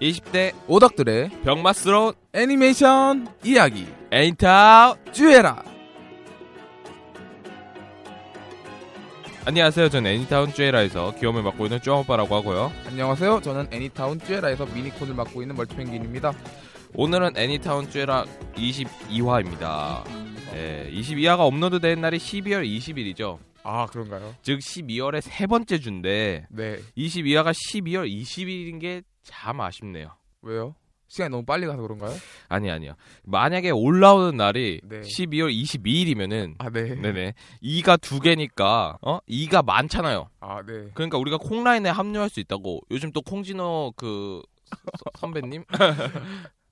이십 대 오덕들의 병맛스러운 애니메이션 이야기 에인타운 쭈에라 안녕하세요 저는 애니타운 쭈에라에서 귀염을 맡고 있는 쭈아오빠라고 하고요 안녕하세요 저는 애니타운 쭈에라에서 미니콘을 맡고 있는 멀티펭귄입니다 오늘은 애니타운 쭈에라 22화입니다 22화가 업로드된 날이 12월 20일이죠 아 그런가요? 즉 12월의 세 번째 주인데 네 22화가 12월 20일인 게 참 아쉽네요 왜요? 시간이 너무 빨리 가서 그런가요? 아니 아니요 만약에 올라오는 날이 네. 12월 22일이면은 아네 네네 2가 두 개니까 어 2가 많잖아요 아네 그러니까 우리가 콩라인에 합류할 수 있다고 요즘 또 콩진호 그 서- 선배님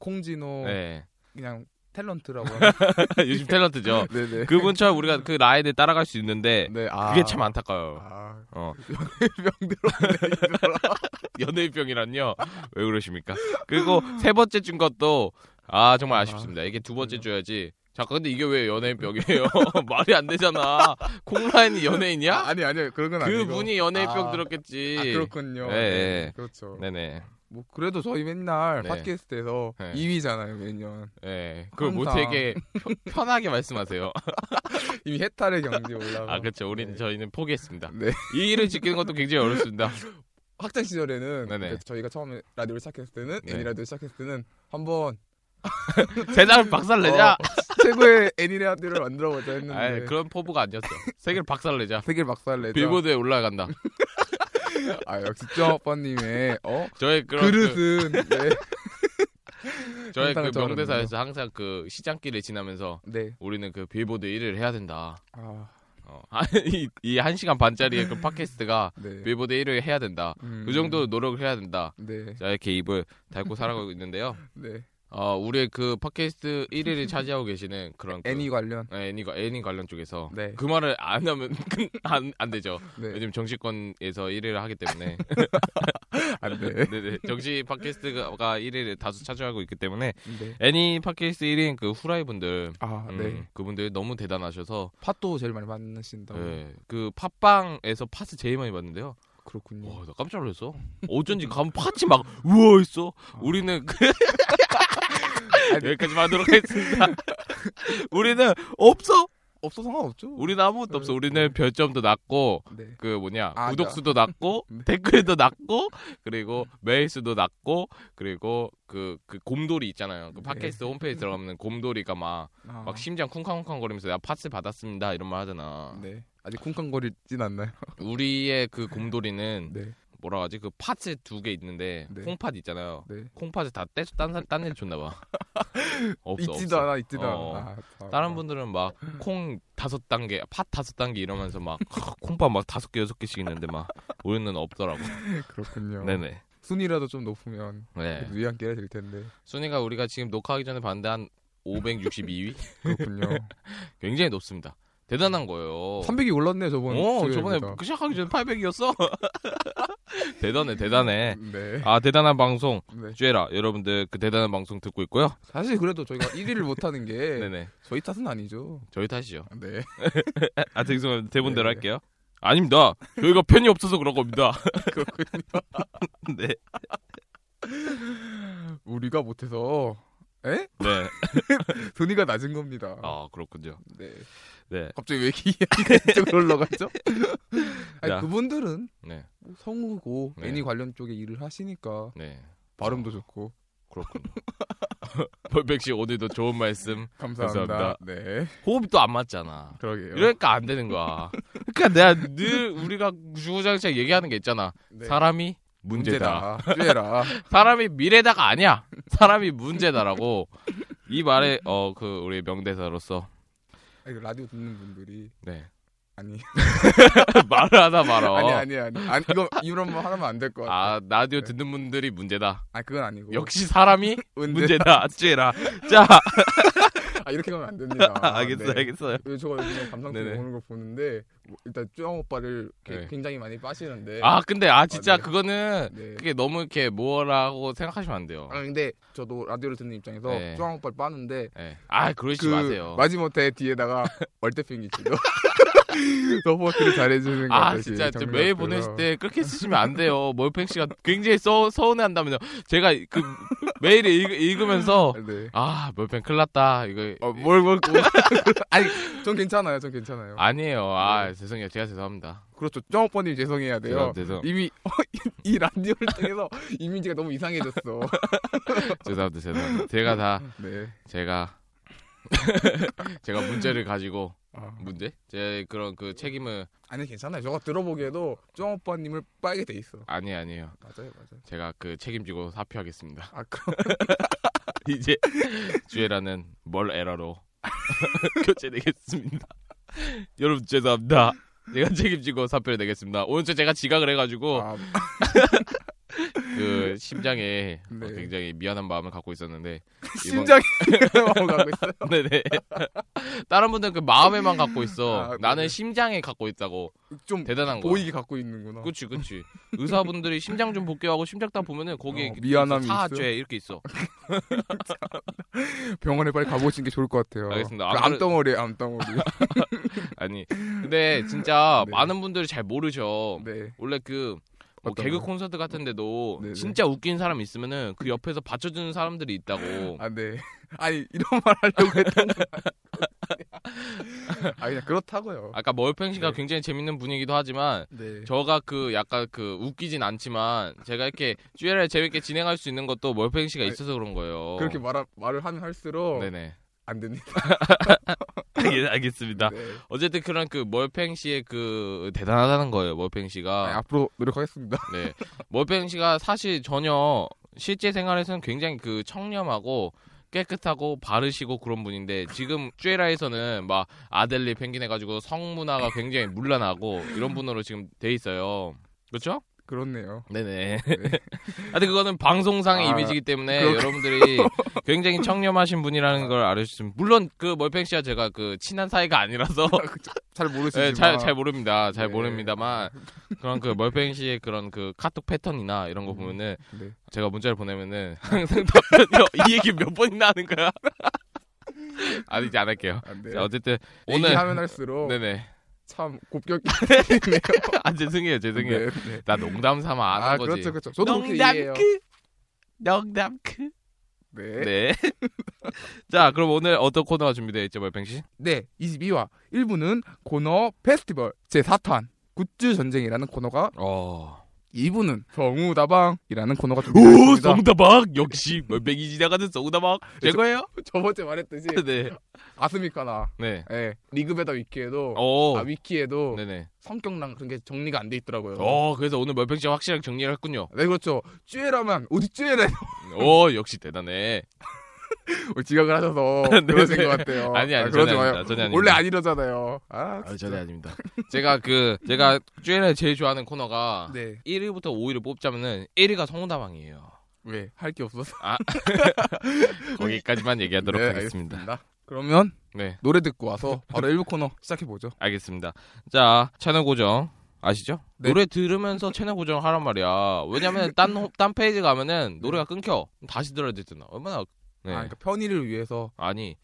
콩진호 네. 그냥 탤런트라고 요즘 탤런트죠 네네 그분처럼 우리가 그 라인에 따라갈 수 있는데 네, 아. 그게 참 안타까워요 아, 어 명대로 연예병이란요 왜 그러십니까 그리고 세 번째 준 것도 아 정말 아쉽습니다 이게 두 번째 줘야지 잠깐 근데 이게 왜 연예인병이에요 말이 안 되잖아 콩라인이 연예인이야 아니 아니요 그런 건 그 아니고 분이 연예인병 아, 들었겠지 아 그렇군요 예, 네, 예. 그렇죠 네네 뭐 그래도 저희 맨날 네. 팟캐스트에서 네. 2위잖아요 매년 예 그걸 항상. 못되게 편하게 말씀하세요 이미 해탈의 경지에 올라가 아, 그렇죠. 우리는 네. 저희는 포기했습니다. 네. 그렇죠. 이 일을 지키는 것도 굉장히 어렵습니다. 학창 시절에는 네네. 그러니까 저희가 처음에 라디오를 시작했을 때는 네. 애니 라디오 시작했을 때는 한번 세상을 박살내자. 어, 최고의 애니 라디오를 만들어 보자 했는데 아, 그런 포부가 아니었어. 세계를 박살내자. 세계를 박살내자 빌보드에 올라간다. 아 역시 쪼아빠님의 어? 저의 그런 그, 그릇은 네. 저의 그 상상을 저버렸네요. 명대사에서 항상 그 시장길을 지나면서 네. 우리는 그 빌보드 1위를 해야 된다. 아, 어, 이한 시간 반짜리의 그 팟캐스트가 네. 빌보드 1위를 해야 된다. 음, 그 정도 노력을 해야 된다. 네. 자 이렇게 입을 달고 살아가고 있는데요. 네. 어, 우리의 그 팟캐스트 1위를 차지하고 계시는 그런 그, 애니 관련. 네, 애니가 애니 관련 쪽에서 네. 그 말을 안 하면 안, 안 되죠. 네. 요즘 정치권에서 1위를 하기 때문에 안 돼. 아, 네네 정치 팟캐스트가 1위를 다수 차지하고 있기 때문에 네. 애니 팟캐스트 1위인 그 후라이 분들 아, 음, 네. 그분들 너무 대단하셔서 팥도 제일 많이 만드신다. 고 네, 그 팟빵에서 팟을 제일 많이 봤는데요. 그렇군요. 와, 나 깜짝 놀랐어. 어쩐지 감 팟이 막 우와 있어. 아. 우리는 그- 여기까지만 하도록 하겠습니다. 우리는 없어. 없어 상관없죠? 우리는 아무것도 없어. 우리는 별점도 낮고 네. 그 뭐냐 음. 아, 구독 수도 낮고 네. 댓글도 낮고 그리고 메일 수도 낮고 그리고 그, 그 곰돌이 있잖아요 그 팟캐스트 홈페이지 들어가면 곰돌이가 막 막 네. 아, 심장 쿵쾅쿵쾅 거리면서 내가 팟을 받았습니다 이런 말 하잖아 네. 아직 쿵쾅거리진 않나요? 우리의 그 곰돌이는 네. 뭐라 하지 그 팟을 두 개 있는데 네. 콩팟 있잖아요 네. 콩팟을 다 떼서 딴, 사- 딴 애를 줬나봐 없어 있지도 없어 않아, 있지도 어. 않아. 아, 참. 다른 분들은 막 콩 다섯 단계, 팥 다섯 단계 이러면서 막 콩밥 막 다섯 개 여섯 개씩 있는데 막 우리는 없더라고. 그렇군요. 네네. 순위라도 좀 높으면 네. 그래도 위안기가 될 텐데. 순위가 우리가 지금 녹화하기 전에 봤는데 한 562위? 그렇군요. 굉장히 높습니다. 대단한 거예요. 300이 올랐네 저번. 어, 수요일보다. 저번에 그 시작하기 전에 800이었어. 대단해, 대단해. 네. 아, 대단한 방송. 네. 쥐에라, 여러분들 그 대단한 방송 듣고 있고요. 사실 그래도 저희가 1위를 못하는 게 네네. 저희 탓은 아니죠. 저희 탓이죠. 네. 아, 죄송합니다. 대본대로 네. 할게요. 아닙니다. 저희가 팬이 없어서 그런 겁니다. 그렇군요. 네. 우리가 못해서 에? 네. 순위가 낮은 겁니다. 아, 그렇군요. 네. 네. 갑자기 왜 이렇게 이야기가 이쪽으로 올라갔죠? 아니, 야. 그분들은 네. 뭐 성우고 네. 애니 관련 쪽에 일을 하시니까 네. 발음도 좋고 그렇군요. 벌백씨 오늘도 좋은 말씀. 감사합니다. 감사합니다. 네. 호흡이 또 안 맞잖아. 그러게요. 이러니까 안 되는 거야. 그러니까 내가 늘 우리가 주구장창 얘기하는 게 있잖아. 네. 사람이 문제다. 죄라. 사람이 미래다가 아니야. 사람이 문제다라고 이 말에 어 그 우리 명대사로서 이거 라디오 듣는 분들이 네. 아니 말을 하다 말어. 아니 아니 아니 아니 이거 이런 말 하면 안 될 것 같아. 아 라디오 듣는 분들이 문제다. 아 그건 아니고. 역시 사람이 근데- 문제다. 쯔라. 자 아 이렇게 가면 안 됩니다. 알겠어요, 네. 알겠어요. 왜 저가 요즘에 감상 네네. TV 보는 걸 보는데 뭐, 일단 쭈영 오빠를 이렇게 네. 굉장히 많이 빠시는데. 아 근데 아 진짜 아, 네. 그거는 네. 그게 너무 이렇게 뭐라고 생각하시면 안 돼요. 아, 근데 저도 라디오를 듣는 입장에서 네. 쭈영 오빠를 빠는데 예. 아 그러시지 마세요. 마지못해 뒤에다가 월대핑기치도 서포트를 잘해주는 것 아 같아요, 진짜 저 정말 메일 같아요. 보내실 때 그렇게 쓰시면 안 돼요. 몰팽 씨가 굉장히 서, 서운해한다면요. 제가 그 메일을 읽, 으면서 네. 아 몰팽 큰났다 이거 어, 뭘, 뭘, 뭘. 아니, 전 괜찮아요, 전 괜찮아요. 아니에요. 아 네. 죄송해요. 제가 죄송합니다. 그렇죠. 쩡오빠님 죄송해야 돼요. 제가 아, 죄송 이미, 이 라디오를 통해서 이미지가 너무 이상해졌어. 죄송합니다. 죄송합니다. 제가 다 네. 제가 제가 문제를 가지고 아. 문제 제 그런 그 책임을 아니, 괜찮아요. 저가 들어보기에도 쩡오빠님을 빨게 돼 있어. 아니 아니에요. 맞아요, 맞아요. 제가 그 책임지고 사표하겠습니다. 아, 그럼. 이제 주애라는 뭘 에러로 교체되겠습니다. 여러분 죄송합니다. 제가 책임지고 사표를 내겠습니다. 오늘 저 제가 지각을 해가지고 아, 그 심장에 어, 네. 굉장히 미안한 마음을 갖고 있었는데 심장이 이러고 가고 있어요. 네네 다른 분들은 그 마음에만 갖고 있어. 아, 네. 나는 심장에 갖고 있다고 좀 대단한 거. 보이게 갖고 있는구나. 그치 그치 의사분들이 심장 좀 복귀하고 심장 딱 보면은 거기에 어, 이렇게 미안함이 사죄 이렇게 있어 병원에 빨리 가보시는 게 좋을 것 같아요. 알겠습니다. 그 안 그래- 암덩어리, 암덩어리. 아니 근데 진짜 네. 많은 분들이 잘 모르셔 네. 원래 그 뭐 어떤 개그 거요? 콘서트 같은데도 네네. 진짜 웃긴 사람 있으면은 그 옆에서 받쳐주는 사람들이 있다고 아, 네. 아니, 이런 말 하려고 했던 거. 아니고. 아, 그냥 그렇다고요. 아까 멀팽 씨가 네. 굉장히 재밌는 분이기도 하지만 네. 저가 그 약간 그 웃기진 않지만 제가 이렇게 쭈에를 재밌게 진행할 수 있는 것도 멀팽 씨가 아니, 있어서 그런 거예요 그렇게 말하, 말을 하면 할수록 네네 안 됩니다. 뭐. 예, 알겠습니다 네. 어쨌든 그런 그 멀팽 씨의 그 대단하다는 거예요. 멀팽 씨가 아니, 네, 앞으로 노력하겠습니다. 네 멀팽 씨가 사실 전혀 실제 생활에서는 굉장히 그 청렴하고 깨끗하고 바르시고 그런 분인데 지금 쭈에라에서는 막 아델리 펭귄 해가지고 성문화가 굉장히 물란하고 이런 분으로 지금 돼 있어요. 그렇죠? 그렇네요. 네네. 하여튼 그거는 방송상의 아, 이미지이기 때문에 그렇군요. 여러분들이 굉장히 청렴하신 분이라는 걸 알으셨으면 물론 그 멀팽 씨와 제가 그 친한 사이가 아니라서 잘 모르시지만. 네, 잘, 잘 모릅니다. 잘 네. 모릅니다만 그런 그 멀팽 씨의 그런 그 카톡 패턴이나 이런 거 보면은 네. 제가 문자를 보내면은 항상 답변이 이 얘기 몇 번이나 하는 거야. 아니 이제 안 할게요. 안 돼. 자, 어쨌든 오늘 오늘 하면 할수록 네네. 참 곱격이네요. 아 죄송해요, 죄송해요. 네. 나 농담 삼아 아는 아, 거지. 그렇죠, 그렇죠. 저도 그렇게 이해해요. 농담크. 농담크. 네. 네. 네. 자, 그럼 오늘 어떤 코너가 준비되어 있죠, 멀팽 씨? 22화 1부는 네, 코너 페스티벌 제4탄 굿즈 전쟁이라는 코너가 어. 2부는 성우다방이라는 코너가 오, 준비되었습니다. 그렇죠. 송다박 역시 멀팽이 지나가는 송다박 최고예요. 저번에 말했듯이 네. 아스미카나 네. 예, 리그베다 위키에도 오. 아, 위키에도 어, 네네. 성격랑 그런 게 정리가 안 돼 있더라고요. 어, 그래서 오늘 멀팽 씨가 확실하게 정리를 했군요. 네 그렇죠. 쭈에라만 어디 쭈에라 오, 역시 대단해. 뭐 지각을 하셔서 그러신 것 같아요. 네, 아니, 아니, 아, 그러지 전혀 마요. 아닙니다. 전혀 아닙니다. 원래 안 이러잖아요. 아, 진짜. 아닙니다. 제가 그, 제가 쭈에를 제일 좋아하는 코너가 네. 1위부터 5위를 뽑자면은 1위가 성우다방이에요. 왜? 할 게 없어서. 거기까지만 얘기하도록 네, 하겠습니다. 그러면 네, 노래 듣고 와서 바로 1부 코너 시작해 보죠. 알겠습니다. 자, 채널 고정. 아시죠? 네. 노래 들으면서 채널 고정을 하란 말이야. 왜냐면 딴, 호- 딴 페이지 가면은 노래가 끊겨. 다시 들어야 되잖아. 얼마나. 네. 아, 그러니까 편의를 위해서 아니,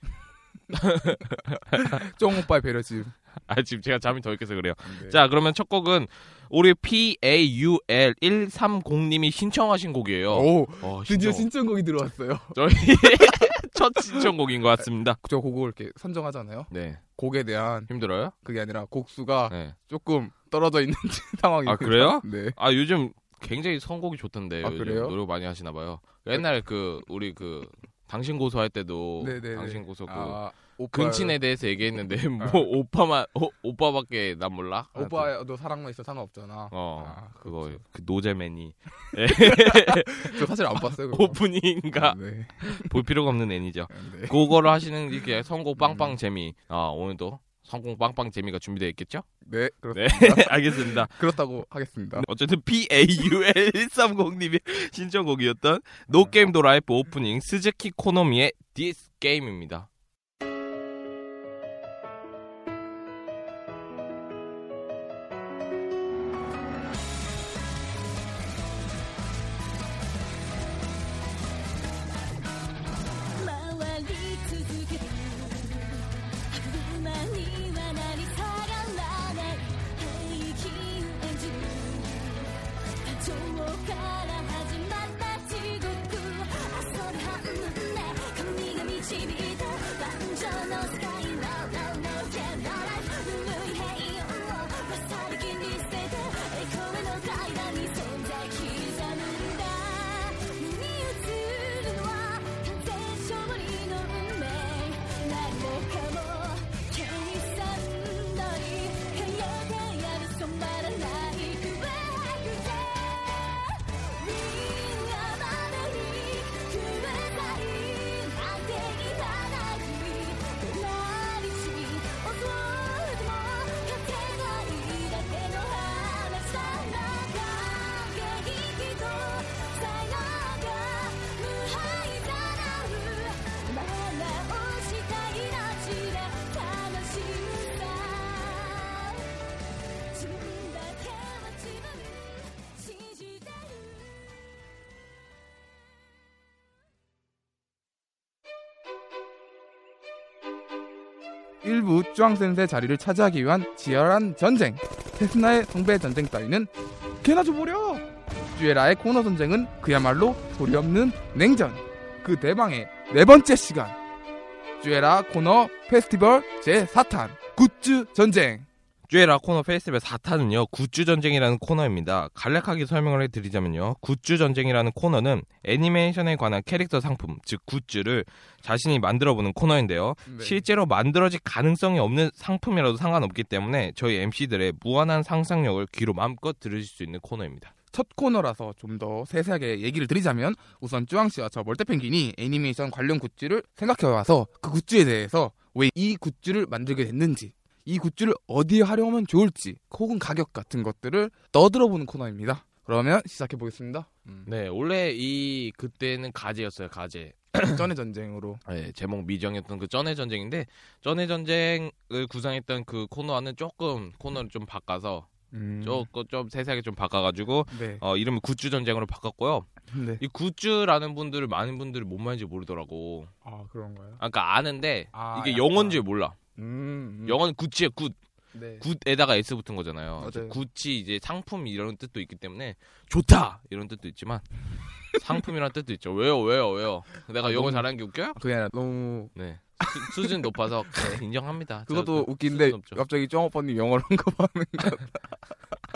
쫑 오빠의 배려심. 아, 지금 제가 잠이 더 있겠어 그래요. 네. 자 그러면 첫 곡은 우리 PAUL 130님이 신청하신 곡이에요. 오, 어, 신청- 드디어 신청곡이 들어왔어요. 저희 첫 신청곡인 것 같습니다. 저 곡을 이렇게 선정하잖아요. 네 곡에 대한 힘들어요? 그게 아니라 곡수가 네. 조금 떨어져 있는 상황이 아 그래요? 네. 아 요즘 굉장히 선곡이 좋던데 아, 요즘 그래요? 노력 많이 하시나 봐요. 옛날 그 우리 그 당신 고소할 때도 네네네. 당신 고소 그 아, 오빠 근친에 대해서 얘기했는데 뭐 오빠만 오, 오빠밖에 난 몰라. 아, 오빠야 너 사랑만 있어 상관없잖아. 아, 어 아, 그거 그 노잼애니 저 사실 안 봤어요. 그거. 오프닝인가 네. 볼 필요가 없는 애니죠. 네. 음. 그거를 하시는 이렇게 선곡 빵빵 재미. 아 오늘도 성공 빵빵 재미가 준비되어 있겠죠? 네, 그렇, 네, 알겠습니다. 그렇다고 하겠습니다. 어쨌든 PAUL130님의 신청곡이었던 노게임도 라이프 오프닝 스즈키 코노미의 This Game입니다. 「回り続ける」「間には何下がらない」「平気演じる」「過剰から始まった地獄」「遊び半分で神が導いた」「壇上のスカイ No No No Yeah No Life」「ぬるい平穏を真っ先に捨てて」「栄光への階段に存在刻むんだ」「目に映るのは」完全勝利の運命何もかも計算通り変えてやる染まらないグレーグみんなまだにくれないなんて言わないくらいし恐れても勝てないだけの話さなが激気と才能が無敗だなうまなをした命で楽しむさ自分だけは自分信じてる 일부 쭈앙센세 자리를 차지하기 위한 치열한 전쟁. 테스나의 성배 전쟁 따위는 개나 줘버려. 듀에라의 코너 전쟁은 그야말로 소리 없는 냉전. 그 대망의 네 번째 시간. 듀에라 코너 페스티벌 제 4탄 굿즈 전쟁. 듀에라 코너 페이스북 4탄은요, 굿즈 전쟁이라는 코너입니다. 간략하게 설명을 해드리자면요, 굿즈 전쟁이라는 코너는 애니메이션에 관한 캐릭터 상품, 즉 굿즈를 자신이 만들어보는 코너인데요. 네. 실제로 만들어질 가능성이 없는 상품이라도 상관없기 때문에 저희 MC들의 무한한 상상력을 귀로 마음껏 들으실 수 있는 코너입니다. 첫 코너라서 좀 더 세세하게 얘기를 드리자면 우선 쭈앙 씨와 저 멀테펭귄이 애니메이션 관련 굿즈를 생각해 와서 그 굿즈에 대해서 왜 이 굿즈를 만들게 됐는지 이 굿즈를 어디에 활용하면 좋을지 혹은 가격 같은 것들을 떠들어보는 코너입니다. 그러면 시작해 보겠습니다. 네, 원래 이 그때는 가제였어요, 가제. 전의 전쟁으로 네, 제목 미정이었던 그 쩐의 전쟁인데 쩐의 전쟁을 구상했던 그 코너와는 조금 코너를 좀 바꿔서 조금 좀 세세하게 좀 바꿔가지고 음. 네. 어, 이름을 굿즈 전쟁으로 바꿨고요. 네. 이 굿즈라는 분들을 많은 분들이 뭔 말인지 모르더라고. 아 그런가요? 아까 아는데 아, 이게 약간. 영어인 줄 몰라. 음, 음. 영어는 구찌에 굿, 네. 굿에다가 S 붙은 거잖아요. 맞아요. 구찌 이제 상품 이런 뜻도 있기 때문에 좋다 이런 뜻도 있지만 상품이라는 뜻도 있죠. 왜요, 왜요, 왜요? 내가 영어 너무- 잘하는 게 웃겨요? 그게 아니라 너무 네. 수- 수준 높아서 네, 인정합니다. 그것도 저- 웃긴데 수준 높죠. 갑자기 쫑오빠님 영어로 한거 봐는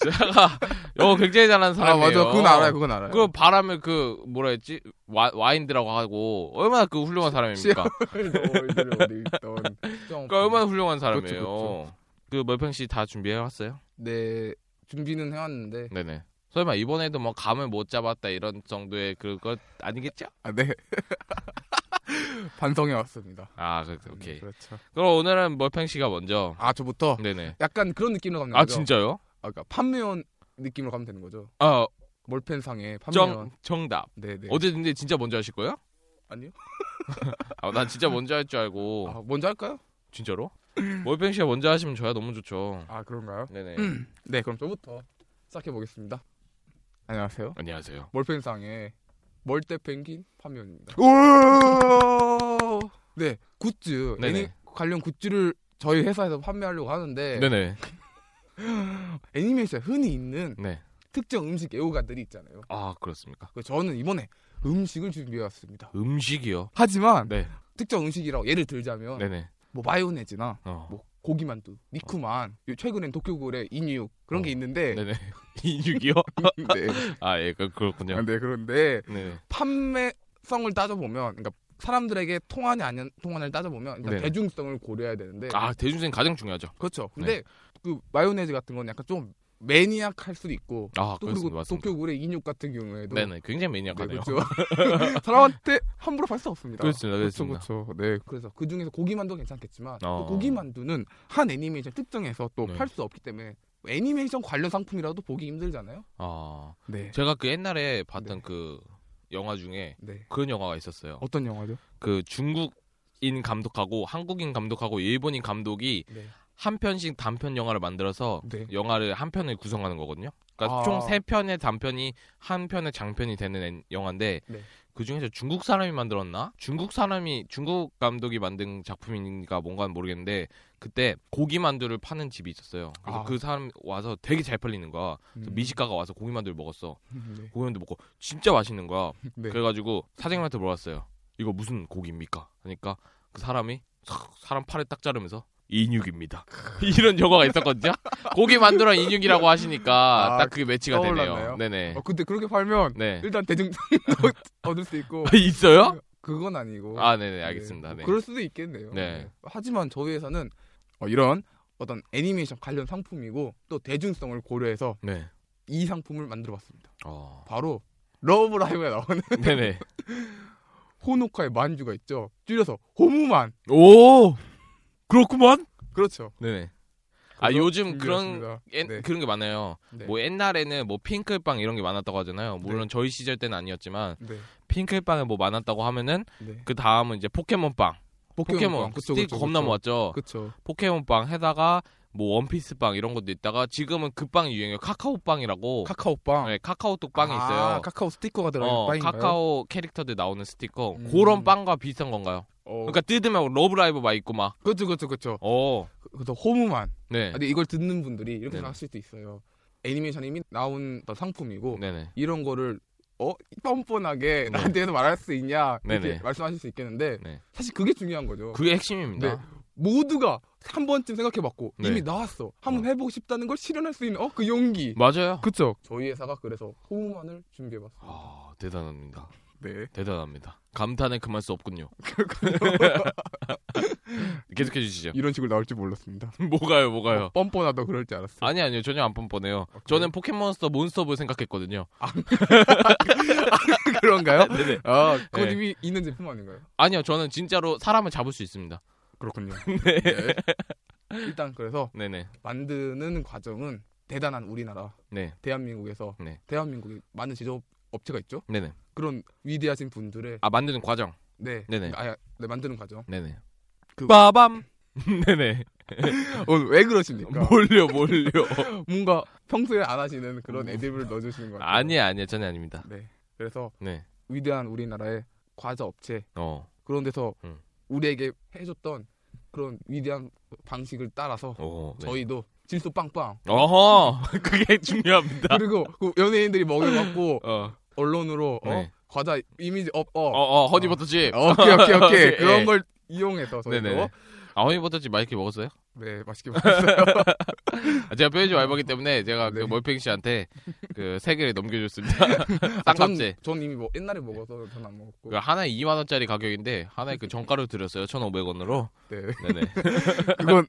제가 영어 굉장히 잘하는 아 사람이에요. 맞아 그건 알아요 그건 알아요 그 바람에 그 뭐라 했지 와, 와인드라고 하고 얼마나 그 훌륭한 사람입니까? 그러니까 얼마나 훌륭한 사람이에요. 그렇죠, 그 멀팽 씨다 준비해 왔어요? 네 준비는 해왔는데 네네. 설마 이번에도 뭐 감을 못 잡았다 이런 정도의 그것 아니겠죠? 아, 네 반성해 왔습니다. 아 그, 네, 오케이. 그렇죠. 그럼 오늘은 멀팽 씨가 먼저. 아 저부터 네네. 약간 그런 느낌으로 가면 되는 아 거죠? 진짜요? 아, 그러니까 판매원 느낌으로 가면 되는 거죠. 아정 몰펜상의 판매원. 정답. 네네. 어제 근데 진짜 먼저 하실 거예요? 아니요? 아, 난 진짜 먼저 할 줄 알고. 아, 먼저 할까요? 진짜로? 월팽 씨가 먼저 하시면 저야 너무 좋죠. 아 그런가요? 네네. 네 그럼 저부터 시작해 보겠습니다. 안녕하세요. 안녕하세요. 몰펜상의 멀떼펭귄 판매원입니다. 어? 오! 네 굿즈 네네. 애니 관련 굿즈를 저희 회사에서 판매하려고 하는데 네네. 애니메이션 흔히 있는 네. 특정 음식 애호가들이 있잖아요. 아 그렇습니까? 그래서 저는 이번에 음식을 준비해왔습니다. 음식이요. 하지만 네. 특정 음식이라고 예를 들자면 네네. 뭐 마요네즈나 어. 뭐 고기만두, 니쿠만, 요 최근엔 도쿄굴의 인육 그런 어. 게 있는데 네네. 인육이요? 네. 아 예, 그- 아, 그렇군요. 네, 그런데 네. 판매성을 따져보면 그러니까 사람들에게 통하냐 안 통하냐를 따져보면 일단 네네. 대중성을 고려해야 되는데 아 대중생 가장 중요하죠. 그렇죠. 근데 그 마요네즈 같은 건 약간 좀 매니악할 수도 있고 아, 또 그렇습니다. 그리고 맞습니다. 도쿄굴의 인육 같은 경우에도 네네, 굉장히 매니악하네요. 그렇죠. 사람한테 함부로 발수 없습니다. 그렇습니다, 그렇습니다. 그렇죠. 네, 그래서 그 중에서 고기만두 괜찮겠지만 어. 또 고기만두는 한 애니메이션 특정해서 또 네. 팔 수 없기 때문에 애니메이션 관련 상품이라도 보기 힘들잖아요. 아, 네, 제가 그 옛날에 봤던 네. 그 영화 중에 네. 그런 영화가 있었어요. 어떤 영화죠? 그 중국인 감독하고 한국인 감독하고 일본인 감독이 네, 한 편씩 단편 영화를 만들어서 네. 영화를 한 편을 구성하는 거거든요. 그러니까 아. 총 세 편의 단편이 한 편의 장편이 되는 엔- 영화인데 네. 그 중에서 중국 사람이 만들었나? 중국 사람이 중국 감독이 만든 작품인가 뭔가는 모르겠는데 그때 고기 만두를 파는 집이 있었어요. 그래서 아. 그 사람 와서 되게 잘 팔리는 거야. 그래서 음. 미식가가 와서 고기 만두를 먹었어. 네. 고기 만두 먹고 진짜 맛있는 거야. 네. 그래가지고 사장님한테 물어봤어요. 이거 무슨 고기입니까? 하니까 그 사람이 싹 사람 팔에 딱 자르면서 인육입니다. 이런 영화가 있었거든요. 고기 만두랑 인육이라고 하시니까 아, 딱 그게 매치가 되네요. 떠올랐나요? 네네. 어, 근데 그렇게 팔면 네. 아, 일단 대중성 얻을 수 있고 있어요? 그건 아니고. 아 네네 알겠습니다. 네. 네. 그럴 수도 있겠네요. 네. 하지만 저희 회사는 어, 이런 어떤 애니메이션 관련 상품이고 또 대중성을 고려해서 네. 이 상품을 만들어봤습니다. 어. 바로 러브라이브에 나오는 네네. 호노카의 만주가 있죠. 줄여서 호무만. 오 그렇구만. 그렇죠. 네네. 아 그래서 요즘 그런 준비했습니다. 예- 네. 그런 게 많아요. 네. 뭐 옛날에는 뭐 핑클빵 이런 게 많았다고 하잖아요. 물론 저희 시절 때는 아니었지만 네. 핑클빵에 뭐 많았다고 하면은 네. 그 다음은 이제 포켓몬빵. 포켓몬 그 스틱 겁나 모았죠. 그렇죠. 포켓몬빵 해다가 뭐 원피스빵 이런 것도 있다가 지금은 그 빵이 유행해요. 카카오빵이라고. 카카오빵. 네, 카카오톡 빵이 아, 있어요. 카카오 스티커가 들어간 어, 빵인가요? 카카오 캐릭터들 나오는 스티커 음. 그런 빵과 비슷한 건가요? 어. 그러니까 뜯으면 러브라이브 막 있고 막. 그렇죠, 그렇죠, 그렇죠. 어, 그래서 호무만. 네, 근데 이걸 듣는 분들이 이렇게 네네. 생각하실 수도 있어요. 애니메이션이 이미 나온 어떤 상품이고 네네. 이런 거를 어 뻔뻔하게 네. 나한테서 말할 수 있냐 이렇게 네네. 말씀하실 수 있겠는데 네. 사실 그게 중요한 거죠. 그게 핵심입니다. 네. 모두가 한 번쯤 생각해봤고 네. 이미 나왔어 한번 해보고 싶다는 걸 실현할 수 있는 어 그 용기. 맞아요. 그쵸. 저희 회사가 그래서 호우만을 준비해봤어. 아, 대단합니다. 네. 대단합니다. 감탄에 그만 수 없군요. 네. 계속해 주시죠. 이런 식으로 나올 줄 몰랐습니다. 어, 뭐가요, 뭐가요? 뻔뻔하다 그럴 줄 알았어. 아니 아니요 전혀 안 뻔뻔해요. 저는 포켓몬스터 몬스터볼 생각했거든요. 그런가요? 네네. 아, 네. 그건 이미 있는 제품 아닌가요? 아니요 저는 진짜로 사람을 잡을 수 있습니다. 그렇군요. 네. 일단 그래서 네네. 만드는 과정은 대단한 우리나라 네. 대한민국에서 네. 대한민국에 많은 제조업 업체가 있죠. 네네. 그런 위대하신 분들의 아 만드는 과정. 네, 네네. 아, 네 만드는 과정. 네네. 그- 빠밤. 네네. 오늘 어, 왜 그러십니까? 몰려 몰려. 뭔가 평소에 안 하시는 그런 애드립을 넣어주시는 것 같아요. 음. 아니야 아니야 전혀 아닙니다. 네. 그래서 네. 위대한 우리나라의 과자 업체 어. 그런 데서 음. 우리에게 해줬던 그런 위대한 방식을 따라서 오. 네. 저희도 질소 빵빵 어허. 그게 중요합니다. 그리고 그 연예인들이 먹여갖고 어. 언론으로 어? 네. 과자 이미지 업업 어 어 허니버터칩. 오케이 오케이 오케이 그런 예. 걸 이용해서 저희도 네네. 아 허니버터칩 맛있게 먹었어요? 네 맛있게 먹었어요 아, 제가 표현이 말박이 때문에 제가 네. 그 몰팽이 씨한테 그 세 개를 넘겨줬습니다. 쌍값제. 전, 전 이미 뭐 옛날에 먹어서 전 안 먹었고 그 하나에 2만 원짜리 가격인데 하나에 그 정가를 드렸어요. 1,500원으로. 네 네네. 그건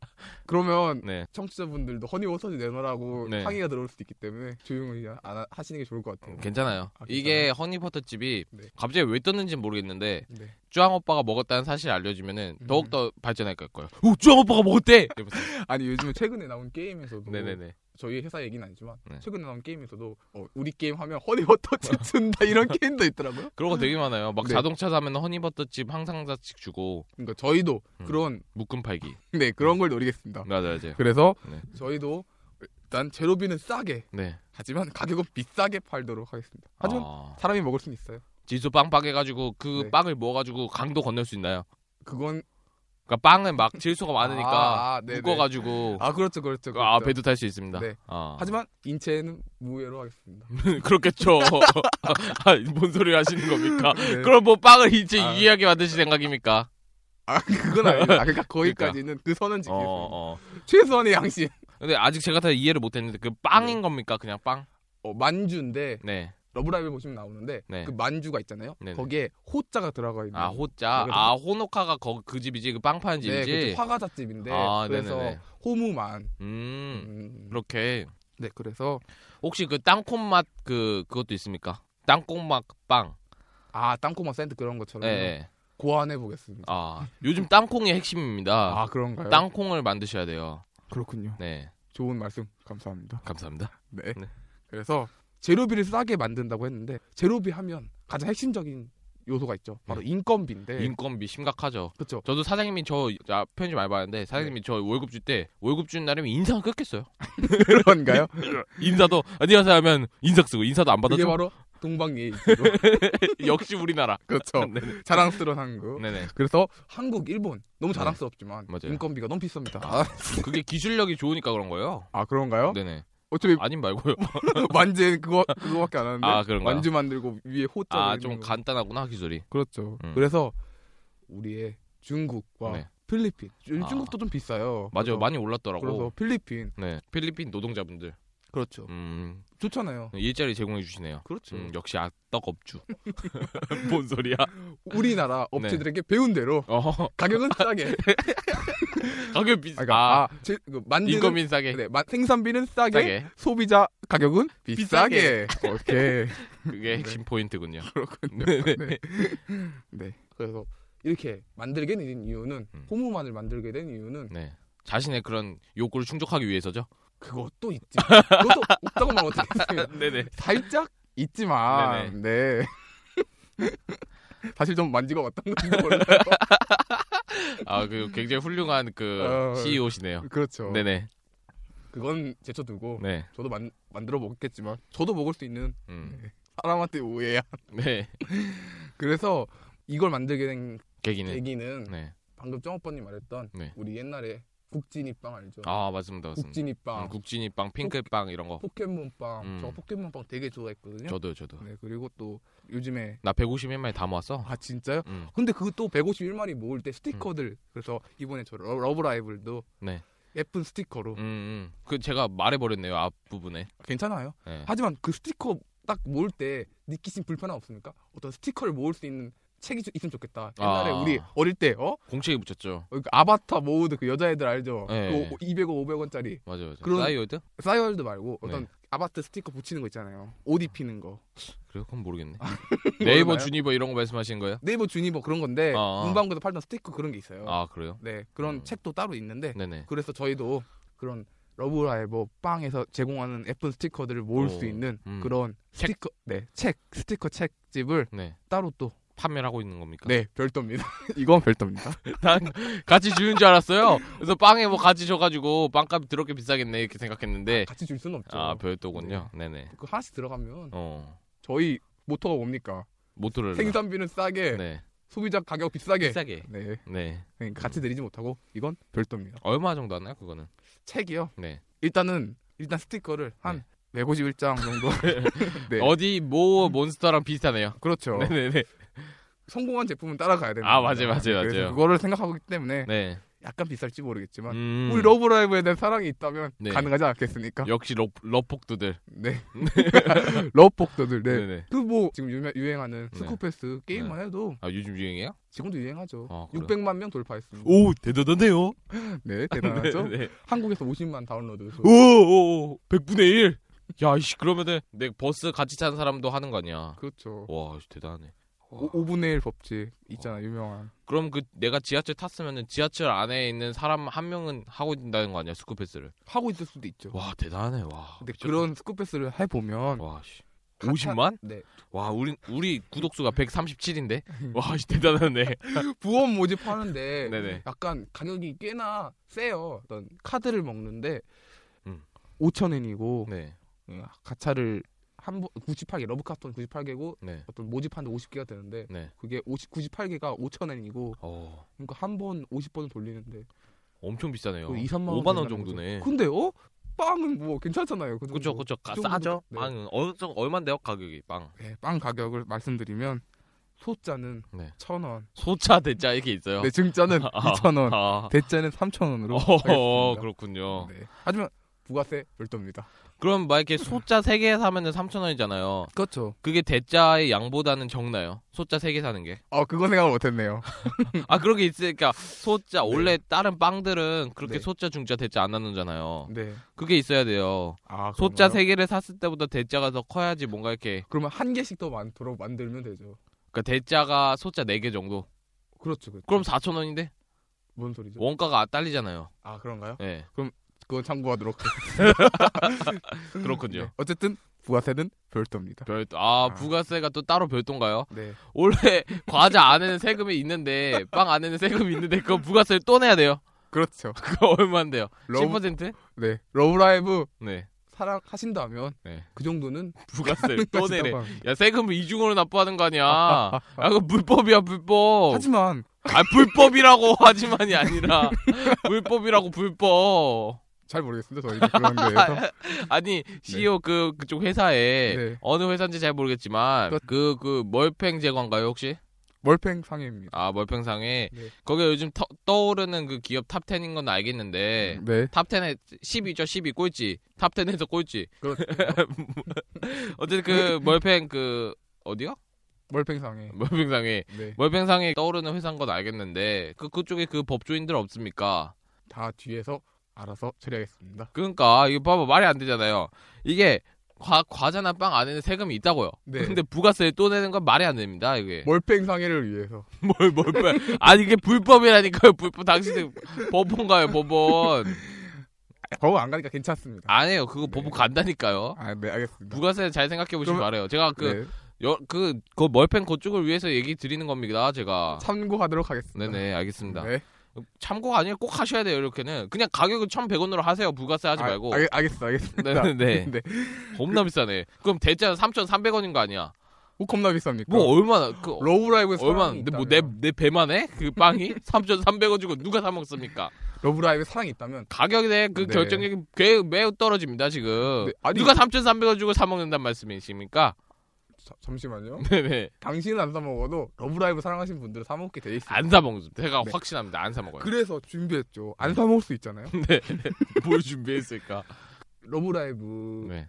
그러면 네. 청취자분들도 허니버터지 내놔라고 네. 항의가 들어올 수도 있기 때문에 조용히 안 하- 하시는 게 좋을 것 같아요 괜찮아요. 아, 이게 허니버터집이 네. 갑자기 왜 떴는지 모르겠는데 네. 쭈앙 오빠가 먹었다는 사실 알려주면은 음. 더욱더 발전할 거예요. 오, 쭈앙 오빠가 먹었대. 이러면서. 아니 요즘에 최근에 나온 게임에서도 네네네. 저희 회사 얘기는 아니지만 네. 최근에 나온 게임에서도 어, 우리 게임 하면 허니버터지 준다 이런 게임도 있더라고요 그런 거 되게 많아요. 막 네. 자동차 사면 허니버터집 항상자씩 주고 그러니까 저희도 음. 그런 묶음 팔기. 네 그런 걸 노리겠습니다 맞아요, 맞아요. 그래서 네. 저희도 일단 제로비는 싸게 네. 하지만 가격은 비싸게 팔도록 하겠습니다. 하지만 아, 사람이 먹을 수는 있어요. 지수 빵빵 해가지고 그 네. 빵을 먹어가지고 강도 건널 수 있나요? 그건 그러니까 빵은 막 질소가 많으니까 아, 네네. 묶어가지고 아, 아 그렇죠 그렇죠. 그렇죠. 배도 탈 수 있습니다. 네. 아. 하지만 인체는 무예로 하겠습니다. 그렇겠죠. 아, 뭔 소리 를 하시는 겁니까? 네. 그럼 뭐 빵을 이제 아. 유의하게 만드실 생각입니까? 아 그건 아닙니다. 그러니까 거기까지는 그 선은 어, 지키겠습니다. 어. 최소한의 양심. 근데 아직 제가 다 이해를 못했는데 그 빵인 겁니까? 그냥 빵? 어, 만주인데 네. 러브라이브 보시면 나오는데 네. 그 만주가 있잖아요. 네네. 거기에 호자가 들어가 있는. 아 호자. 네, 아 호노카가 거, 그 집이지 그 빵 파는 네, 집이지. 그렇죠. 화가자 집인데 아, 그래서 네네네. 호무만. 음 음, 그렇게 네, 그래서 혹시 그 땅콩맛 그 그것도 있습니까? 땅콩맛 빵. 아 땅콩맛 샌드 그런 예. 것처럼 예. 고안해 보겠습니다. 아 요즘 땅콩이 핵심입니다. 아, 그런가요? 땅콩을 만드셔야 돼요. 그렇군요. 네, 좋은 말씀 감사합니다. 감사합니다. 네. 네. 그래서 재료비를 싸게 만든다고 했는데 재료비 하면 가장 핵심적인 요소가 있죠. 바로 인건비인데. 네. 인건비 심각하죠. 그렇죠. 저도 사장님이 저 아, 편집 많이 봤는데 네. 사장님이 저 월급 줄 때 월급 주는 날이면 인상 끊겼어요. 그런가요? 인사도 안녕하세요 하면 인상 쓰고 인사도 안 이게 받아줘. 바로 동방예의. 역시 우리나라. 그렇죠. 자랑스러운 한국. 네네. 그래서 한국, 일본 너무 자랑스럽지만 네. 맞아요. 인건비가 너무 비쌉니다. 아, 그게 기술력이 좋으니까 그런 거예요. 그런가요? 네네. 어차피 아님 말고요. 뭐 완제 그거 그거밖에 안 하는데 아, 그런가요? 완주 만들고 위에 호자 아 좀 간단하구나 기술이. 그렇죠. 음. 그래서 우리의 중국과 네. 필리핀 요즘 아. 중국도 좀 비싸요. 맞아요. 그래서- 많이 올랐더라고. 그래서 필리핀 네. 필리핀 노동자분들. 그렇죠. 음. 좋잖아요. 일자리 제공해 주시네요. 그렇죠. 음, 역시 악덕업주. 뭔 소리야? 네. 우리나라 업체들에게 배운 대로 어, 가격은 싸게. 가격 비싸. 아, 아, 그러니까 아, 제- 그 만드는 인건비 싸게. 네, 마- 생산비는 싸게, 싸게. 소비자 가격은 비싸게. 비싸게. 오케이. 그게 핵심 포인트군요. 네. 그렇군요. 네네. 네. 네. 그래서 이렇게 만들게 된 이유는 음. 호무만을 만들게 된 이유는 네. 자신의 그런 욕구를 충족하기 위해서죠. 그것도 있지. 그것도 없다고 말하면 어떻겠어요. 네네. 살짝 있지만 네. 사실 좀 만지가 왔던 건지 몰라요. 아, 그 굉장히 훌륭한 그 어, CEO시네요. 그렇죠. 네네. 그건 제쳐두고 네. 저도 만, 만들어 먹겠지만 저도 먹을 수 있는 음. 사람한테 오해야. 네. 그래서 이걸 만들게 된 계기는. 계기는 네. 방금 정오빠님 말했던 네. 우리 옛날에 국진이빵 알죠? 아, 맞습니다. 맞습니다. 국진이빵, 음, 국진이빵, 핑크빵 이런 거. 포켓몬빵. 음. 저 포켓몬빵 되게 좋아했거든요. 저도요, 저도. 네 그리고 또 요즘에 나 151만에 다 모았어. 아 진짜요? 음. 근데 그 또 151마리 모을 때 스티커들 그래서 이번에 저 러- 러브라이브도 네. 예쁜 스티커로 음, 음. 그 제가 말해버렸네요, 앞부분에. 괜찮아요. 네. 하지만 그 스티커 딱 모을 때 느끼신 불편함 없습니까? 어떤 스티커를 모을 수 있는 책이 좀 있으면 좋겠다. 옛날에 아. 우리 어릴 때 어? 공책에 붙였죠. 그 아바타 모으드 그 여자애들 알죠? 네. 그 200원, 500원짜리 맞아요, 맞아요. 그런- 사이월드? 싸이월드 말고 어떤 네. 아바타 스티커 붙이는 거 있잖아요. 옷 입히는 거. 그래요? 그건 모르겠네. 아, 네이버, 모르나요? 주니버 이런 거 말씀하시는 거예요? 네이버 주니버 뭐 그런 건데 아. 문방구에서 팔던 스티커 그런 게 있어요. 아, 그래요? 네 그런 음. 책도 따로 있는데 네네. 그래서 저희도 그런 러브라이브 빵에서 제공하는 예쁜 스티커들을 모을 오, 수 있는 음. 그런 책. 스티커 네 책 스티커 책집을 네. 따로 또 판매를 하고 있는 겁니까? 네, 별도입니다. 이건 별도입니다. 난 같이 주는 줄 알았어요. 그래서 빵에 뭐 같이 줘가지고 빵값이 더럽게 비싸겠네 이렇게 생각했는데 같이 줄 수는 없죠. 아 별도군요. 네네. 그 하나씩 들어가면 어 저희 모토가 뭡니까? 모토를 생산비는 싸게, 네 소비자 가격 비싸게. 비싸게 네, 네 그러니까 같이 드리지 못하고 이건 별도입니다. 얼마 정도 하나요 그거는 책이요. 네 일단은 일단 스티커를 한 151장 정도. 네. 어디 모 몬스터랑 비슷하네요. 그렇죠. 네네네 성공한 제품은 따라가야 되는 아, 겁니다. 맞아요, 맞아요, 그래서 맞아요. 그거를 생각하기 때문에 네 약간 비쌀지 모르겠지만 음, 우리 러브라이브에 대한 사랑이 있다면 네. 가능하지 않겠습니까? 역시 러 러폭두들 네. 러브폭도들. 네. 네네 그 뭐 지금 유명, 유행하는 네. 스쿠패스 게임만 해도 아 요즘 유행이에요? 지금도 유행하죠. 아, 그래요? 600만 명 돌파했습니다. 오 대단한데요. 네, 대단하죠. 네네 한국에서 50만 다운로드. 수. 오오 백분의 일. 야 이씨 그러면은 내 버스 같이 타는 사람도 하는 거 아니야? 그렇죠. 와 씨, 대단하네. 오, 5분의 1 법칙 있잖아, 유명한. 그럼 그 내가 지하철 탔으면은 지하철 안에 있는 사람 한 명은 하고 있다는 거 아니야 스쿠패스를 하고 있을 수도 있죠. 와 어, 대단하네 와 근데 미쳤다. 그런 스쿠패스를 해보면 와 씨. 가차- 50만? 네. 와 우리 우리 구독수가 137인데 와 씨, 대단하네 부원 모집하는데 네네. 약간 가격이 꽤나 세요. 어떤 카드를 먹는데 음. 5,000엔이고 예, 네네 가차를 한 번 98개 러브카톤 98개고 네. 어떤 모집하는데 50개가 되는데 네. 그게 50, 98개가 5,000엔이고 어 그러니까 한 번 50번 돌리는데 엄청 비싸네요 그 2, 3만 원 5만 원 된다는 정도네 거죠. 근데 어? 빵은 뭐 괜찮잖아요. 그 그쵸 정도. 그쵸 가- 그 정도. 싸죠 네. 빵은 어느 정도 얼만데요 가격이 빵 네, 빵 가격을 말씀드리면 소자는 네. 1,000원. 소차 대짜 이렇게 있어요 네, 증자는 아, 2,000원. 아. 대자는 3,000원으로 어 그렇군요 네. 하지만 부가세 별도입니다. 그럼 막 이렇게 소자 3개 사면은 3,000원이잖아요. 그렇죠. 그게 대자의 양보다는 적나요? 소자 3개 사는 게? 어 그건 생각을 못했네요. 아, 그런 게 있으니까 소자 원래 다른 빵들은 그렇게 네. 소자 중자 대자 안 나누잖아요. 네. 그게 있어야 돼요. 아 소자 그런가요? 3개를 샀을 때보다 대자가 더 커야지 뭔가 이렇게 그러면 한 개씩 더 많도록 만들면 되죠. 그러니까 대자가 소자 4개 정도. 그렇죠. 그렇죠. 그럼 4,000원인데 뭔 소리죠? 원가가 안 딸리잖아요. 아 그런가요? 예. 그건 참고하도록. 그렇군요. 네. 어쨌든 부가세는 별도입니다. 별, 아, 아. 부가세가 또 따로 별도인가요? 네. 원래 과자 안에는 세금이 있는데, 빵 안에는 세금이 있는데, 그거 부가세를 또 내야 돼요. 그렇죠. 그거 얼마인데요? 러브 10%? 네. 러브라이브 네. 사랑하신다면 네. 그 정도는 부가세를 또 내래. 부가세라고 합니다. 야, 세금을 이중으로 납부하는 거 아니야. 야, 그거 불법이야, 불법. 하지만 아, 불법이라고 하지만이 아니라. 불법이라고, 불법. 잘 모르겠습니다. 저희는 그런 데에서 아니, CEO 그, 그쪽 회사에, 네. 어느 회사인지 잘 모르겠지만, 그- 그, 그, 멀팽 제과인가요, 혹시? 월팽 상해입니다. 아, 멀팽상에. 네. 거기에 요즘 터- 떠오르는 그 기업 탑 10인 건 알겠는데, 네. 탑 10에 10이죠, 10이 꼴찌. 탑 10에서 꼴찌. 그렇죠. 어쨌든 그, 멀팽 그, 어디요? 월팽 상해. 멀팽상에. 네. 멀팽상에 떠오르는 회사인 건 알겠는데, 그, 그쪽에 그 법조인들 없습니까? 다 뒤에서 알아서 처리하겠습니다. 그러니까, 이거 봐봐, 말이 안 되잖아요. 이게, 과, 과자나 빵 안에는 세금이 있다고요. 네. 근데 부가세 또 내는 건 말이 안 됩니다, 이게. 월팽 상해를 위해서. 뭘, 뭘, 뭘. 아니, 이게 불법이라니까요, 불법. 당신들 법원가요, 법원. 법원 안 가니까 괜찮습니다. 아니에요. 그거 네. 보고 간다니까요. 아, 네, 알겠습니다. 부가세 잘 생각해 보시기 그러면- 바래요. 제가 그, 네, 여, 그, 그 멀펜 그쪽을 위해서 얘기 드리는 겁니다. 제가. 참고하도록 하겠습니다. 네네, 알겠습니다. 네. 참고가 아니에요. 꼭 하셔야 돼요, 이렇게는. 그냥 가격을 1,100원으로 하세요. 부가세 하지 아, 말고. 알, 알겠어, 알겠습니다. 네, 네, 네. 겁나 비싸네. 그럼 대자는 3,300원인 거 아니야? 뭐 겁나 비쌉니까? 뭐 얼마나, 그, 러브라이브에서 얼마나, 사랑이 근데 뭐 내, 그러니까 있다면- 내 배만 해? 그 빵이? 3,300원 주고 누가 사먹습니까? 러브라이브에 사랑이 있다면 가격에 대해 그 네. 결정력이 꽤- 매우 떨어집니다, 지금. 네, 아니- 누가 3,300원 주고 사먹는단 말씀이십니까? 자, 잠시만요. 네네. 당신은 안 사 먹어도 러브라이브 사랑하신 분들은 사 먹게 돼 있어요. 안 사먹습니다. 제가 네. 확신합니다. 안 사먹어요. 네. 그래서 준비했죠. 안 사 먹을 수 있잖아요. 뭘 준비했을까? 러브라이브에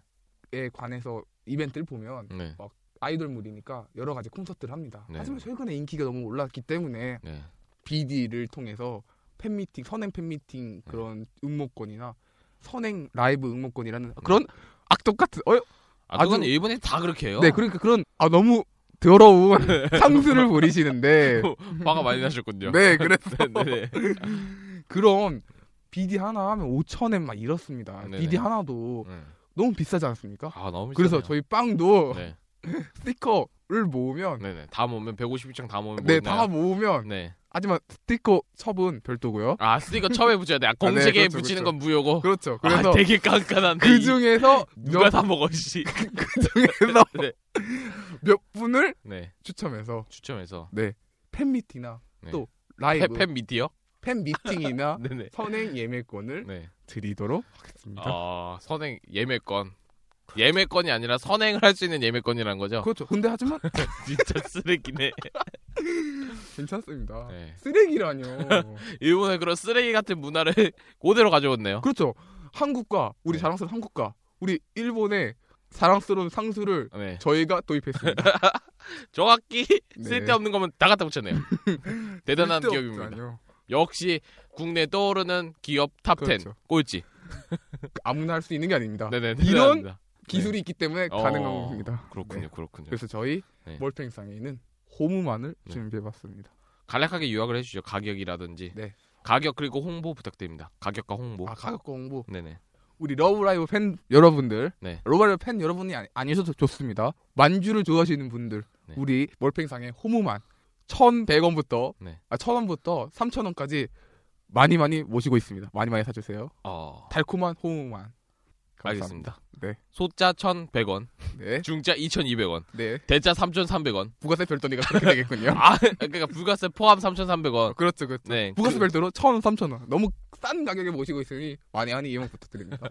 네. 관해서 이벤트를 보면 네. 아이돌물이니까 여러 가지 콘서트를 합니다. 네. 하지만 최근에 인기가 너무 올랐기 때문에 네. BD를 통해서 팬미팅, 선행 네. 팬미팅 그런 응모권이나 선행 라이브 네. 응모권이라는 그런 악덕 같은 어, 아, 그건 아주- 일본이 다 그렇게 해요. 네, 그러니까 그런 아 너무 더러운 네. 상수를 부리시는데 화가 많이 나셨군요. 네, 그래서 네네. 그런 BD 하나 하면 5천엔 막 이렇습니다. 아, 네네. BD 하나도 너무 비싸지 않습니까? 아, 너무 그래서 비싸네요. 저희 빵도 네. 스티커를 모으면 네네. 다 모으면 150장 다 모으면 네, 뭐 다 있나요? 모으면 네. 하지만 스티커 첩은 별도고요. 아, 스티커 처음에 붙여야 돼. 아, 네, 공책에 그렇죠, 붙이는 건 그렇죠. 무효고. 그렇죠. 아, 그래서 되게 깐깐한데. 그 이- 중에서 누가 몇, 다 먹어, 씨. 그 중에서 네. 몇 분을 네. 추첨해서 네, 추첨해서. 팬미팅이나 네. 또 페, 라이브 팬 미디어? 팬미팅이나 네네. 선행 예매권을 네. 드리도록 하겠습니다. 아, 선행, 예매권. 예매권이 아니라 선행을 할 수 있는 예매권이라는 거죠? 그렇죠. 근데 하지만 진짜 쓰레기네. 괜찮습니다. 네. 쓰레기라뇨. 일본의 그런 쓰레기 같은 문화를 그대로 가져왔네요. 그렇죠. 한국과 우리 네. 자랑스러운 한국과 우리 일본의 자랑스러운 상수를 네. 저희가 도입했습니다. 정확히 네. 쓸데없는 거면 다 갖다 붙였네요. 대단한 쓸데없지 기업입니다. 않아요. 역시 국내 떠오르는 기업 탑10 그렇죠. 꼴찌. 아무나 할 수 있는 게 아닙니다. 네네. 이런 대단합니다. 기술이 있기 때문에 어, 가능한 겁니다. 그렇군요. 네. 그렇군요. 그래서 저희 네. 몰팽상에는 호무만을 네. 준비해봤습니다. 간략하게 요약을 해주죠. 가격이라든지. 네. 가격 그리고 홍보 부탁드립니다. 가격과 홍보. 아 가격 공부. 네네. 우리 러브라이브 팬 여러분들, 네. 러브라이브 팬 여러분이 아니, 아니셔도 좋습니다. 만주를 좋아하시는 분들, 네. 우리 몰팽상의 호무만 1,100원부터 네. 아, 1,000원부터 3,000원까지 많이 많이 모시고 있습니다. 많이 많이 사주세요. 어. 달콤한 호응만. 알겠습니다. 네. 소자 1,100원, 네. 중자 2,200원, 네. 대자 3,300원. 부가세 별도니까 그렇게 되겠군요. 아, 그러니까 부가세 포함 3,300원. 그렇죠, 그렇죠. 네. 부가세 별도로 1,000원, 3,000원. 너무 싼 가격에 모시고 있으니 많이 많이 이용 부탁드립니다.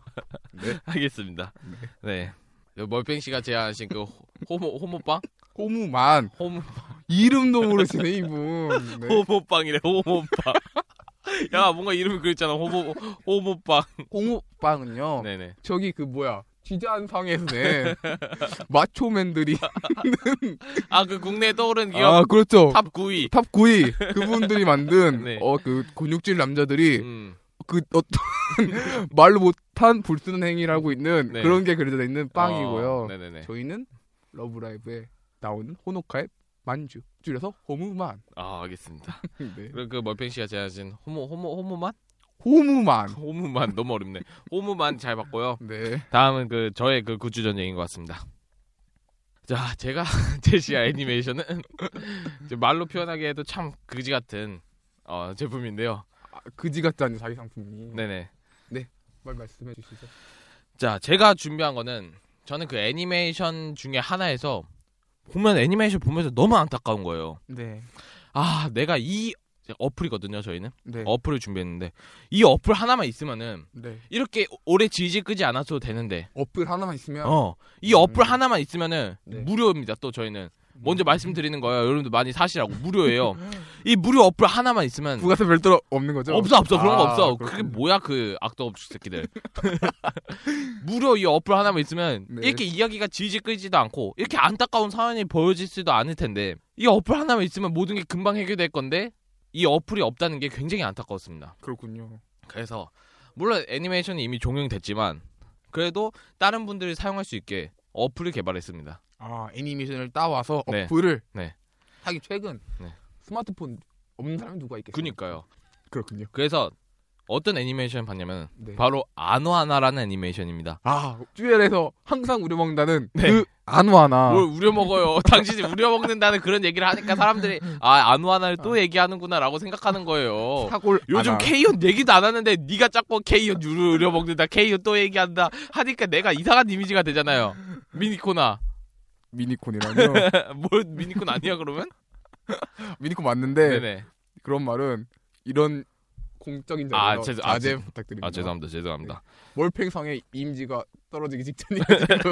네. 알겠습니다. 네. 요 멀팽 씨가 제안하신 그 호- 호모 호모빵? 호무만. 호모 이름도 모르시네, 이분. 네. 호모빵이래. 호모빵. 야 뭔가 이름이 그랬잖아 호모 호모빵 홍우빵은요. 네네 저기 그 뭐야 지자한상에서네 마초맨들이 아 그 국내에 떠오른 기업 아 그렇죠. 탑 9위 탑 9위 그분들이 만든 네. 어 그 근육질 남자들이 음, 그 어떤 말로 못한 불순한 행위를 하고 있는 네. 그런 게 그려져 있는 빵이고요. 어, 네네네 저희는 러브라이브에 나오는 호노카의 만주 줄여서 호무만. 아 알겠습니다 네. 그리고 그 멀팽 씨가 제안하신 호모 호모 호모만 호무만. 호무만 너무 어렵네 호무만 잘 봤고요 네. 다음은 그 저의 그 굿즈 전쟁인 것 같습니다. 자, 제가 제시한 애니메이션은 이제 말로 표현하기에도 참 그지 같은 어, 제품인데요. 아, 그지 같지 않은 자기 상품이. 네네. 말 말씀해 주시죠. 자, 제가 준비한 거는 저는 그 애니메이션 중에 하나에서 보면 애니메이션 보면서 너무 안타까운 거예요. 네. 아, 내가 이 어플이거든요, 저희는 네. 어플을 준비했는데 이 어플 하나만 있으면은 네. 이렇게 오래 질질 끄지 않았어도 되는데 어플 하나만 있으면 어, 이 음. 어플 하나만 있으면은 네. 음. 무료입니다. 또 저희는 먼저 말씀드리는 거예요. 여러분들 많이 사시라고 무료예요. 이 무료 어플 하나만 있으면 부가세 별도로 음. 그 없는 거죠? 음. 없어 없어 그런 거 아, 없어. 그게 그렇군요. 뭐야 그 악덕 업주 새끼들. 무료 이 어플 하나만 있으면 네. 이렇게 이야기가 질질 끄지도 않고 이렇게 안타까운 사연이 보여지지도 않을 텐데 이 어플 하나만 있으면 모든 게 금방 해결될 건데 이 어플이 없다는 게 굉장히 안타까웠습니다. 그렇군요. 그래서 물론 애니메이션이 이미 종영됐지만 그래도 다른 분들이 사용할 수 있게 어플을 개발했습니다. 아 애니메이션을 따와서 네. 어플을 네. 하기 최근 네. 스마트폰 없는 사람이 누가 그렇죠. 있겠어요? 그니까요. 그렇군요. 그래서 어떤 애니메이션 봤냐면 네. 바로 아노아나라는 애니메이션입니다. 아 듀엘에서 항상 우려먹는다는 네. 뭐, 그 안와나 뭘 우려 먹어요? 당신이 우려 먹는다는 그런 얘기를 하니까 사람들이 아 아노아나를 또 얘기하는구나라고 생각하는 거예요. 사골 요즘 안와. 케이온 얘기도 안 하는데 네가 자꾸 케이온 우려 먹는다, 케이온 또 얘기한다 하니까 내가 이상한 이미지가 되잖아요. 미니코나 미니콘이라뇨. 뭘 미니콘 아니야 그러면? 미니콘 맞는데 네네. 그런 말은 이런 공적인 자료 아, 아, 죄송- 아, 자제 죄- 부탁드립니다. 아 죄송합니다, 죄송합니다. 몰팽성의 임지가 떨어지기 직전이에요. 지금.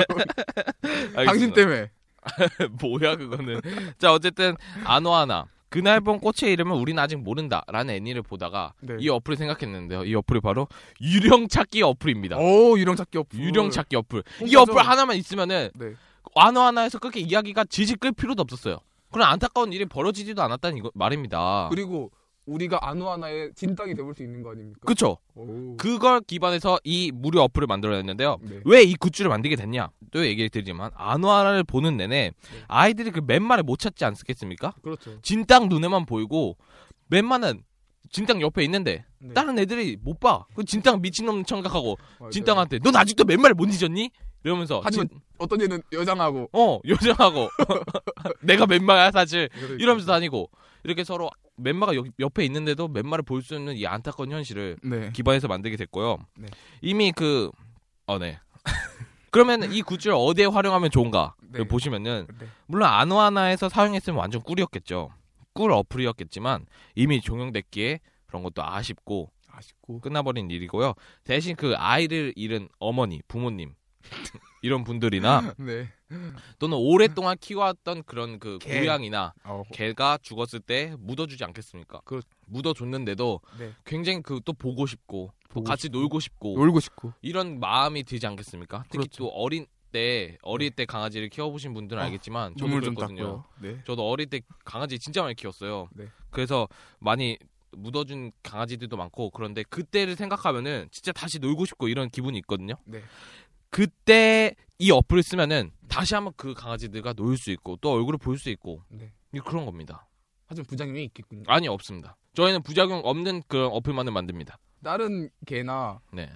당신 알겠습니다. 때문에. 뭐야 그거는 자 어쨌든 아노아나 그날 본 꽃의 이름은 우린 아직 모른다라는 애니를 보다가 네. 이 어플을 생각했는데요 이 어플이 바로 유령 찾기 어플입니다 오 유령 찾기 어플. 그러니까 유령 찾기 어플 이 혼자서- 어플 하나만 있으면은 네. 아노아나에서 그렇게 이야기가 지지 끌 필요도 없었어요 그런 안타까운 일이 벌어지지도 않았다는 이거- 말입니다 그리고 우리가 안와나의 진땅이 돼볼 수 있는 거 아닙니까? 그쵸 오. 그걸 기반해서 이 무료 어플을 만들어냈는데요 네. 왜 이 굿즈를 만들게 됐냐 또 얘기를 드리지만 아노아나를 보는 내내 네. 아이들이 그 맨말을 못 찾지 않겠습니까 그렇죠. 진땅 눈에만 보이고 웬만한 진땅 옆에 있는데 네. 다른 애들이 못 봐. 그 진땅 미친놈 청각하고 맞아요. 진땅한테 넌 아직도 맨말 못 잊었니? 이러면서 하지만 진- 어떤 얘는 여장하고 어 요정하고 내가 맨말야 사실 이러면서 다 다니고 이렇게 서로 맨마가 여- 옆에 있는데도 맨마를 볼 수 없는 이 안타까운 현실을 네. 기반해서 만들게 됐고요. 네. 이미 그 어네. 그러면 이 굿즈를 어디에 활용하면 좋은가? 네. 보시면은 네. 물론 아노아나에서 사용했으면 완전 꿀이었겠죠. 꿀 어플이었겠지만 이미 종영됐기에 그런 것도 아쉽고 아쉽고 끝나버린 일이고요. 대신 그 아이를 잃은 어머니, 부모님 이런 분들이나 네. 또는 오랫동안 키워왔던 그런 그 개. 고양이나 어, 개가 죽었을 때 묻어주지 않겠습니까? 그렇- 묻어줬는데도 네. 굉장히 그 또 보고 싶고 또 보고 같이 놀고 싶고 놀고 싶고. 이런 마음이 들지 않겠습니까? 특히 그렇죠. 네. 또 어린 때 어릴 때 강아지를 키워보신 분들은 아, 알겠지만 저도 눈물 좀 그랬거든요. 닦고요. 네. 저도 어릴 때 강아지 진짜 많이 키웠어요. 네. 그래서 많이 묻어준 강아지들도 많고 그런데 그때를 생각하면은 진짜 다시 놀고 싶고 이런 기분이 있거든요. 네. 그때 이 어플을 쓰면은 다시 한번 그 강아지들과 놀 수 있고 또 얼굴을 볼 수 있고 네. 이- 그런 겁니다. 하지만 부작용이 있겠군요. 아니 없습니다. 저희는 부작용 없는 그런 어플만을 만듭니다. 다른 개나 네,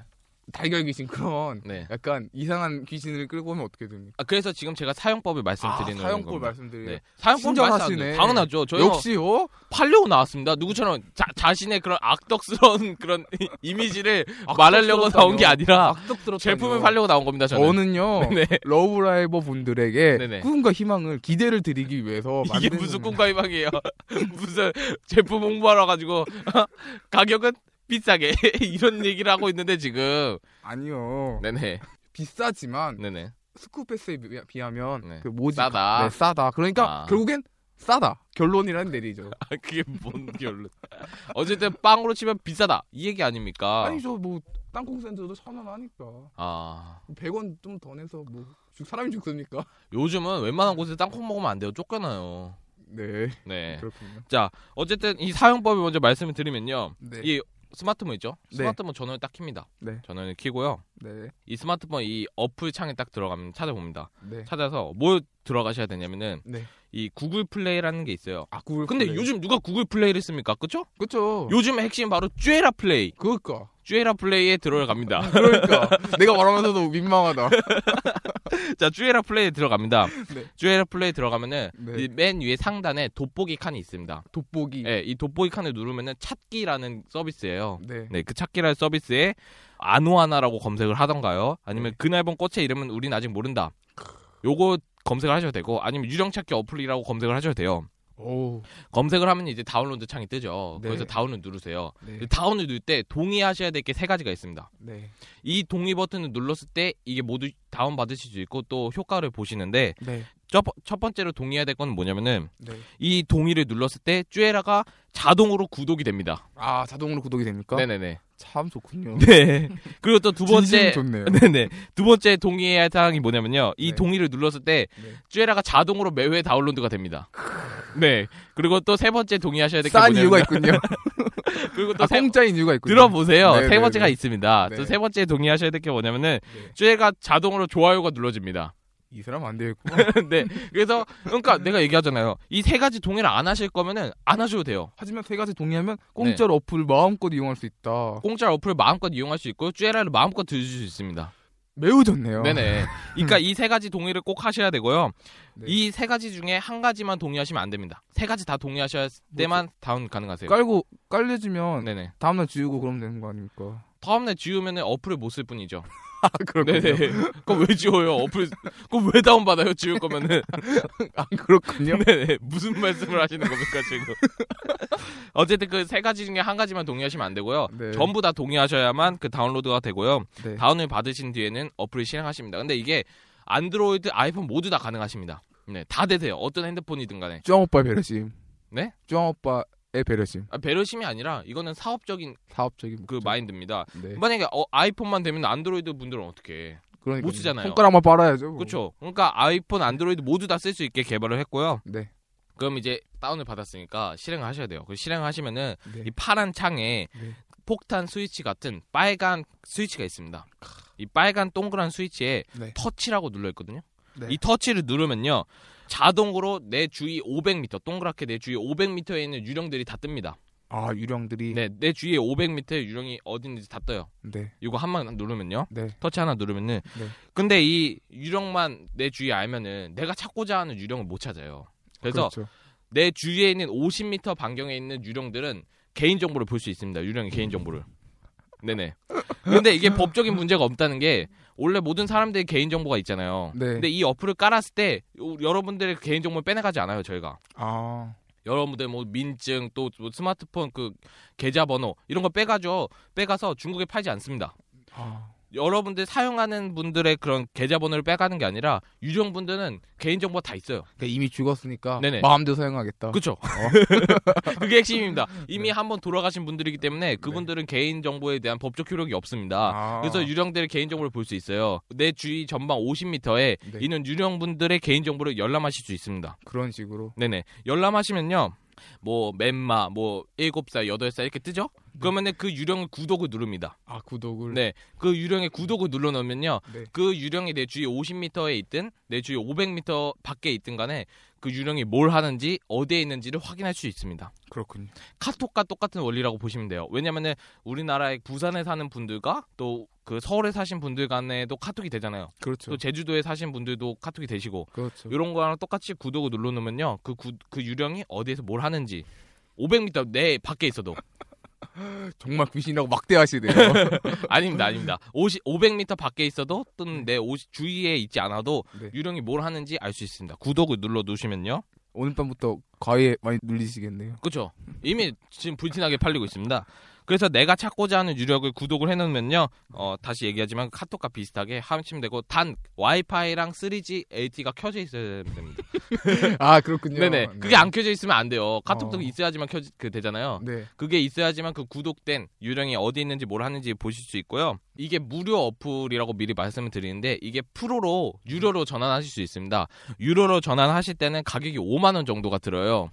달걀 귀신 그런 네. 약간 이상한 귀신을 끌고 오면 어떻게 됩니까? 아, 그래서 지금 제가 사용법을 말씀드리는 아, 사용법 겁니다. 말씀드리는. 네. 뭐 사용법 말씀하시네. 친절하시네. 당연하죠. 저희 역시요. 팔려고 나왔습니다. 누구처럼 자, 자신의 그런 악덕스러운 그런 이미지를 말하려고 나온 게 아니라 악덕스럽다. 제품을 팔려고 나온 겁니다. 저는. 저는요 네. 러브라이버 분들에게 네네. 꿈과 희망을 기대를 드리기 위해서 이게 뭐 만드는- 무슨 꿈과 희망이에요. 무슨 제품 홍보하러 가지고 가격은 비싸게 이런 얘기를 하고 있는데 지금 아니요 네네 비싸지만 네네 스쿠패스에 비하면 네. 그 모집 싸다. 네, 싸다 그러니까 아. 결국엔 싸다 결론이라는 내리죠. 아, 그게 뭔 결론? 어쨌든 빵으로 치면 비싸다 이 얘기 아닙니까? 아니죠 뭐 땅콩 샌드도 천 원 하니까 아 100원 좀 더 내서 뭐 죽- 사람이 죽습니까? 요즘은 웬만한 곳에 땅콩 먹으면 안 돼요 쫓겨나요. 네 네. 그렇군요. 어쨌든 이 사용법을 먼저 말씀을 드리면요. 네. 이 스마트폰 있죠? 네. 스마트폰 전원을 딱 킵니다. 네. 전원을 켜고요. 네. 이 스마트폰 이 어플 창에 딱 들어가면 찾아봅니다. 네. 찾아서 뭘 들어가셔야 되냐면은 네. 이 구글 플레이라는 게 있어요. 아 구글 근데 플레이. 어. 요즘 누가 구글 플레이를 씁니까? 그쵸? 그쵸. 요즘 핵심 바로 쭈에라 플레이. 그니까 쭈에라 플레이에 들어갑니다. 그러니까 내가 말하면서도 민망하다. 예. 자, 쭈에라 플레이에 들어갑니다. 네. 쭈에라 플레이 들어가면은 네. 이맨 위에 상단에 돋보기 칸이 있습니다. 돋보기. 예, 이 돋보기 칸을 누르면은 찾기라는 서비스예요. 네. 네, 그 찾기라는 서비스에 아노하나라고 검색을 하던가요? 아니면 네. 그날 본 꽃의 이름은 우린 아직 모른다. 요거 검색을 하셔도 되고 아니면 유령 찾기 어플이라고 검색을 하셔도 돼요. 오. 검색을 하면 이제 다운로드 창이 뜨죠. 네. 그래서 다운로드 누르세요. 네. 다운을 누를 때 동의하셔야 될 게 세 가지가 있습니다. 네. 이 동의 버튼을 눌렀을 때 이게 모두 다운 받으실 수 있고 또 효과를 보시는데 네. 첫, 번- 첫 번째로 동의해야 될 건 뭐냐면은 네. 이 동의를 눌렀을 때 쭈에라가 자동으로 구독이 됩니다. 아 자동으로 구독이 됩니까? 네네네. 참 좋군요. 네. 그리고 또 두 번째 그러니까? 진심이 좋네요. 네네. 두 번째 동의해야 할 사항이 뭐냐면요. 이 네. 동의를 눌렀을 때 네. 쭈에라가 자동으로 매회 다운로드가 됩니다. 네. 그리고 또 세 번째 동의하셔야 될 게 싼 뭐냐면 이유가 있군요. 그리고 또 아 세, 공짜인 이유가 있군요. 네. 들어보세요. 네, 네, 세 번째가 네. 있습니다. 네. 또 세 번째 동의하셔야 될 게 뭐냐면은 네. 쭈에가 자동으로 좋아요가 눌러집니다. 이 사람 안 되겠고. 네. 그래서 그러니까 내가 얘기하잖아요. 이 세 가지 동의를 안 하실 거면은 안 하셔도 돼요. 하지만 세 가지 동의하면 네. 공짜로 어플 마음껏 이용할 수 있다. 공짜 어플을 마음껏 이용할 수 있고 쭈에라를 마음껏 들을 수 있습니다. 매우 좋네요. 음. 네네. 그러니까 이 세 가지 동의를 꼭 하셔야 되고요. 네. 이 세 가지 중에 한 가지만 동의하시면 안 됩니다. 세 가지 다 동의하실 때만 다운 가능하세요. 깔고 깔려지면 네네. 다음날 지우고 그러면 되는 거 아닙니까? 다음날 지우면은 어플을 못 쓸 뿐이죠. 아 그렇군요. 네네. 그럼 왜 지워요? 어플 그럼 왜 다운 받아요? 지울 거면은. 아 그렇군요. 네네. 무슨 말씀을 하시는 겁니까 지금? 어쨌든 그 세 가지 중에 한 가지만 동의하시면 안 되고요. 네. 전부 다 동의하셔야만 그 다운로드가 되고요. 네. 다운을 받으신 뒤에는 어플을 실행하십니다. 근데 이게 안드로이드, 아이폰 모두 다 가능하십니다. 네, 다 되세요. 어떤 핸드폰이든 간에. 쭈 오빠의 배려심. 네? 쭈 오빠의 배려심. 아, 배려심이 아니라 이거는 사업적인 사업적인 그 목적. 마인드입니다. 네. 만약에 어, 아이폰만 되면 안드로이드 분들은 어떻게 해? 그러니까 못 쓰잖아요. 손가락만 빨아야죠. 뭐. 그렇죠. 그러니까 아이폰, 안드로이드 모두 다 쓸 수 있게 개발을 했고요. 네. 그럼 이제 다운을 받았으니까 실행을 하셔야 돼요. 그 실행하시면은 네. 이 파란 창에 네. 폭탄 스위치 같은 빨간 스위치가 있습니다. 이 빨간 동그란 스위치에 네. 터치라고 눌러 있거든요. 네. 이 터치를 누르면요. 자동으로 내 주위 500m 동그랗게 내 주위 500m에 있는 유령들이 다 뜹니다. 아 유령들이. 네, 내 주위에 500m의 유령이 어디 있는지 다 떠요. 네. 이거 한번 누르면요. 네. 터치 하나 누르면은 네. 근데 이 유령만 내 주위에 알면은 내가 찾고자 하는 유령을 못 찾아요. 그래서 그렇죠. 내 주위에 있는 50m 반경에 있는 유령들은 개인 정보를 볼 수 있습니다. 유령의 개인 정보를. 네네. 근데 이게 법적인 문제가 없다는 게 원래 모든 사람들의 개인 정보가 있잖아요. 네. 근데 이 어플을 깔았을 때 요- 여러분들의 개인 정보를 빼내가지 않아요. 저희가. 아 여러분들 뭐 민증 또뭐 스마트폰 그 계좌번호 이런 거 빼가죠. 빼가서 중국에 팔지 않습니다. 아, 여러분들 사용하는 분들의 그런 계좌번호를 빼가는 게 아니라 유령분들은 개인정보가 다 있어요. 그러니까 이미 죽었으니까 네네. 마음대로 사용하겠다. 그쵸? 어. 그게 핵심입니다. 네. 이미 한번 돌아가신 분들이기 때문에 그분들은 개인정보에 대한 법적 효력이 없습니다. 아. 그래서 유령들의 개인정보를 볼 수 있어요. 내 주위 전방 50m에 네. 있는 유령분들의 개인정보를 열람하실 수 있습니다. 그런 식으로. 네네. 열람하시면요. 뭐, 맴마, 뭐, 7살, 8살 이렇게 뜨죠? 네. 그러면 그 유령을 구독을 누릅니다. 아 구독을. 네, 그 유령의 구독을 눌러놓으면요. 네. 그 유령이 내 주위 50m에 있든 내 주위 500m 밖에 있든 간에 그 유령이 뭘 하는지 어디에 있는지를 확인할 수 있습니다. 그렇군요. 카톡과 똑같은 원리라고 보시면 돼요. 왜냐면은 우리나라의 부산에 사는 분들과 또 그 서울에 사신 분들 간에도 카톡이 되잖아요. 그렇죠. 또 제주도에 사신 분들도 카톡이 되시고 그렇죠. 이런 거랑 똑같이 구독을 눌러놓으면요. 그, 구- 그 유령이 어디에서 뭘 하는지 500m 내 밖에 있어도 정말 귀신이라고 막대하시네요. 아닙니다, 아닙니다. 50, 500m 밖에 있어도 또는 내 50, 주위에 있지 않아도 네. 유령이 뭘 하는지 알 수 있습니다. 구독을 눌러 놓으시면요. 오늘 밤부터 과외 많이 눌리시겠네요. 그렇죠. 이미 지금 불티나게 팔리고 있습니다. 그래서 내가 찾고자 하는 유력을 구독을 해놓으면요, 어, 다시 얘기하지만 카톡과 비슷하게 함침되고 단 와이파이랑 3G LTE가 켜져 있어야 됩니다. 아 그렇군요. 네네. 네. 그게 안 켜져 있으면 안 돼요. 카톡도 어. 있어야지만 켜, 그 되잖아요. 네. 그게 있어야지만 그 구독된 유령이 어디 있는지 뭘 하는지 보실 수 있고요. 이게 무료 어플이라고 미리 말씀을 드리는데 이게 프로로 유료로 전환하실 수 있습니다. 유료로 전환하실 때는 가격이 5만 원 정도가 들어요.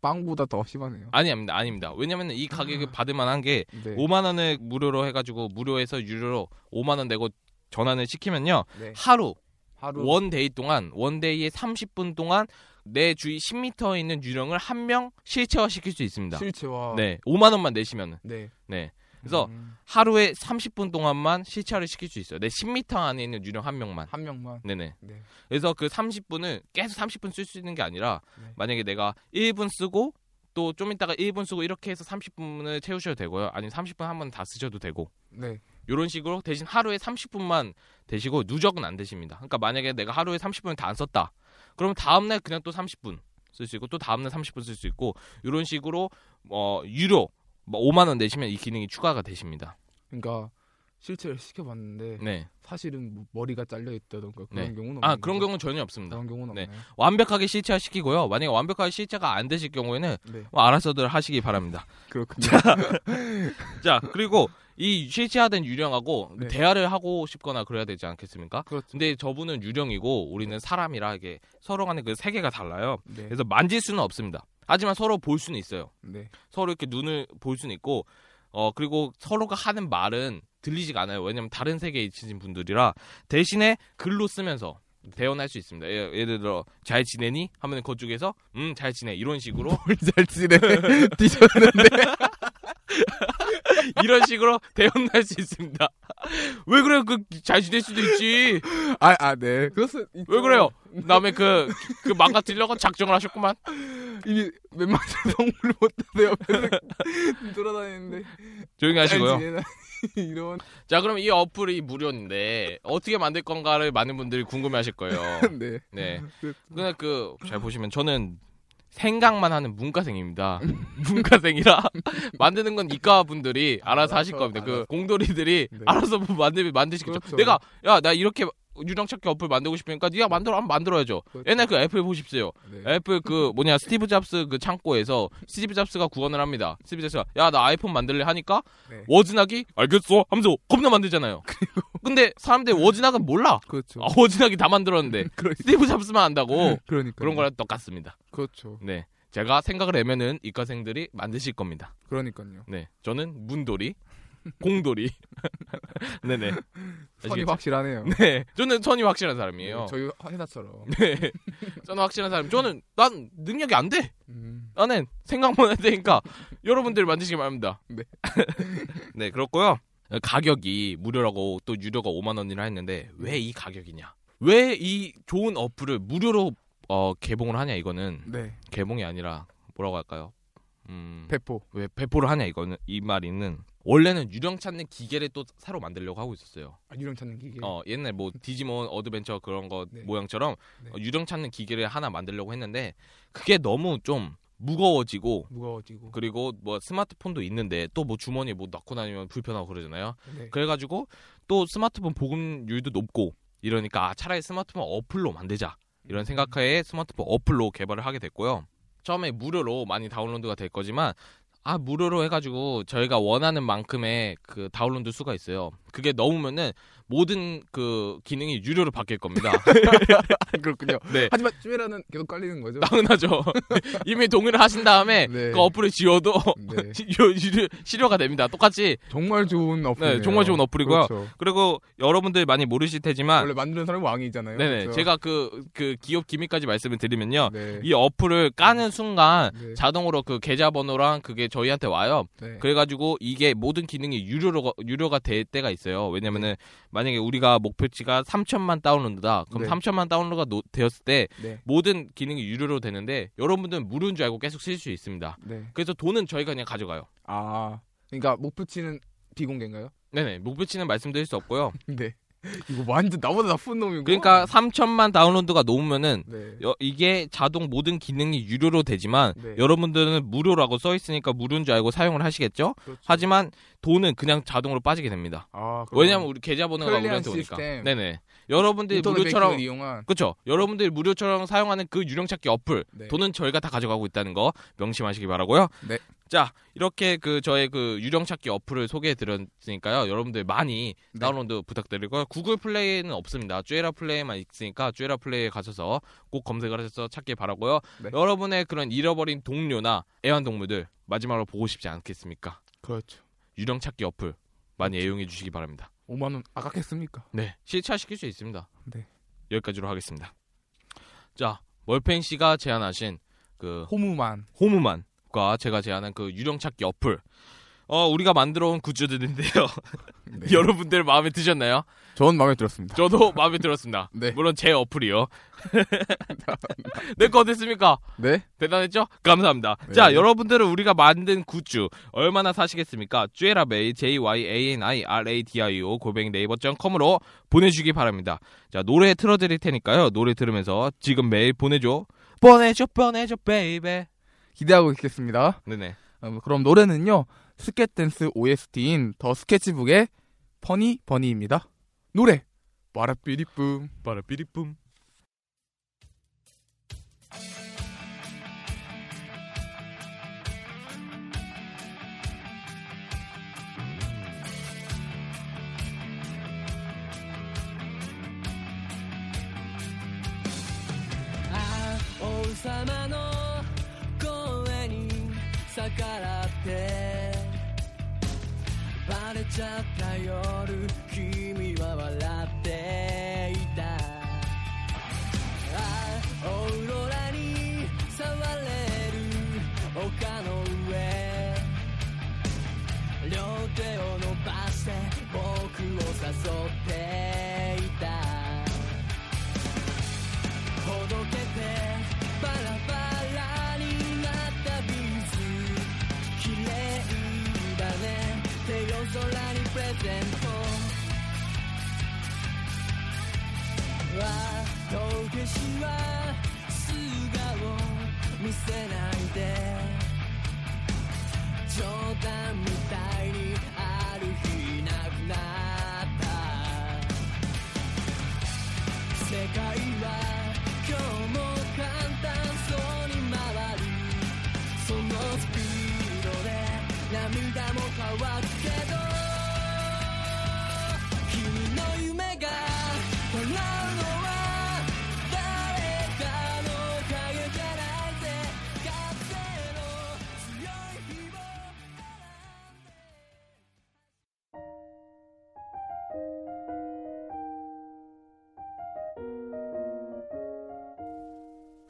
빵보다 더 심하네요. 아니 아닙니다. 아닙니다. 왜냐면 이 가격이 받을 만한 게 네. 5만 원을 무료로 해 가지고 무료에서 유료로 5만 원 내고 전환을 시키면요. 네. 하루 하루 원 데이 동안 원 데이에 30분 동안 내 주위 10m에 있는 유령을 한 명 실체화 시킬 수 있습니다. 실체와 네. 5만 원만 내시면은. 네. 네. 그래서 음, 하루에 30분 동안만 실체화를 시킬 수 있어요. 내 10m 안에 있는 유령 한 명만. 한 명만 네네. 네. 그래서 그 30분을 계속 30분 쓸 수 있는 게 아니라 네. 만약에 내가 1분 쓰고 또 좀 있다가 1분 쓰고 이렇게 해서 30분을 채우셔도 되고요. 아니면 30분 한 번 다 쓰셔도 되고. 네. 요런 식으로 대신 하루에 30분만 되시고 누적은 안 되십니다. 그러니까 만약에 내가 하루에 30분을 다 안 썼다. 그럼 다음 날 그냥 또 30분 쓸 수 있고 또 다음 날 30분 쓸 수 있고 요런 식으로 어 유료 뭐 5만 원 내시면 이 기능이 추가가 되십니다. 그러니까 실체를 시켜봤는데 네. 사실은 뭐 머리가 잘려 있다던가 그런 어. 네. 경우는 아 없는 그런 거죠? 경우는 전혀 없습니다. 그런 경우는 네. 없나요? 완벽하게 실체화 시키고요. 만약에 완벽하게 실체가 안 되실 경우에는 네. 뭐 알아서들 하시기 바랍니다. 그렇군요. 자 그리고 이 실체화된 유령하고 네. 대화를 하고 싶거나 그래야 되지 않겠습니까? 그렇죠. 근데 저분은 유령이고 우리는 사람이라 이게 서로 간에 그 세계가 달라요. 네. 그래서 만질 수는 없습니다. 하지만 서로 볼 수는 있어요. 네. 서로 이렇게 눈을 볼 수는 있고 어 그리고 서로가 하는 말은 들리지가 않아요. 왜냐면 다른 세계에 있으신 분들이라 대신에 글로 쓰면서 대언할 수 있습니다. 예, 예를 들어 잘 지내니 하면 그쪽에서 음 잘 지내 이런 식으로 잘 지내. 뒤졌는데. 이런 식으로 대언할 수 있습니다. 왜 그래요? 그 잘 지낼 수도 있지. 아, 아, 네. 그것은 왜 그래요? 남의 그그 망가뜨리려고 작정을 하셨구만. 이미 웬만한 성물을 못 타세요. 계속 돌아다니는데. 조용히 하시고요. 잘 지내나? 이런. 자 그럼 이 어플이 무료인데 어떻게 만들 건가를 많은 분들이 궁금해하실 거예요. 네. 네. 근데 그 잘 보시면 저는 생각만 하는 문과생입니다. 문과생이라 만드는 건 이과 분들이 알아서 하실 알아서, 겁니다. 그 알아서. 공돌이들이 네. 알아서 뭐 만들면 만드시겠죠. 그렇죠. 내가 야 나 이렇게 유령찾기 어플 만들고 싶으니까 네가 만들어 하면 만들어야죠. 그렇죠. 옛날 그 애플 보십시오. 네. 애플 그 뭐냐 스티브 잡스 그 창고에서 스티브 잡스가 구원을 합니다. 스티브 잡스가 야 나 아이폰 만들래 하니까 네. 워즈나기 알겠어 하면서 겁나 만들잖아요. 근데 사람들이 워즈나은 몰라. 그렇죠. 아, 워즈나기 다 만들었는데 그러니까. 스티브 잡스만 안다고 그러니까. 그런 거랑 똑같습니다. 그렇죠. 네. 제가 생각을 하면은 이과생들이 만드실 겁니다. 그러니까요. 네. 저는 문돌이, 공돌이. 네네. 선이 아시겠죠? 확실하네요. 네, 네. 저는 선이 확실한 사람이에요. 저희 회사처럼. 네. 저는 확실한 사람. 저는 난 능력이 안 돼. 음, 나는 생각만 해야 되니까 여러분들 만드시기 바랍니다. 네. 네, 그렇고요. 가격이 무료라고 또 유료가 5만 원이라 했는데 왜 이 가격이냐? 왜 이 좋은 어플을 무료로 어, 개봉을 하냐 이거는 네. 개봉이 아니라 뭐라고 할까요? 음, 배포. 왜 배포를 하냐 이거는 이 말이는 원래는 유령 찾는 기계를 또 새로 만들려고 하고 있었어요. 아, 유령 찾는 기계. 어 옛날 뭐 디지몬 어드벤처 그런 거 네. 모양처럼 네. 어, 유령 찾는 기계를 하나 만들려고 했는데 그게 너무 좀 무거워지고 무거워지고. 그리고 뭐 스마트폰도 있는데 또 뭐 주머니에 뭐 넣고 다니면 불편하고 그러잖아요. 네. 그래가지고 또 스마트폰 보급률도 높고 이러니까 아, 차라리 스마트폰 어플로 만들자 이런 생각하에 스마트폰 어플로 개발을 하게 됐고요. 처음에 무료로 많이 다운로드가 될 거지만 아 무료로 해가지고 저희가 원하는 만큼의 그 다운로드 수가 있어요. 그게 넘으면은 모든 그 기능이 유료로 바뀔 겁니다. 그렇군요. 네. 하지만 쭈에라는 계속 깔리는 거죠. 아. 당연하죠. 이미 동의를 하신 다음에 네. 그 어플을 지워도 네. 유- 유료- 실효가 됩니다. 똑같이 정말 좋은 어플이에요. 네, 정말 좋은 어플이고요. 그렇죠. 그리고 여러분들 많이 모르실 테지만 원래 만드는 사람이 왕이잖아요. 네네 그렇죠? 제가 그 그 기업 기밀까지 말씀을 드리면요. 네. 이 어플을 까는 순간 네. 자동으로 그 계좌번호랑 그게 저희한테 와요. 네. 그래가지고 이게 모든 기능이 유료로 유료가 될 때가 있어요. 왜냐면은 만약에 우리가 목표치가 3천만 다운로드다. 그럼 네. 3천만 다운로드가 노- 되었을 때 네. 모든 기능이 유료로 되는데 여러분들은 무료인 줄 알고 계속 쓸 수 있습니다. 네. 그래서 돈은 저희가 그냥 가져가요. 아. 그러니까 목표치는 비공개인가요? 네네 목표치는 말씀드릴 수 없고요. 네. 이거 완전 나보다 나쁜 놈이고. 그러니까 3천만 다운로드가 넘으면은 네. 여- 이게 자동 모든 기능이 유료로 되지만 네. 여러분들은 무료라고 써 있으니까 무료인 줄 알고 사용을 하시겠죠? 그렇죠. 하지만 돈은 그냥 자동으로 빠지게 됩니다. 아, 그럼 왜냐면 우리 계좌번호가 편리한 우리한테 오니까. 시스템. 네네. 여러분들이 인터넷 무료처럼 뱅킹을 이용한 그렇죠. 여러분들이 무료처럼 사용하는 그 유령찾기 어플 네. 돈은 저희가 다 가져가고 있다는 거 명심하시기 바라고요. 네. 자 이렇게 그 저의 그 유령찾기 어플을 소개해드렸으니까요. 여러분들 많이 네. 다운로드 부탁드리고요. 구글 플레이는 없습니다. 쭈에라 플레이만 있으니까 쭈에라 플레이에 가셔서 꼭 검색을 하셔서 찾길 바라고요. 네. 여러분의 그런 잃어버린 동료나 애완동물들 마지막으로 보고 싶지 않겠습니까? 그렇죠. 유령찾기 어플 많이 네. 애용해 주시기 바랍니다. 5만 원 아깝겠습니까? 네, 실체화시킬 수 있습니다. 네. 여기까지로 하겠습니다. 자, 멀팽 씨가 제안하신 그 호무만. 호무만과 제가 제안한 그 유령찾기 어플. 어, 우리가 만들어 온 굿즈들인데요. 네. 여러분들 마음에 드셨나요? 전 마음에 들었습니다. 저도 마음에 들었습니다. 네. 물론 제 어플이요. 내 거 어땠습니까? 네. 대단했죠? 감사합니다. 네. 자, 여러분들은 우리가 만든 굿즈 얼마나 사시겠습니까? 쭈에라베이 jyaniradio 골뱅이 네이버.com으로 보내주기 바랍니다. 자, 노래 틀어드릴 테니까요. 노래 들으면서 지금 메일 보내줘. 보내줘, 보내줘, 베이베. 기대하고 있겠습니다. 네네. 어, 그럼 노래는요. 스켓댄스 OST인 더 스케치북의 퍼니 버니입니다. 노래 와라삐리뿜 빠라삐리뿜. ああ王様の声に逆らってバレちゃった夜君は笑っていたああオーロラに触れる丘の上両手を伸ばして僕を誘っていたほどけてバラバラになったビーズ綺麗だね手夜空にプレゼントはと消しは素顔見せないで冗談みたいにある日いなくなった世界は今日も簡単そうに回るそのスピードで涙も乾くけど君の夢が叶うのは誰かの影じゃないぜ風の強い日を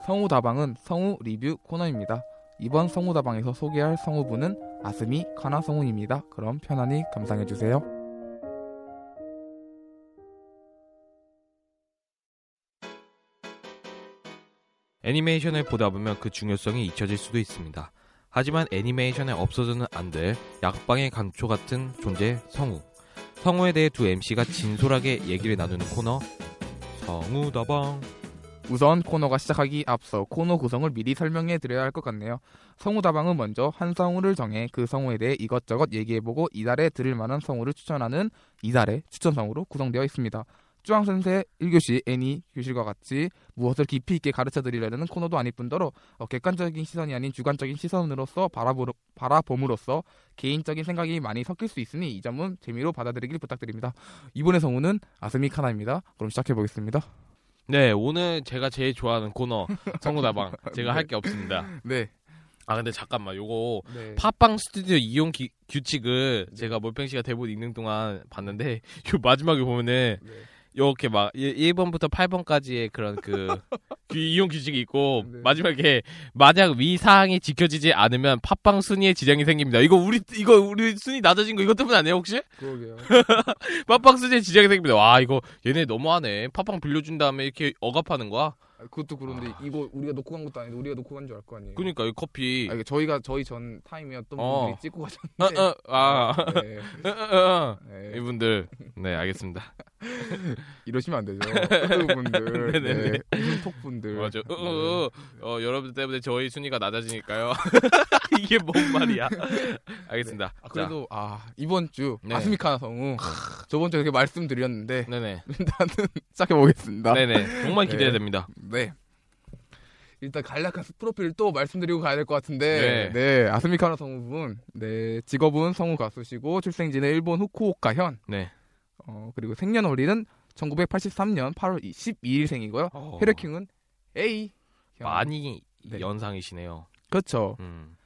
성우 다방은 성우 리뷰 코너입니다. 이번 성우 다방에서 소개할 성우분은 아스미 카나 성우입니다. 그럼 편안히 감상해 주세요. 애니메이션을 보다 보면 그 중요성이 잊혀질 수도 있습니다. 하지만 애니메이션에 없어서는 안 될 약방의 감초 같은 존재 성우. 성우에 대해 두 MC가 진솔하게 얘기를 나누는 코너 성우다방. 우선 코너가 시작하기 앞서 코너 구성을 미리 설명해 드려야 할 것 같네요. 성우 다방은 먼저 한 성우를 정해 그 성우에 대해 이것저것 얘기해보고 이달에 들을 만한 성우를 추천하는 이달의 추천 성우로 구성되어 있습니다. 쭈앙 선생 1교시 애니 교실과 같이 무엇을 깊이 있게 가르쳐 드리려는 코너도 아닐 뿐더러 어, 객관적인 시선이 아닌 주관적인 시선으로서 바라보로, 바라봄으로써 개인적인 생각이 많이 섞일 수 있으니 이 점은 재미로 받아들이길 부탁드립니다. 이번의 성우는 아스미 카나입니다. 그럼 시작해 보겠습니다. 네, 오늘 제가 제일 좋아하는 코너 성우다방. 제가 할 게 없습니다. 네. 아 근데 잠깐만 요거 네. 팟빵 스튜디오 이용 기- 규칙을 제가 몰팽 씨가 대본 읽는 동안 봤는데 요 마지막에 보면은 네. 이렇게 막 1번부터 8번까지의 그런 그 규- 이용 규칙이 있고 네. 마지막에 만약 위 사항이 지켜지지 않으면 팟빵 순위에 지장이 생깁니다. 이거 우리 이거 우리 순위 낮아진 거 이것 때문 아니에요 혹시? 그러게요. 팟빵 순위에 지장이 생깁니다. 와 이거 얘네 너무하네. 팟빵 빌려준 다음에 이렇게 억압하는 거야? 아, 그것도 그런데 이거 우리가 놓고 간 것도 아닌데 우리가 놓고 간 줄 알 거 아니에요. 아, 그러니까 이 커피. 아, 이게 저희가 저희 전 타임이었던 어. 분들이 찍고 어, 가셨는데. 어, 아, 네, 어, 어, 어. 네. 이분들. 네, 알겠습니다. 이러시면 안 되죠. 토크분들, 네네네. 네, 톡분들. 맞아. 어, 어, 네. 어. 어, 여러분 때문에 저희 순위가 낮아지니까요. 이게 뭔 말이야? 알겠습니다. 네. 아, 그래도 아 이번 주 네. 아스미카나 성우 저번 주에 이렇게 말씀드렸는데 자, 네네. 일단은 시작해 보겠습니다. 네. 네네. 정말 네. 기대됩니다. 일단 간략한 프로필 또 말씀드리고 가야 될 것 같은데 네. 네, 아스미카나 성우분 네 직업은 성우 가수시고 출생지는 일본 후쿠오카현 네. 어, 그리고 생년월일은 1983년 8월 12일생이고요. 어, 혈액형은 A. 형. 많이 네. 연상이시네요. 그렇죠. 음.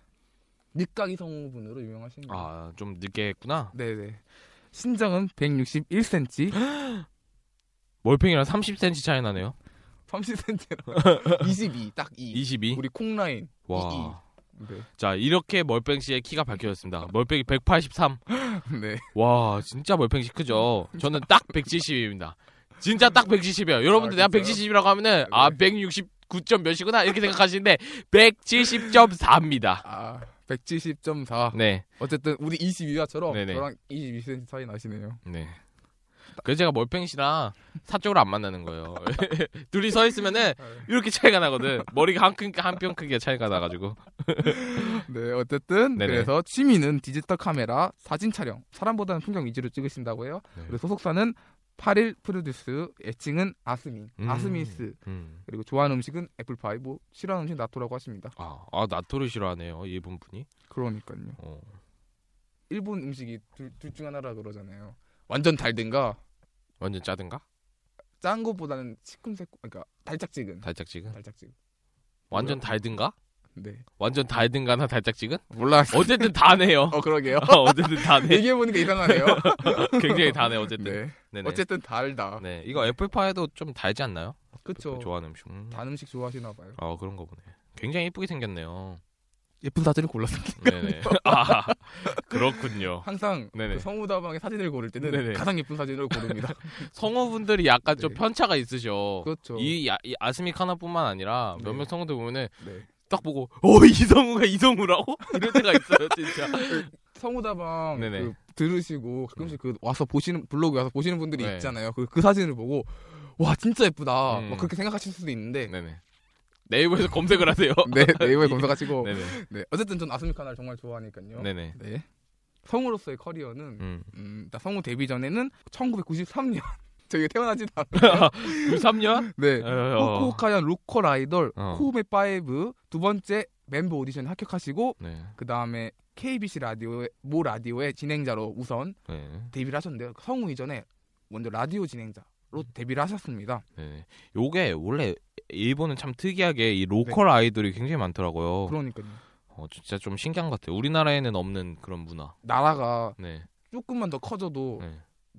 늑가기 성우분으로 유명하신 거예요. 아, 좀 늦게 했구나. 네네. 신장은 161cm, 몰팽이랑 30cm 차이 나네요. 30cm랑 22, 딱 2. 22. 우리 콩라인. 와. 네. 자, 이렇게 멀팽 씨의 키가 아. 밝혀졌습니다. 멀팽이 183. 네. 와, 진짜 멀팽이 씨 크죠? 저는 딱 170입니다. 진짜 딱 170이에요. 여러분들 내가 아, 170이라고 하면은 아, 169점 몇이구나 이렇게 생각하시는데 170.4입니다. 아, 170.4. 네. 어쨌든 우리 22화처럼 네네. 저랑 22cm 차이 나시네요. 네. 그래서 제가 멀팽이 씨랑 사적으로 안 만나는 거예요. 둘이 서 있으면은 이렇게 차이가 나거든. 머리가 한큰한뼘 크기가 차이가 나 가지고. 네, 어쨌든 네네. 그래서 취미는 디지털 카메라, 사진 촬영, 사람보다는 풍경 위주로 찍으신다고 해요. 네. 그리고 소속사는 8일 프로듀스, 애칭은 아스민, 음. 아스미스. 음. 그리고 좋아하는 음식은 애플파이, 뭐 싫어하는 음식 나토라고 하십니다. 아, 아 나토를 싫어하네요. 일본 분이. 그러니까요. 어. 일본 음식이 둘 중 하나라 그러잖아요. 완전 달든가 완전 짜든가? 짠 것보다는 시큼새콤 그러니까 달짝지근. 달짝지근? 달짝지근. 완전 달든가? 네. 완전 달든가나 달짝지근? 몰라. 어쨌든 다네요. 어 그러게요. 어, 어쨌든 다네. 얘기해 보니까 이상하네요. 굉장히 다네 어쨌든. 네. 네. 네 어쨌든 달다. 네. 이거 애플파이도 좀 달지 않나요? 그쵸. 좋아하는 음식. 음. 단 음식 좋아하시나 봐요. 아, 그런 거 보네. 굉장히 예쁘게 생겼네요. 예쁜 사진을 골랐습니다. 네네. 아, 그렇군요. 항상 네네. 그 성우다방에 사진을 고를 때는 네네. 가장 예쁜 사진을 고릅니다. 성우분들이 약간 좀 네. 편차가 있으셔. 그렇죠. 어. 이, 야- 이 아스믹 하나뿐만 아니라 네. 몇몇 성우들 보면은 네. 딱 보고 어 이성우가 이성우라고 이럴 때가 있어요 진짜. 성우다방 네네. 그 들으시고 가끔씩 그 와서 보시는 블로그 와서 보시는 분들이 네. 있잖아요. 그, 그 사진을 보고 와 진짜 예쁘다. 음. 막 그렇게 생각하실 수도 있는데 네네. 네이버에서 검색을 하세요. 네, 네이버에 검색하시고 네. 네네. 어쨌든 전 아스미카나를 정말 좋아하니까요. 네. 네네. 성우로서의 커리어는 음. 음, 나 성우 데뷔 전에는 1993년 저희가 태어나진 않아. 93년? 네. 어. 후쿠오카현 로컬 아이돌 어. 코우메 파이브 두 번째 멤버 오디션에 합격하시고 네. 그 다음에 KBC 라디오의 모 라디오의 진행자로 우선 네. 데뷔를 하셨는데요. 성우 이전에 먼저 라디오 음. 진행자로 데뷔를 하셨습니다. 네. 요게 원래 일본은 참 특이하게 이 로컬 아이돌이 굉장히 많더라고요. 네. 그러니까요. 어, 진짜 좀 신기한 것 같아요. 우리나라에는 없는 그런 문화. 나라가 네. 조금만 더 커져도 네.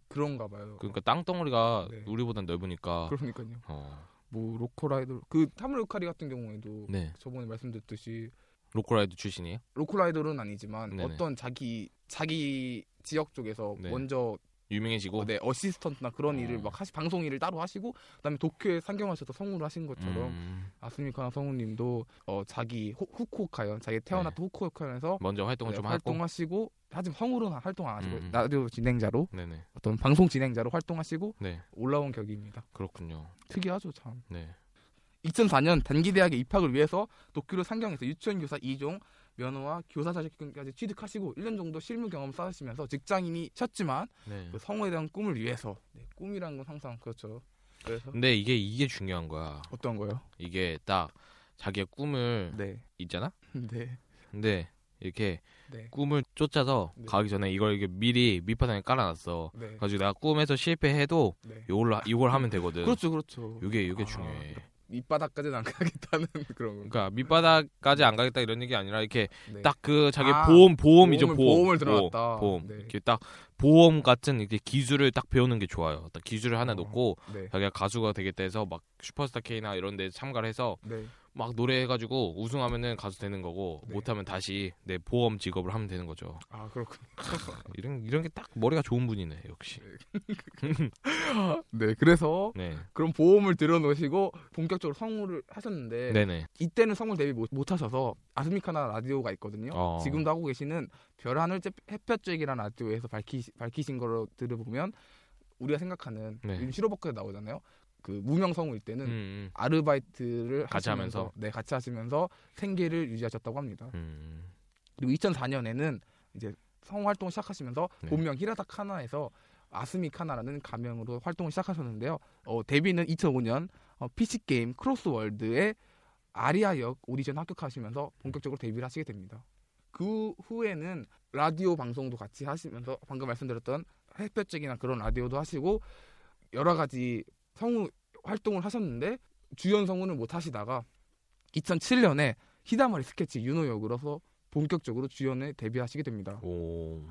그런가 봐요. 그러니까 땅덩어리가 어. 네. 우리보단 넓으니까. 그러니까요. 어. 뭐 로컬 아이돌 그 타무라 카리 같은 경우에도 네. 저번에 말씀드렸듯이 로컬 아이돌 출신이에요? 로컬 아이돌은 아니지만 네네. 어떤 자기 자기 지역 쪽에서 네. 먼저 유명해지고. 네, 어시스턴트나 그런 어. 일을 막 하시 방송 일을 따로 하시고 그다음에 도쿄에 상경하셔서 성우를 하신 것처럼 음, 아스미카나 성우님도 어, 자기 호- 후쿠오카현 자기 태어났던 후쿠오카현에서 먼저 네. 활동을 네, 좀 하고. 활동하시고 하지만 성우로는 활동 안 하시고 음. 라디오 진행자로 네네. 어떤 방송 진행자로 활동하시고 네. 올라온 격입니다. 그렇군요. 특이하죠 참. 네. 2004년 단기 대학에 입학을 위해서 도쿄를 상경해서 유치원 교사 2종 면허와 교사 자격증까지 취득하시고 1년 정도 실무 경험 쌓으시면서 직장인이셨지만 네. 그 성우에 대한 꿈을 위해서 네, 꿈이란 건 항상 그렇죠. 그래서 근데 이게 이게 중요한 거야. 어떤 거요? 이게 딱 자기의 꿈을 네, 있잖아. 네, 근데 이렇게 네, 꿈을 쫓아서 네. 가기 전에 이걸 이게 미리 밑바닥에 깔아놨어. 네, 가지고 내가 꿈에서 실패해도 네. 이걸 이걸 하면 되거든. 그렇죠, 그렇죠. 이게 이게 아, 중요해. 밑바닥까지는 안 가겠다는 그런 거. 그러니까 밑바닥까지 안 가겠다 이런 얘기 아니라 이렇게 네. 딱 그 자기 아, 보험 보험이죠 보험을- 보험 보험을 들어갔다. 보험, 보험. 네. 이렇게 딱 보험 같은 이렇게 기술을 딱 배우는 게 좋아요 딱 기술을 하나 어. 놓고 네, 자기가 가수가 되겠다 해서 막 슈퍼스타 K나 이런 데 참가를 해서 네, 막 노래해가지고 우승하면은 가수 되는 거고 네. 못하면 다시 내 보험 직업을 하면 되는 거죠. 아 그렇군. 이런 이런 게 딱 머리가 좋은 분이네 역시. 네 그래서 네, 그런 보험을 들어놓으시고 본격적으로 성우를 하셨는데 네, 네. 이때는 성우 데뷔 못, 못 하셔서 아스미카나 라디오가 있거든요. 어. 지금도 하고 계시는 별 하늘 햇볕쬐기라는 라디오에서 밝히, 밝히신 거로 들어보면 우리가 생각하는 네. 요즘 시로버크에 나오잖아요. 그 무명 성우일 때는 음, 아르바이트를 같이 하시면서, 하면서. 네 같이 하시면서 생계를 유지하셨다고 합니다. 음, 음. 네. 그리고 2004년에는 이제 성우 활동을 시작하시면서 네. 본명 히라다카나에서 아스미카나라는 가명으로 활동을 시작하셨는데요. 어, 데뷔는 2005년 PC 게임 크로스월드의 아리아 역 오디션 합격하시면서 본격적으로 데뷔를 하시게 됩니다. 그 후에는 라디오 방송도 같이 하시면서 방금 말씀드렸던 햇볕적이나 그런 라디오도 하시고 여러 가지 성우 활동을 하셨는데 주연 성우는 못 하시다가 2007년에 히다마리 스케치 윤호 역으로서 본격적으로 주연에 데뷔하시게 됩니다. 오,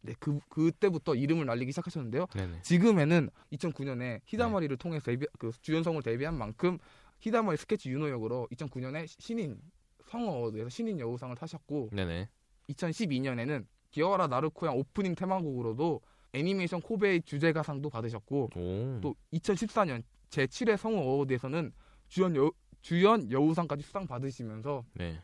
네, 그 그때부터 이름을 날리기 시작하셨는데요. 네, 네. 지금에는 2009년에 히다마리를 통해 데뷔, 그 주연성을 데뷔한 만큼 히다마리 스케치 윤호 역으로 2009년에 신인 성어 어워드에서 신인 여우상을 타셨고 네네. 2012년에는 기어와라 나르코양 오프닝 테마곡으로도 애니메이션 코베이 주제가상도 받으셨고 오. 또 2014년 제7회 성우 어워드에서는 주연 여 주연 여우상까지 수상 받으시면서 네.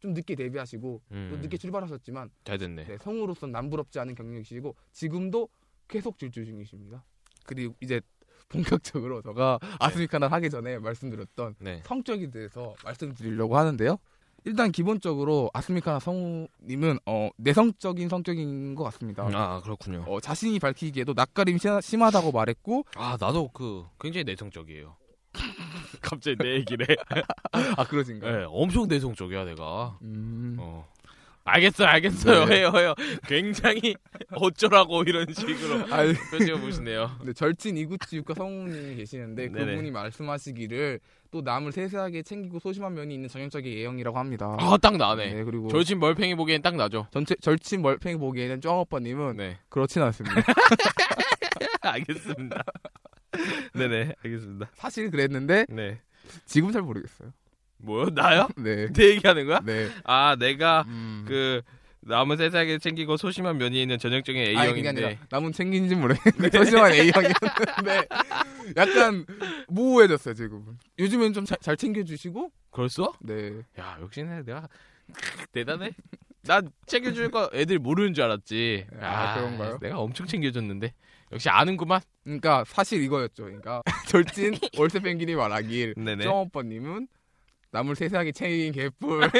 좀 늦게 데뷔하시고 또 음. 늦게 출발하셨지만 잘 됐네. 네, 성우로서 남부럽지 않은 경력이시고 지금도 계속 질주 중이십니다. 그리고 이제 본격적으로 제가 아스미카나 하기 전에 말씀드렸던 네. 성적에 대해서 말씀드리려고 하는데요. 일단 기본적으로 아스미카나 성우님은 어, 내성적인 성격인 것 같습니다. 아 그렇군요. 어, 자신이 밝히기에도 낯가림이 심- 심하다고 말했고 아 나도 그 굉장히 내성적이에요. 갑자기 내 얘기를 해. 아 그러신가요? 네, 엄청 내성적이야 내가. 음, 어. 알겠어요, 알겠어요. 네. 해요, 해요. 굉장히 어쩌라고 이런 식으로 아이, 표시해 보시네요. 근데 절친 이구치 육과 성우님이 계시는데 네네. 그분이 말씀하시기를 또 남을 세세하게 챙기고 소심한 면이 있는 전형적인 예형이라고 합니다. 아, 딱 나네. 그리고 절친 멀팽이 보기엔 딱 나죠. 전체 절친 멀팽이 보기에는 쫑 오빠님은 네. 그렇진 않습니다. 알겠습니다. 네네, 알겠습니다. 사실 그랬는데 네. 지금 잘 모르겠어요. 뭐요? 나요? 네, 내 얘기하는 거야? 네. 아, 내가 음. 그 남은 세상에 챙기고 소심한 면이 있는 전형적인 아니, 그게 A형인데. 네. 아니라 남은 챙긴지 모르겠는데 소심한 A형이었는데 약간 모호해졌어요 지금. 요즘엔 좀 잘 챙겨주시고 그랬어? 네. 야, 역시나 내가 대단해. 난 챙겨줄 거 애들 모르는 줄 알았지. 아, 그런가요? 내가 엄청 챙겨줬는데 역시 아는구만. 그러니까 사실 이거였죠. 그러니까 절친 월세 펭귄이 말하길 네네. 쫑 오빠님은 남을 세세하게 챙긴 개뿔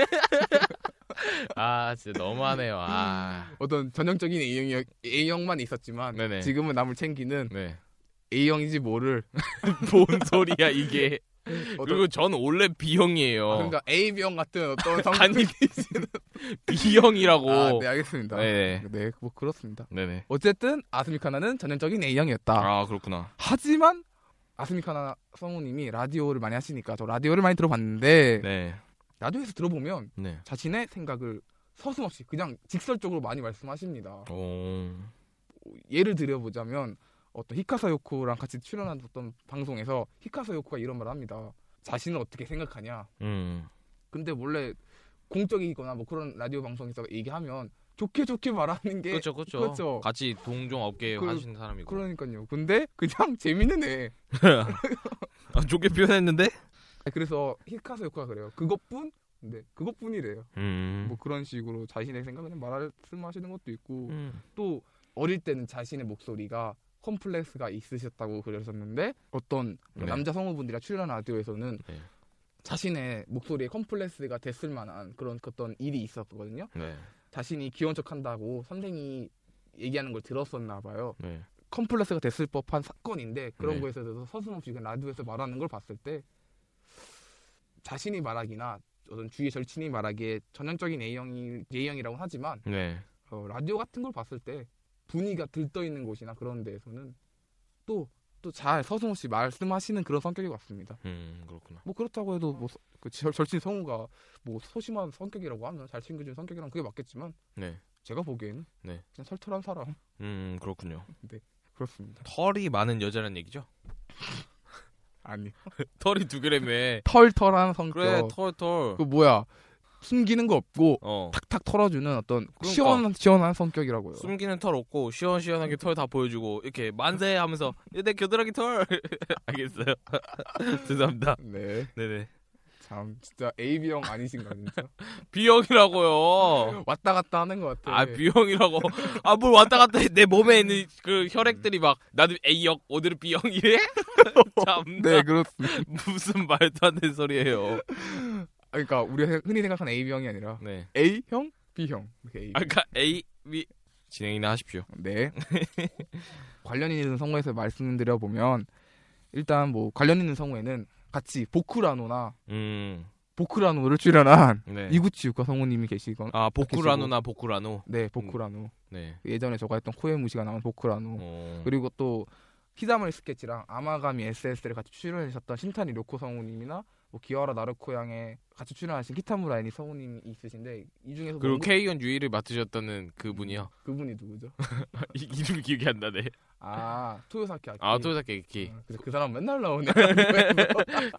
아 진짜 너무하네요. 아 어떤 전형적인 A형, A형만 있었지만 네네. 지금은 남을 챙기는 네. A형인지 모를 뭔 소리야 이게. 어떤 그리고 전 원래 B형이에요. 아, 그러니까 A, B형 같은 어떤 성 어. 아니 B형이라고. 아, 네 알겠습니다. 네. 네. 뭐 그렇습니다. 네네. 어쨌든 아스미카나는 전형적인 A형이었다. 아 그렇구나. 하지만 아스미카나 성우님이 라디오를 많이 하시니까 저 라디오를 많이 들어봤는데 네. 라디오에서 들어보면 네. 자신의 생각을 서슴없이 그냥 직설적으로 많이 말씀하십니다. 오. 예를 들어보자면 어떤 히카사 요코랑 같이 출연한 어떤 방송에서 히카사 요코가 이런 말을 합니다. 자신을 어떻게 생각하냐. 음. 근데 원래 공적이거나 뭐 그런 라디오 방송에서 얘기하면 좋게 좋게 말하는 게 그렇죠, 그렇죠. 그렇죠. 같이 동종 업계 그- 하시는 사람이고. 그러니까요. 근데 그냥 재밌는 애. 아, 좋게 표현했는데. 그래서 히카사 요코가 그래요. 그것뿐? 네, 그것뿐이래요. 음. 뭐 그런 식으로 자신의 생각을 그냥 말씀하시는 것도 있고 음. 또 어릴 때는 자신의 목소리가 컴플렉스가 있으셨다고 그러셨는데 어떤 네. 남자 성우분들이 출연 라디오에서는 네. 자신의 목소리에 컴플렉스가 됐을 만한 그런 어떤 일이 있었거든요. 네. 자신이 귀여운 척한다고 선생이 얘기하는 걸 들었었나 봐요. 네. 컴플렉스가 됐을 법한 사건인데 그런 네. 거에 대해서 서슴없이 그냥 라디오에서 말하는 걸 봤을 때 자신이 말하기나 어떤 주위 절친이 말하기에 전형적인 A형이, A형이라고 하지만 네. 어, 라디오 같은 걸 봤을 때 분위기가 들떠 있는 곳이나 그런 데에서는 또 또 잘 서슴없이 말씀하시는 그런 성격이 같습니다. 음, 그렇구나. 뭐 그렇다고 해도 뭐 서- 그 절- 절친 성우가 뭐 소심한 성격이라고 하면 잘 챙겨주는 성격이랑 그게 맞겠지만 네. 제가 보기에는 네. 그냥 털털한 사람 음, 그렇군요. 그렇습니다. 털이 많은 여자란 얘기죠? 아니 털이 두 개라며. 털털한 성격. 그래, 털, 털. 그 뭐야 숨기는 거 없고 어. 탁탁 털어주는 어떤 그러니까. 시원한 시원한 성격이라고요. 숨기는 털 없고, 시원시원하게 털 다 보여주고, 이렇게 만세 하면서, 내 겨드랑이 털! 알겠어요. 죄송합니다. 네, 네네. 참 진짜 AB 형 아니신가 진짜 B형이라고요. 왔다 갔다 하는 것 같아. 아 B형이라고 아 뭘 왔다 갔다 해. 내 몸에 있는 그 혈액들이 막 나도 A형 오늘은 B형이래? 참나 네 그렇습니다. 무슨 말도 안 되는 소리예요 그러니까 우리가 흔히 생각하는 AB 형이 아니라 네 A 형, B 형. 이렇게 AB. 아까 그러니까 A, B 진행이나 하십시오 네. 관련 있는 성우에서 말씀드려 보면 일단 뭐 관련 있는 성우에는 같이 보쿠라노나 음네 네. 보쿠라노를 출연한 이구치 유카 성우님이 계시건 아 음. 보쿠라노나 보쿠라노 네 보쿠라노 네 예전에 저가 했던 코에무시가 나온 보쿠라노 어. 그리고 또 히다마리 스케치랑 아마가미 SS를 같이 출연하셨던 신타니 로코 성우님이나 뭐 기와라 나르코 양에 같이 출연하신 키타무라 애니 성우님이 있으신데 이 중에서 그리고 뭔가- K1 유일을 맡으셨다는 그분이요 그분이 누구죠? 이- 이름이 기억이 안 나네 아 토요사키 아키 아 토요타 케이키 아, 그래서 그 사람 맨날 나오네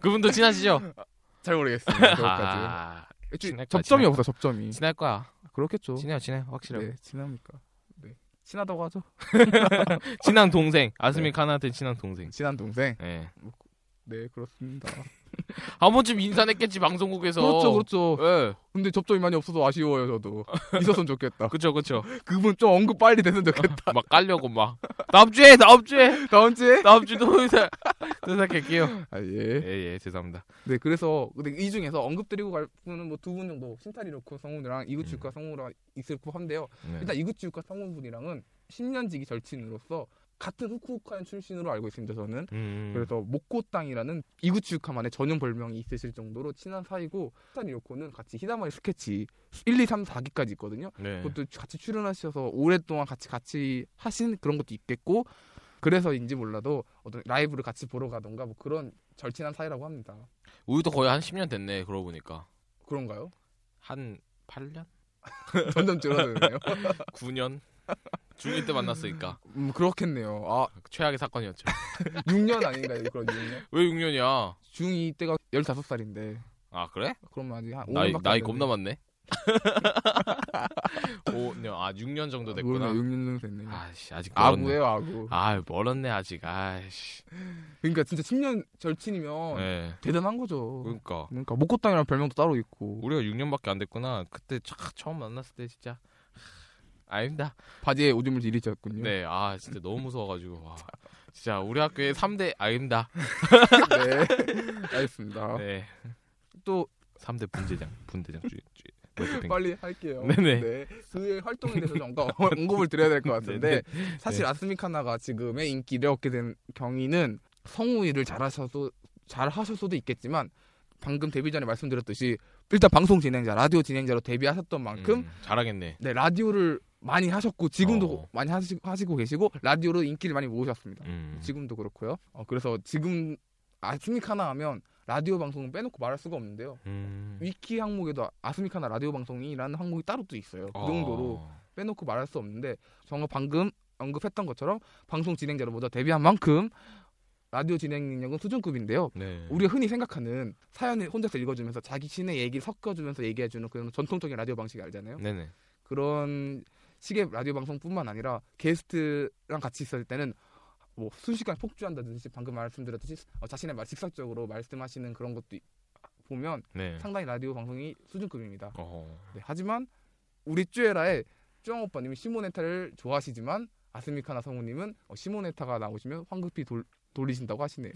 그분도 친하시죠? 잘 모르겠습니다. 그것까지. 아 애초에 친할 거야, 접점이 친할 없어 접점이. 친할 거야 그렇겠죠. 친해요 친해 확실해 요 네, 친합니까? 네. 친하다고 하죠. 친한 동생 아스미 네. 카나한테 친한 동생 친한 동생. 예 네, 그렇습니다. 한 번쯤 인사했겠지 방송국에서. 그렇죠, 그렇죠. 예. 근데 접점이 많이 없어서 아쉬워요, 저도. 있었으면 좋겠다. 그렇죠, 그렇죠. 그분 좀 언급 빨리 됐으면 좋겠다. 막 깔려고 막. 다음 주에, 다음 주에, 다음 주에. 다음 주또 인사, 또 인사할게요. 아 예. 예, 예, 죄송합니다. 네, 그래서 근데 이 중에서 언급드리고 갈 분은 뭐 두 분 정도 신타리 로코 성우랑 이구치 유카 성우랑 있을 법한데요. 네. 일단 이구치 유카 성우분이랑은 10년 지기 절친으로서 같은 후쿠오카현 출신으로 알고 있습니다, 저는. 음. 그래서 목고땅이라는 이구치유카만의 전용 별명이 있으실 정도로 친한 사이고 스탄 요코는 같이 히다마리 스케치 1, 2, 3, 4기까지 있거든요. 네. 그것도 같이 출연하셔서 오랫동안 같이 같이 하신 그런 것도 있겠고 그래서인지 몰라도 어떤 라이브를 같이 보러 가던가 뭐 그런 절친한 사이라고 합니다. 우리도 거의 한 10년 됐네, 그러고 보니까. 그런가요? 한 8년? 점점 줄어드네요. 9년? 중2 때 만났으니까. 음 그렇겠네요. 아 최악의 사건이었죠. 6년 아닌가요? 그런 6년? 왜 6년이야? 중2 때가 15살인데 아, 그래? 그러면 아직 한 나이, 5년밖에 나이 겁나 많네. 5년, 아, 6년 정도 됐구나. 6년 정도 됐네요. 아씨, 아직 멀었네. 아구예요, 아구. 아, 멀었네, 아직. 아씨. 그러니까 진짜 10년 절친이면 네. 대단한 거죠. 그러니까. 그러니까 목고땅이라는 별명도 따로 있고 우리가 6년밖에 안 됐구나. 그때 차, 처음 만났을 때 진짜 하, 아닙니다. 바지에 오줌을 지리셨군요. 네, 아 진짜 너무 무서워가지고 와, 진짜 우리 학교의 3대 아닙니다. 네. 알겠습니다. 네, 또 3대 분대장, 분대장 주, 주, 빨리 할게요. 네네. 네, 네. 그의 활동에 대해서 좀 언- 언급을 드려야 될 것 같은데 사실 아스미카나가 지금의 인기를 얻게 된 경위는 성우 일을 잘하셔도 잘하셨어도 있겠지만 방금 데뷔 전에 말씀드렸듯이 일단 방송 진행자, 라디오 진행자로 데뷔하셨던 만큼 음, 잘하겠네. 네 라디오를 많이 하셨고 지금도 어. 많이 하시, 하시고 계시고 라디오로 인기를 많이 모으셨습니다. 음, 지금도 그렇고요. 어, 그래서 지금 아스믹 하나 하면 라디오 방송은 빼놓고 말할 수가 없는데요. 음. 위키 항목에도 아스믹 하나 라디오 방송이라는 항목이 따로 또 있어요. 그 어, 정도로 빼놓고 말할 수 없는데 정말 방금 언급했던 것처럼 방송 진행자로 먼저 데뷔한 만큼 라디오 진행 능력은 수준급인데요. 네. 우리가 흔히 생각하는 사연을 혼자서 읽어주면서 자기 신의 얘기를 섞어주면서 얘기해주는 그런 전통적인 라디오 방식이 알잖아요. 네네. 그런 식의 라디오 방송뿐만 아니라 게스트랑 같이 있을 때는 뭐 순식간에 폭주한다든지 방금 말씀드렸듯이 어, 자신의 말 직설적으로 말씀하시는 그런 것도 이- 보면 네. 상당히 라디오 방송이 수준급입니다. 어, 네, 하지만 우리 쭈에라의 쭈영 오빠님이 시모네타를 좋아하시지만 아스미카나 성우님은 어, 시모네타가 나오시면 황급히 돌, 돌리신다고 하시네요.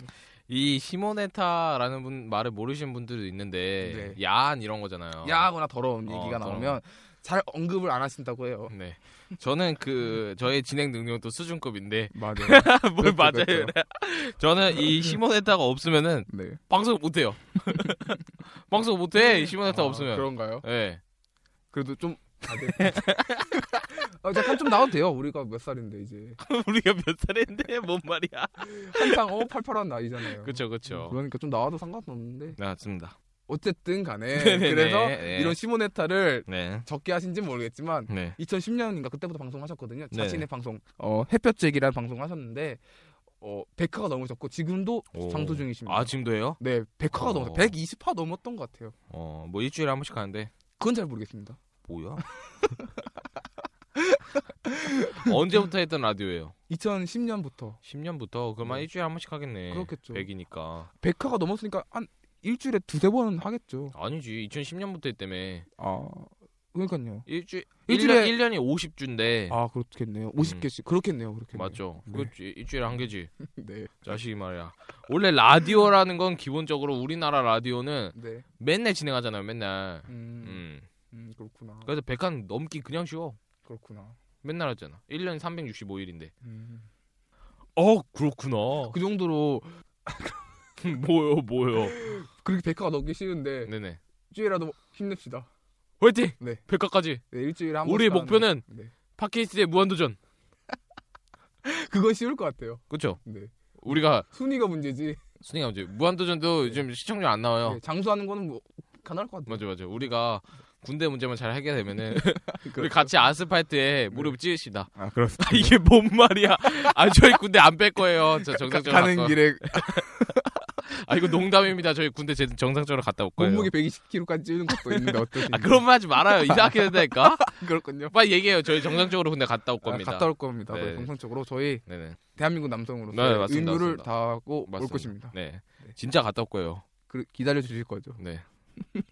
이 시모네타라는 분 말을 모르시는 분들도 있는데 야한 이런 거잖아요. 네. 야하거나 더러운 어, 얘기가 더러운. 나오면 잘 언급을 안 하신다고 해요. 네. 저는 그 저의 진행 능력도 수준급인데 맞아요. 뭘 그렇죠, 맞아요. 그렇죠. 저는 이 시모네타가 없으면은 네. 방송 못해요. 방송 못해 시모네타 아, 없으면. 그런가요? 예. 그래도 좀 아, 네. 아, 잠깐 좀 나와도 돼요. 우리가 몇 살인데 이제 우리가 몇 살인데 뭔 말이야? 항상 어 팔팔한 나이잖아요. 그쵸그쵸 그러니까 좀 나와도 상관없는데 맞습니다. 어쨌든 간에 네네네. 그래서 네. 이런 시모네타를 네. 적게 하신지 는 모르겠지만 네. 2010년인가 그때부터 방송하셨거든요. 자신의 네. 방송 어 햇볕 잭이라는 방송 하셨는데 어, 100화가 넘으셨고 지금도 오. 장도 중이십니다. 아 지금도 해요? 네, 100화가 어. 넘었 120화 넘었던 것 같아요. 어뭐 일주일에 한 번씩 하는데 그건 잘 모르겠습니다. 뭐야? 언제부터 했던 라디오예요? 2010년부터 10년부터 그러면 네. 일주일에 한 번씩 하겠네. 그렇겠죠. 100이니까. 100화가 넘었으니까 한 일주일에 두세 번은 하겠죠. 아니지 2010년부터 했다며. 아, 그러니까요. 일주 일주일에- 일주일에 1년이 50주인데. 아, 그렇겠네요. 50개씩 그렇겠네요. 음. 그렇겠네요. 맞죠. 네. 그렇지 일주일에 한 개지. 네. 자식이 말이야. 원래 라디오라는 건 기본적으로 우리나라 라디오는 네. 맨날 진행하잖아요. 맨날. 음, 음. 음, 그렇구나. 그래서 100한 넘기 그냥 쉬워. 그렇구나. 맨날 하잖아. 1년 365일인데. 음. 어 그렇구나. 그 정도로 뭐요 뭐요. 그렇게 100화가 넘기 쉬운데 네네. 일주일이라도 힘냅시다. 화이팅. 네. 100화까지. 네, 일주일에 한 우리의 번씩 목표는- 하는- 네. 팟캐스트의 무한도전. 그건 쉬울 것 같아요. 그렇죠. 네. 우리가 순위가 문제지. 순이가 언제 무한도전도 요즘 시청률 안 나와요. 네, 장수하는 거는 뭐 가능할 것 같아요. 어. 맞아 맞아. 우리가 군대 문제만 잘 해결 되면은 우리 같이 아스팔트에 무릎 찌읍시다. 그렇죠. 아, 그렇습니다. 이게 뭔 말이야? 아 저희 군대 안 뺄 거예요. 저 정상적으로 네. 가는 갔다. 길에 아 이거 농담입니다. 저희 군대 제- 정상적으로 갔다 올 거예요. 몸무게 120kg까지 찌는 것도 있는데 어떠신지. 아 그런 말 하지 말아요. 이상하게 된다니까. 그렇군요. 빨리 얘기해요. 저희 정상적으로 군대 갔다 올 아, 겁니다. 갔다 올 겁니다. 네. 네. 정상적으로 저희 네네. 대한민국 남성으로서 네, 맞습니다, 의무를 맞습니다. 다하고 올 맞습니다. 것입니다. 네. 네. 진짜 갔다 올 거예요. 그 기다려 주실 거죠. 네.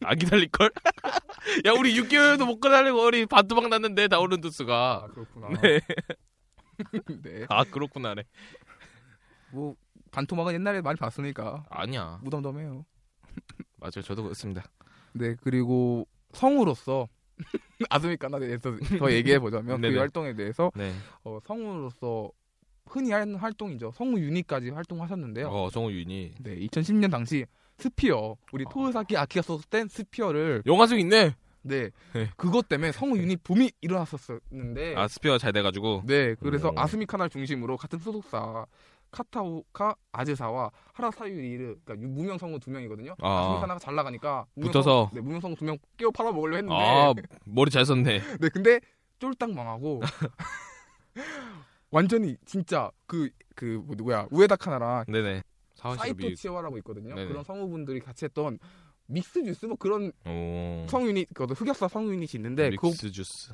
안 기다릴 걸? 야 우리 6개월도 못 기다리고 우리 반도박 났는데 다 오른 아 두스가. 그렇구나. 네. 네. 아 그렇구나네. 뭐 반토막은 옛날에 많이 봤으니까 아니야. 무덤덤해요. 맞아요. 저도 그렇습니다. 네 그리고 성우로서 아스미카나 대해서 더 얘기해 보자면 그 네네. 활동에 대해서 네. 어, 성우로서 흔히 하는 활동이죠. 성우 유닛까지 활동하셨는데요. 어 정우 윤이 네 2010년 당시 스피어 우리 어. 토요사키 아키가 썼던 스피어를 영화 속 있네. 네 네. 그것 때문에 성우 유닛 붐이 일어났었었는데 아 스피어 잘 돼가지고. 네, 그래서 오. 아스미카나를 중심으로 같은 소속사 카타오카 아즈사와 하라 사유리를 그러니까 유- 무명 성우 두 명이거든요. 아. 아. 스미카나가잘 나가니까 무명 붙어서. 성우- 네, 무명 성우 두 명 끼워 팔아 먹으려 했는데 아 머리 잘 썼네. 네, 근데 쫄딱 망하고 완전히 진짜 그 그 뭐 누구야 우에다 카나랑 네네. 사이토 사와시비. 치와라고 있거든요. 아, 네네. 그런 성우분들이 같이 했던 믹스 뉴스 뭐 그런 오. 성유닛 그것도 흑역사 성유닛이 있는데 네, 그거 음. 믹스 주스.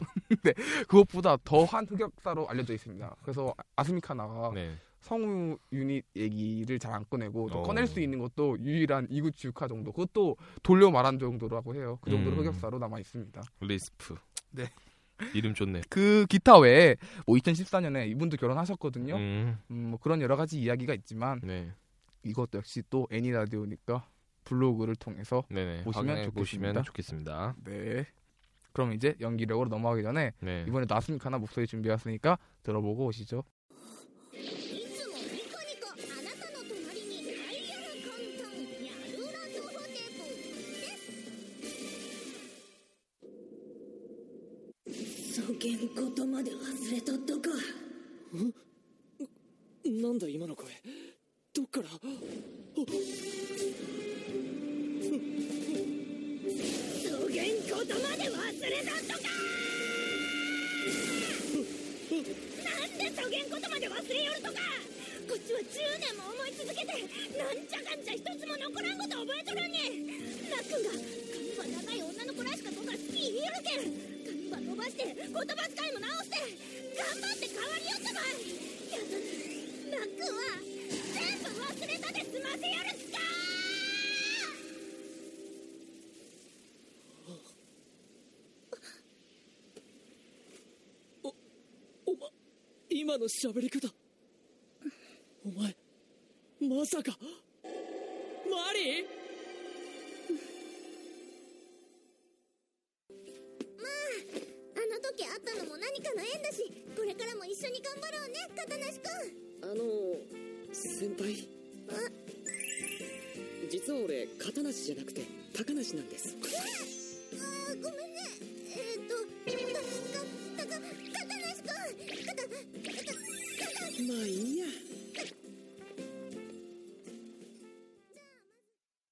그것보다 더한 흑역사로 알려져 있습니다. 그래서 아스미카나가 네. 성우 유닛 얘기를 잘 안 꺼내고 또 어. 꺼낼 수 있는 것도 유일한 이구치 육화 정도 그것도 돌려 말한 정도라고 해요 그 정도로 음. 흑역사로 남아 있습니다 리스프. 네. 이름 좋네. 그 기타 외에 뭐 2014년에 이분도 결혼하셨거든요 음. 음, 뭐 그런 여러 가지 이야기가 있지만 네. 이것도 역시 또 애니라디오니까 블로그를 통해서 네네. 보시면 확인해 보시면 좋겠습니다. 좋겠습니다. 네 그럼 이제 연기력으로 넘어가기 전에 네. 이번에 나스미카나 목소리 준비했으니까 들어보고 오시죠 いつもニコニコあなたの隣にダイヤル混沌やるらとほてぼですそげんことまで忘れとったかなんだ今の声どっからそげんことまで忘れとったかなんでそげんことまで忘れよるとかこっちは10年も思い続けてなんちゃかんちゃ一つも残らんこと覚えとるんになっくんが髪は長い女の子らしかこが好き言いよるけん髪は伸ばして言葉遣いも直して頑張って変わりよったばいやのになっくんは全部忘れたで済ませよるっかおま今の喋り方お前まさかマリーあの時会ったのも何かの縁だしこれからも一緒に頑張ろうね片梨くんあの先輩実は俺片梨じゃなくて高梨なんですあーごめんねえー、っとかかか片梨くんかたかたまあいいや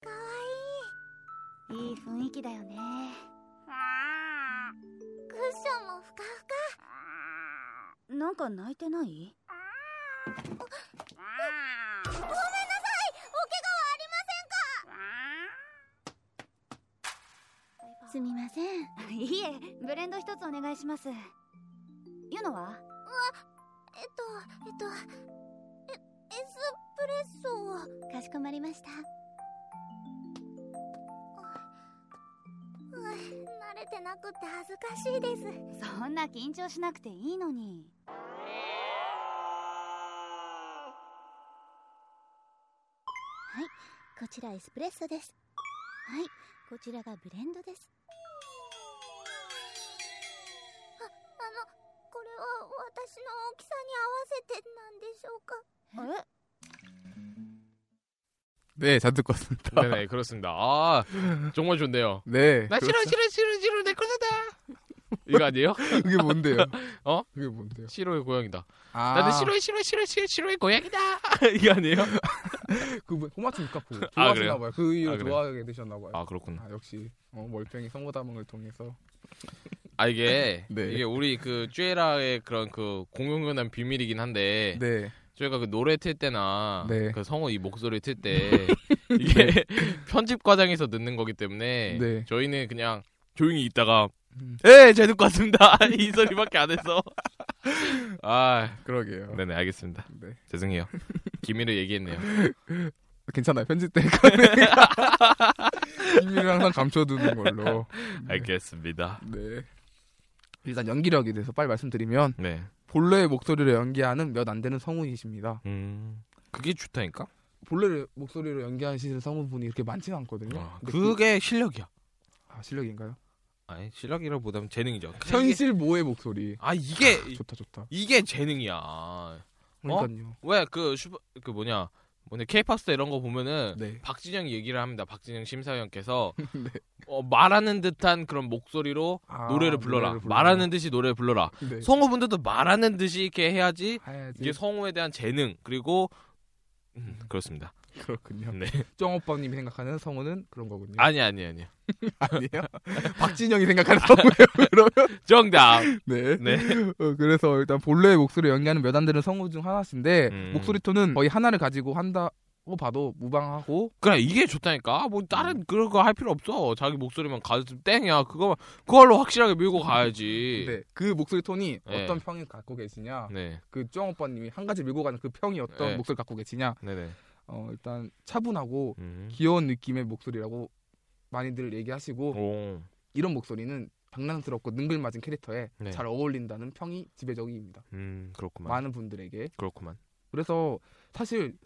かわいいいい雰囲気だよねクッションもふかふかなんか泣いてないすみませんいいえブレンド一つお願いしますユノはえっと、えっと、え、エスプレッソ。かしこまりましたうわ慣れてなくて恥ずかしいです。そんな緊張しなくていいのにこちらエスプレッソです。はい、こちらがブレンドです。あ、あの、これは私の大きさに合わせてなんでしょうか 네 잘 듣고왔습니다 네네 그렇습니다. 아 정말 좋네요. 네 나 싫어 그렇습니다. 싫어 싫어 싫어 내 거다. 이거 아니에요? 그게 뭔데요 어? 그게 뭔데요 싫어의 고양이다. 아 나는 싫어 싫어 싫어 싫어 싫어의 고양이다. 이거 아니에요? 그 뭐, 토마토 유카포 아, 그래요? 좋아하시나 봐요 그 이유로 아, 그래요? 좋아하게 되셨나 봐요 아 그렇구나. 아, 역시 어, 멀쩡히 성모담을 통해서 아 이게 네. 이게 우리 그 쭈에라의 그런 그 공용연한 비밀이긴 한데 네 저희가 그 노래 틀 때나 네. 그 성우 이 목소리 틀 때 이게 편집 과정에서 듣는 거기 때문에 네. 저희는 그냥 조용히 있다가 음. 에잘 듣고 왔습니다 이 소리밖에 안 해서 아 그러게요 네네 알겠습니다 네. 죄송해요 기밀을 얘기했네요 괜찮아요 편집되니까 비밀을 항상 감춰두는 걸로 알겠습니다 네 일단 연기력에 대해서 빨리 말씀드리면 네 본래의 목소리를 연기하는 몇 안 되는 성우이십니다 음, 그게 좋다니까 본래 목소리로 연기하시는 성우분이 이렇게 많지는 않거든요 아, 근데 그게 실력이야 아, 실력인가요? 아니 실력이라보다는 재능이죠 현실 모의 목소리 아 이게 좋다 좋다 이게 재능이야 그러니까요 왜 그 슈퍼 그 뭐냐 뭐냐 케이팝 스타 이런 거 보면은 네. 박진영 얘기를 합니다. 박진영 심사위원께서 네. 어, 말하는 듯한 그런 목소리로 아, 노래를 불러라. 노래를 말하는 듯이 노래를 불러라. 네. 성우분들도 말하는 듯이 이렇게 해야지 해야지 이게 성우에 대한 재능 그리고 음, 그렇습니다. 그렇군요 네. 정오빠님이 생각하는 성우는 그런 거군요 아니 아니 아니요. 아니에요? 박진영이 생각하는 성우예요 그러면? 정답. 네. 네. 어, 그래서 일단 본래의 목소리 연기하는 몇 안 되는 성우 중 하나신데 음. 목소리 톤은 거의 하나를 가지고 한다고 봐도 무방하고 그래 이게 좋다니까. 뭐 음. 다른 그런 거 할 필요 없어. 자기 목소리만 가슴 땡이야. 그거 그걸로 확실하게 밀고 가야지. 네. 그 목소리 톤이 네. 어떤 평을 갖고 계시냐 네. 그 쩡오빠님이 한 가지 밀고 가는 그 평이 어떤 네. 목소리를 갖고 계시냐 네네. 어, 일단 차분하고 음. 귀여운 느낌의 목소리라고 많이들 얘기하시고 오. 이런 목소리는 장난스럽고 능글맞은 캐릭터에 네. 잘 어울린다는 평이 지배적입니다. 음 그렇구만. 많은 분들에게 그렇구만. 그래서 사실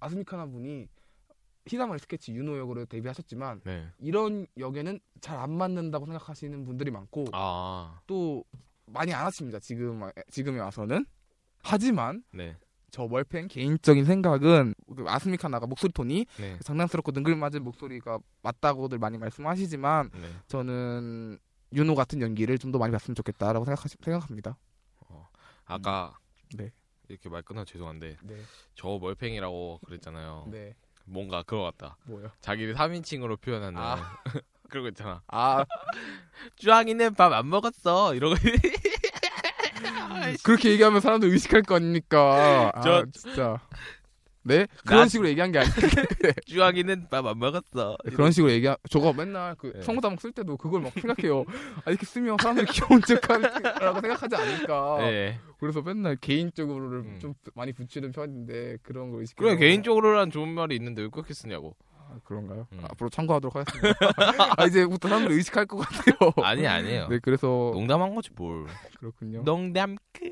아스미카나 분이 히다마리 스케치 윤호 역으로 데뷔하셨지만 네. 이런 역에는 잘 안 맞는다고 생각하시는 분들이 많고 아. 또 많이 안 하십니다. 지금 지금에 와서는 하지만 네. 저 월펜 개인적인 생각은 그 아스미카나가 목소리 톤이 네. 장난스럽고 능글맞은 목소리가 맞다고들 많이 말씀하시지만 네. 저는 윤호 같은 연기를 좀 더 많이 봤으면 좋겠다라고 생각하, 생각합니다. 아까 네. 이렇게 말 끊어 죄송한데 네, 저 멀팽이라고 그랬잖아요. 네, 뭔가 그거 같다. 뭐요? 자기를 3인칭으로 표현하는 아. 그런 거 있잖아. 아, 쭈왕이는 밥 안 먹었어. 이러고 그렇게 얘기하면 사람들 의식할 거 아닙니까? 아, 저- 진짜. 네? 그런 나- 식으로 얘기한 게 아니, 쭈왕이는 밥 안 먹었어. 그런 식으로 얘기한, 저거 맨날 그 네. 청구담 쓸 때도 그걸 막 생각해요. 아, 이렇게 쓰면 사람들이 귀여운 척 하라고 생각하지 않을까. 네. 그래서 맨날 개인적으로를 음. 좀 많이 붙이는 편인데, 그런 걸 의식해요. 그래 개인적으로란 좋은 말이 있는데 왜 그렇게 쓰냐고. 아, 그런가요? 음. 앞으로 참고하도록 하겠습니다. 아, 이제부터 사람들이 의식할 것 같아요. 아니 아니에요. 네, 그래서 농담한 거지 뭘. 그렇군요. 농담 크.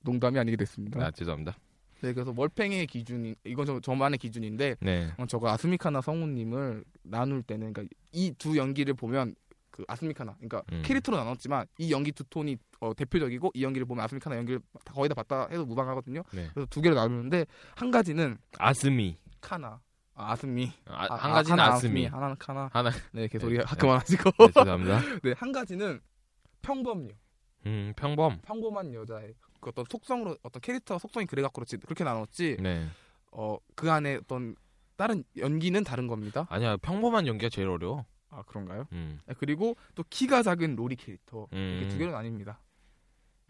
농담이 아니게 됐습니다. 아 죄송합니다. 네, 그래서 월팽이의 기준이 이건 저, 저만의 기준인데 네. 어, 저가 아스미카나 성우님을 나눌 때는 그러니까 이 두 연기를 보면 그 아스미카나 그러니까 음. 캐릭터로 나눴지만 이 연기 두 톤이 어, 대표적이고 이 연기를 보면 아스미카나 연기를 다- 거의 다 봤다 해도 무방하거든요. 네. 그래서 두 개를 나누는데 한 가지는 아스미. 카나 아, 스미 아, 한 가지는 하나 아스미. 하나는 카나 하나. 네 개소리 네, 하- 네. 그만하시고 네, 죄송합니다. 네한 가지는 평범요 음 평범. 평범한 여자의 그 어떤 속성으로 어떤 캐릭터 속성이 그래갖고 그렇지 그렇게 나눴지 네. 어 그 안에 어떤 다른 연기는 다른 겁니다. 아니야 평범한 연기가 제일 어려워. 아 그런가요? 음. 그리고 또 키가 작은 로리 캐릭터 음. 이렇게 두 개로 나뉩니다.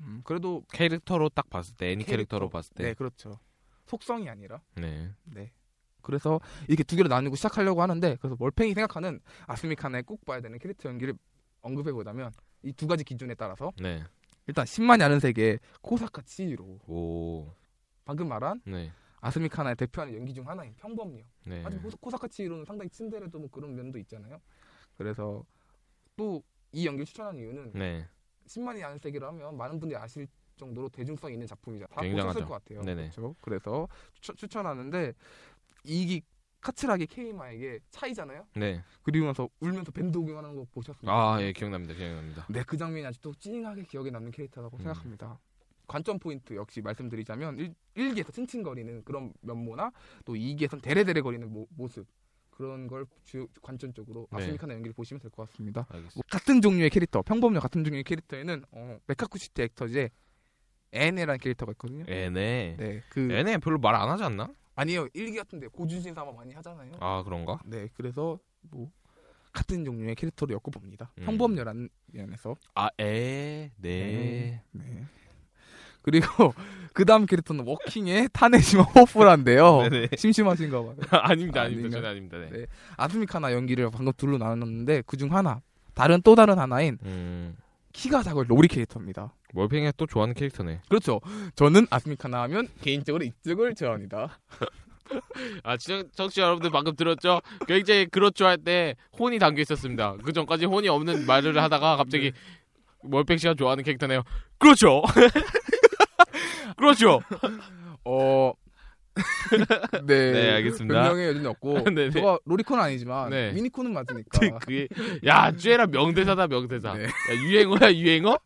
음, 그래도 캐릭터로 딱 봤을 때 애니 캐릭터. 캐릭터로 봤을 네 때 그렇죠. 속성이 아니라 네. 네. 그래서 이렇게 두 개로 나누고 시작하려고 하는데 그래서 월팽이 생각하는 아스미카나의 꼭 봐야 되는 캐릭터 연기를 언급해 보자면 이 두 가지 기준에 따라서 네. 일단 10만이 아는 세계 코사카 치이로 오. 방금 말한 네. 아스미카나의 대표하는 연기 중 하나인 평범요. 네. 아직 호- 코사카 치이로는 상당히 침대라도 뭐 그런 면도 있잖아요. 그래서 또 이 연기를 추천한 이유는 네. 10만이 아는 세계로 하면 많은 분들이 아실 정도로 대중성이 있는 작품이자 다 굉장하죠. 보셨을 것 같아요. 네네. 그렇죠. 그래서 추천, 하는데 이기 카츠라기 케이마에게 차이잖아요. 네. 그리고 나서 울면서 밴드 구경하는 거 보셨어요? 아, 예, 기억납니다. 기억납니다. 네, 그 장면이 아직도 찡하게 기억에 남는 캐릭터라고 음. 생각합니다. 관점 포인트 역시 말씀드리자면 일 1기에서 칭칭거리는 그런 면모나 또 2기에선 데레데레 거리는 모, 모습 그런 걸 주, 관점적으로 네. 아프리카나 연기를 보시면 될 것 같습니다. 알겠습니다. 뭐 같은 종류의 캐릭터, 평범녀 같은 종류의 캐릭터에는 어, 메카쿠시티 액터즈의 에네라는 캐릭터가 있거든요. 애네. 네, 그 애네 별로 말 안 하지 않나? 아니에요. 일기 같은데 고준신 삼아 많이 하잖아요. 아, 그런가? 네, 그래서 뭐 같은 종류의 캐릭터로 엮어봅니다. 음. 평범녀라는 면에서. 아, 에, 네. 네. 그리고 그 다음 캐릭터는 워킹의 타네시마 호프란데요. 네네. 심심하신가 봐요. 아닙니다, 아닙니다. 아, 아닌가요? 저는 아닙니다. 네. 네. 아스미카나 연기를 방금 둘로 나눴는데 그 중 하나, 다른 또 다른 하나인 음, 키가 작은 로리 캐릭터입니다. 월팽이가 또 좋아하는 캐릭터네. 그렇죠. 저는 아스미카나 하면 개인적으로 이쪽을 좋아합니다. 아, 시청- 청취자 여러분들 방금 들었죠? 굉장히 그렇죠 할 때 혼이 담겨 있었습니다. 그 전까지 혼이 없는 말을 하다가 네. 갑자기 월팽 씨가 좋아하는 캐릭터네요. 그렇죠. 그렇죠. 어. 네. 네, 알겠습니다. 변명의 여지는 없고 네네. 제가 로리콘 아니지만 네. 미니콘은 맞으니까. 그게 야, 쭈에라 명대사다 명대사. 아. 네. 야, 유행어야 유행어?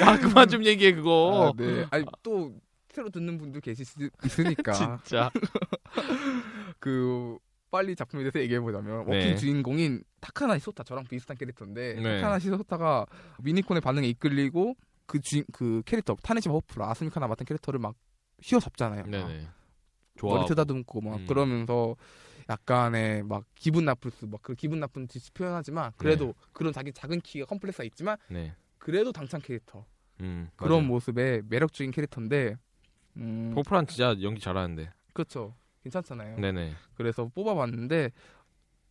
야, 그만 좀 얘기해 그거. 아, 네. 아니 또 새로 듣는 분도 계실 수 있으니까. 진짜. 그 빨리 작품에 대해서 얘기해 보자면 워킹 네. 주인공인 타카나 시소타 저랑 비슷한 캐릭터인데 네. 타카나 시소타가 미니콘의 반응에 이끌리고 그 주인 그 캐릭터 타네시마 호프라 아스미카나 맡은 캐릭터를 막 휘어잡잖아요. 막 네네. 머리 좋아. 쓰다듬고 막뭐 음. 그러면서 약간의 막 기분 나쁠 수 막 그 기분 나쁜 듯이 표현하지만 그래도 그런 자기 작은 키가 컴플렉스가 있지만 네. 그래도 당찬 캐릭터 음. 그런 맞아요. 모습의 매력적인 캐릭터인데 음, 포프란 진짜 연기 잘하는데. 그렇죠 괜찮잖아요. 네네. 그래서 뽑아봤는데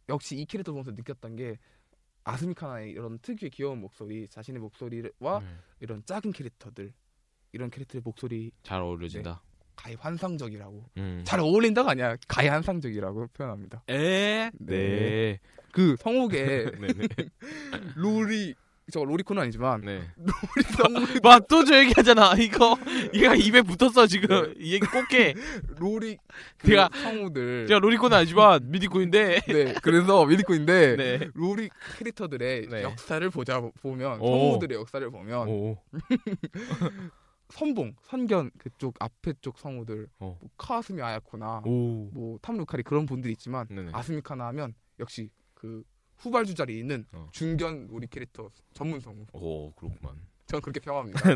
역시 이 캐릭터 보면서 느꼈던 게 아스미카나의 이런 특유의 귀여운 목소리, 자신의 목소리와 네. 이런 작은 캐릭터들 이런 캐릭터의 목소리 잘 어울려진다. 가히 환상적이라고 음. 네. 잘 어울린다가 아니야 가히 환상적이라고 표현합니다. 에? 네. 그 성욱의 네네. 로리 저 로리콘은 아니지만 네. 우리 성욱 막또저 얘기하잖아. 이거 얘가 입에 붙었어 지금. 이 얘기 꼭 해. 로리 그 제가- 성우들 제가 로리콘은 아니지만 미디코인데. 네 그래서 미리코인데 네. 로리 캐릭터들의 네. 역사를 보자 보면 오. 성우들의 역사를 보면 오. 선봉, 선견 그쪽 앞에 쪽 성우들 어. 뭐 카스미 아야코나 오. 음, 뭐 탐루카리 그런 분들이 있지만 네네. 아스미카나 하면 역시 그 후발주 자리 에 있는 어. 중견 우리 캐릭터 전문 성우 오 그렇구만. 저는 그렇게 평합니다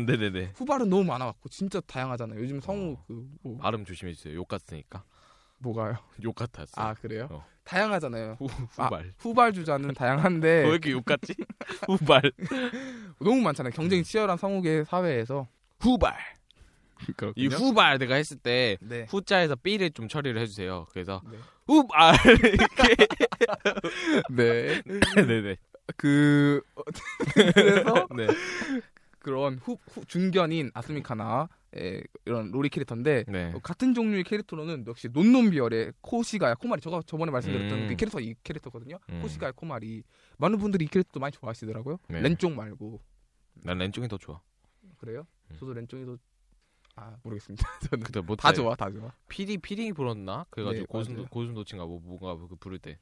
네네네. 후발은 너무 많아갖고 진짜 다양하잖아요 요즘 성우 어. 그 뭐, 발음 조심해 주세요. 욕 같으니까. 뭐가요? 욕 같았어. 아 그래요? 어. 다양하잖아요 후, 후발. 후발주자는 다양한데 왜 이렇게 욕 같지? 네. 후발. 너무 많잖아요 경쟁이 치열한 성우계 사회에서 후발. 이 그렇군요 후발 내가 했을 때 네. 후자에서 B를 좀 처리를 해주세요. 그래서 네. 후발. 네. 네네. 그 그래서 네. 그런 후, 후- 중견인 아스미카나 의 이런 로리 캐릭터인데 네. 어, 같은 종류의 캐릭터로는 역시 논논비열의 코시가야 코마리 저가 저번에 말씀드렸던 음. 그 캐릭터 이 캐릭터거든요 음. 코시가야 코마리 많은 분들이 이 캐릭터 많이 좋아하시더라고요 네. 렌쪽 말고 난 렌종이 더 좋아. 그래요 음. 저도 렌쪽이 더아 모르겠습니다 저는 그때 뭐 다 좋아 다 좋아 피디 피딩이 불었나? 그래가지고 네, 고슴도 맞아요. 고슴도치인가 뭐 뭔가 그 부를 때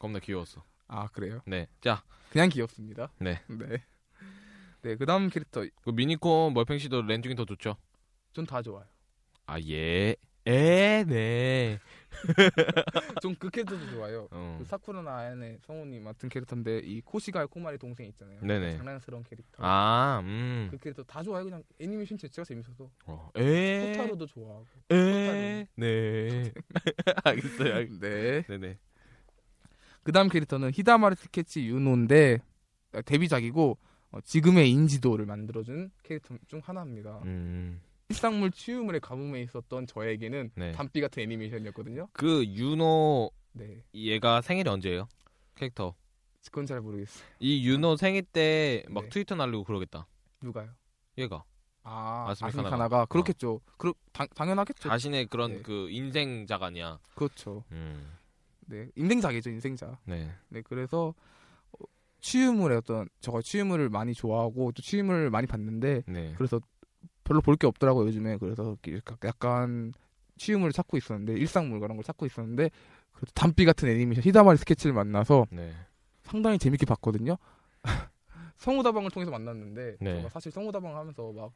겁나 귀여웠어. 아 그래요 네. 자, 그냥 귀엽습니다 네. 네. 네, 그다음 캐릭터 그 미니콘 멀팽 씨도 렌종이 더 좋죠? 전 다 좋아요 아 예. 에 네. 좀 그 캐릭터도 좋아요 어. 그 사쿠라나 아야네 성우님 맡은 캐릭터인데 이 코시가의 코마리 동생 있잖아요. 네네. 장난스러운 캐릭터. 아, 음. 그 캐릭터 다 좋아해 그냥 애니메이션 자체가 재밌어서 어. 에. 토타로도 좋아하고. 에. 네. 알겠어요. 알... 네. 네네. 그다음 캐릭터는 히다마르 스케치 유노인데 아, 데뷔작이고 어, 지금의 인지도를 만들어준 캐릭터 중 하나입니다. 음. 일상물 치유물의 가뭄에 있었던 저에게는 네. 단비 같은 애니메이션이었거든요. 그 윤호 네, 얘가 생일이 언제예요? 캐릭터. 그건 잘 모르겠어요. 이 윤호 생일 때 막 네. 트위터 날리고 그러겠다. 누가요? 얘가 아, 아스미 아스미 카나가. 카나가 그렇겠죠. 그러, 당, 당연하겠죠. 어. 자신의 그런 네. 그 인생작 아니야. 그렇죠. 음. 네, 인생작이죠, 인생작. 네. 네, 그래서 어, 치유물의 어떤 저가 치유물을 많이 좋아하고 또 치유물을 많이 봤는데 네. 그래서 별로 볼 게 없더라고요 요즘에 그래서 이렇게 약간 치유물을 찾고 있었는데 일상물 그런 걸 찾고 있었는데 그래도 단비 같은 애니메이션 히다마리 스케치를 만나서 네. 상당히 재밌게 봤거든요. 성우다방을 통해서 만났는데 네. 제가 사실 성우다방 하면서 막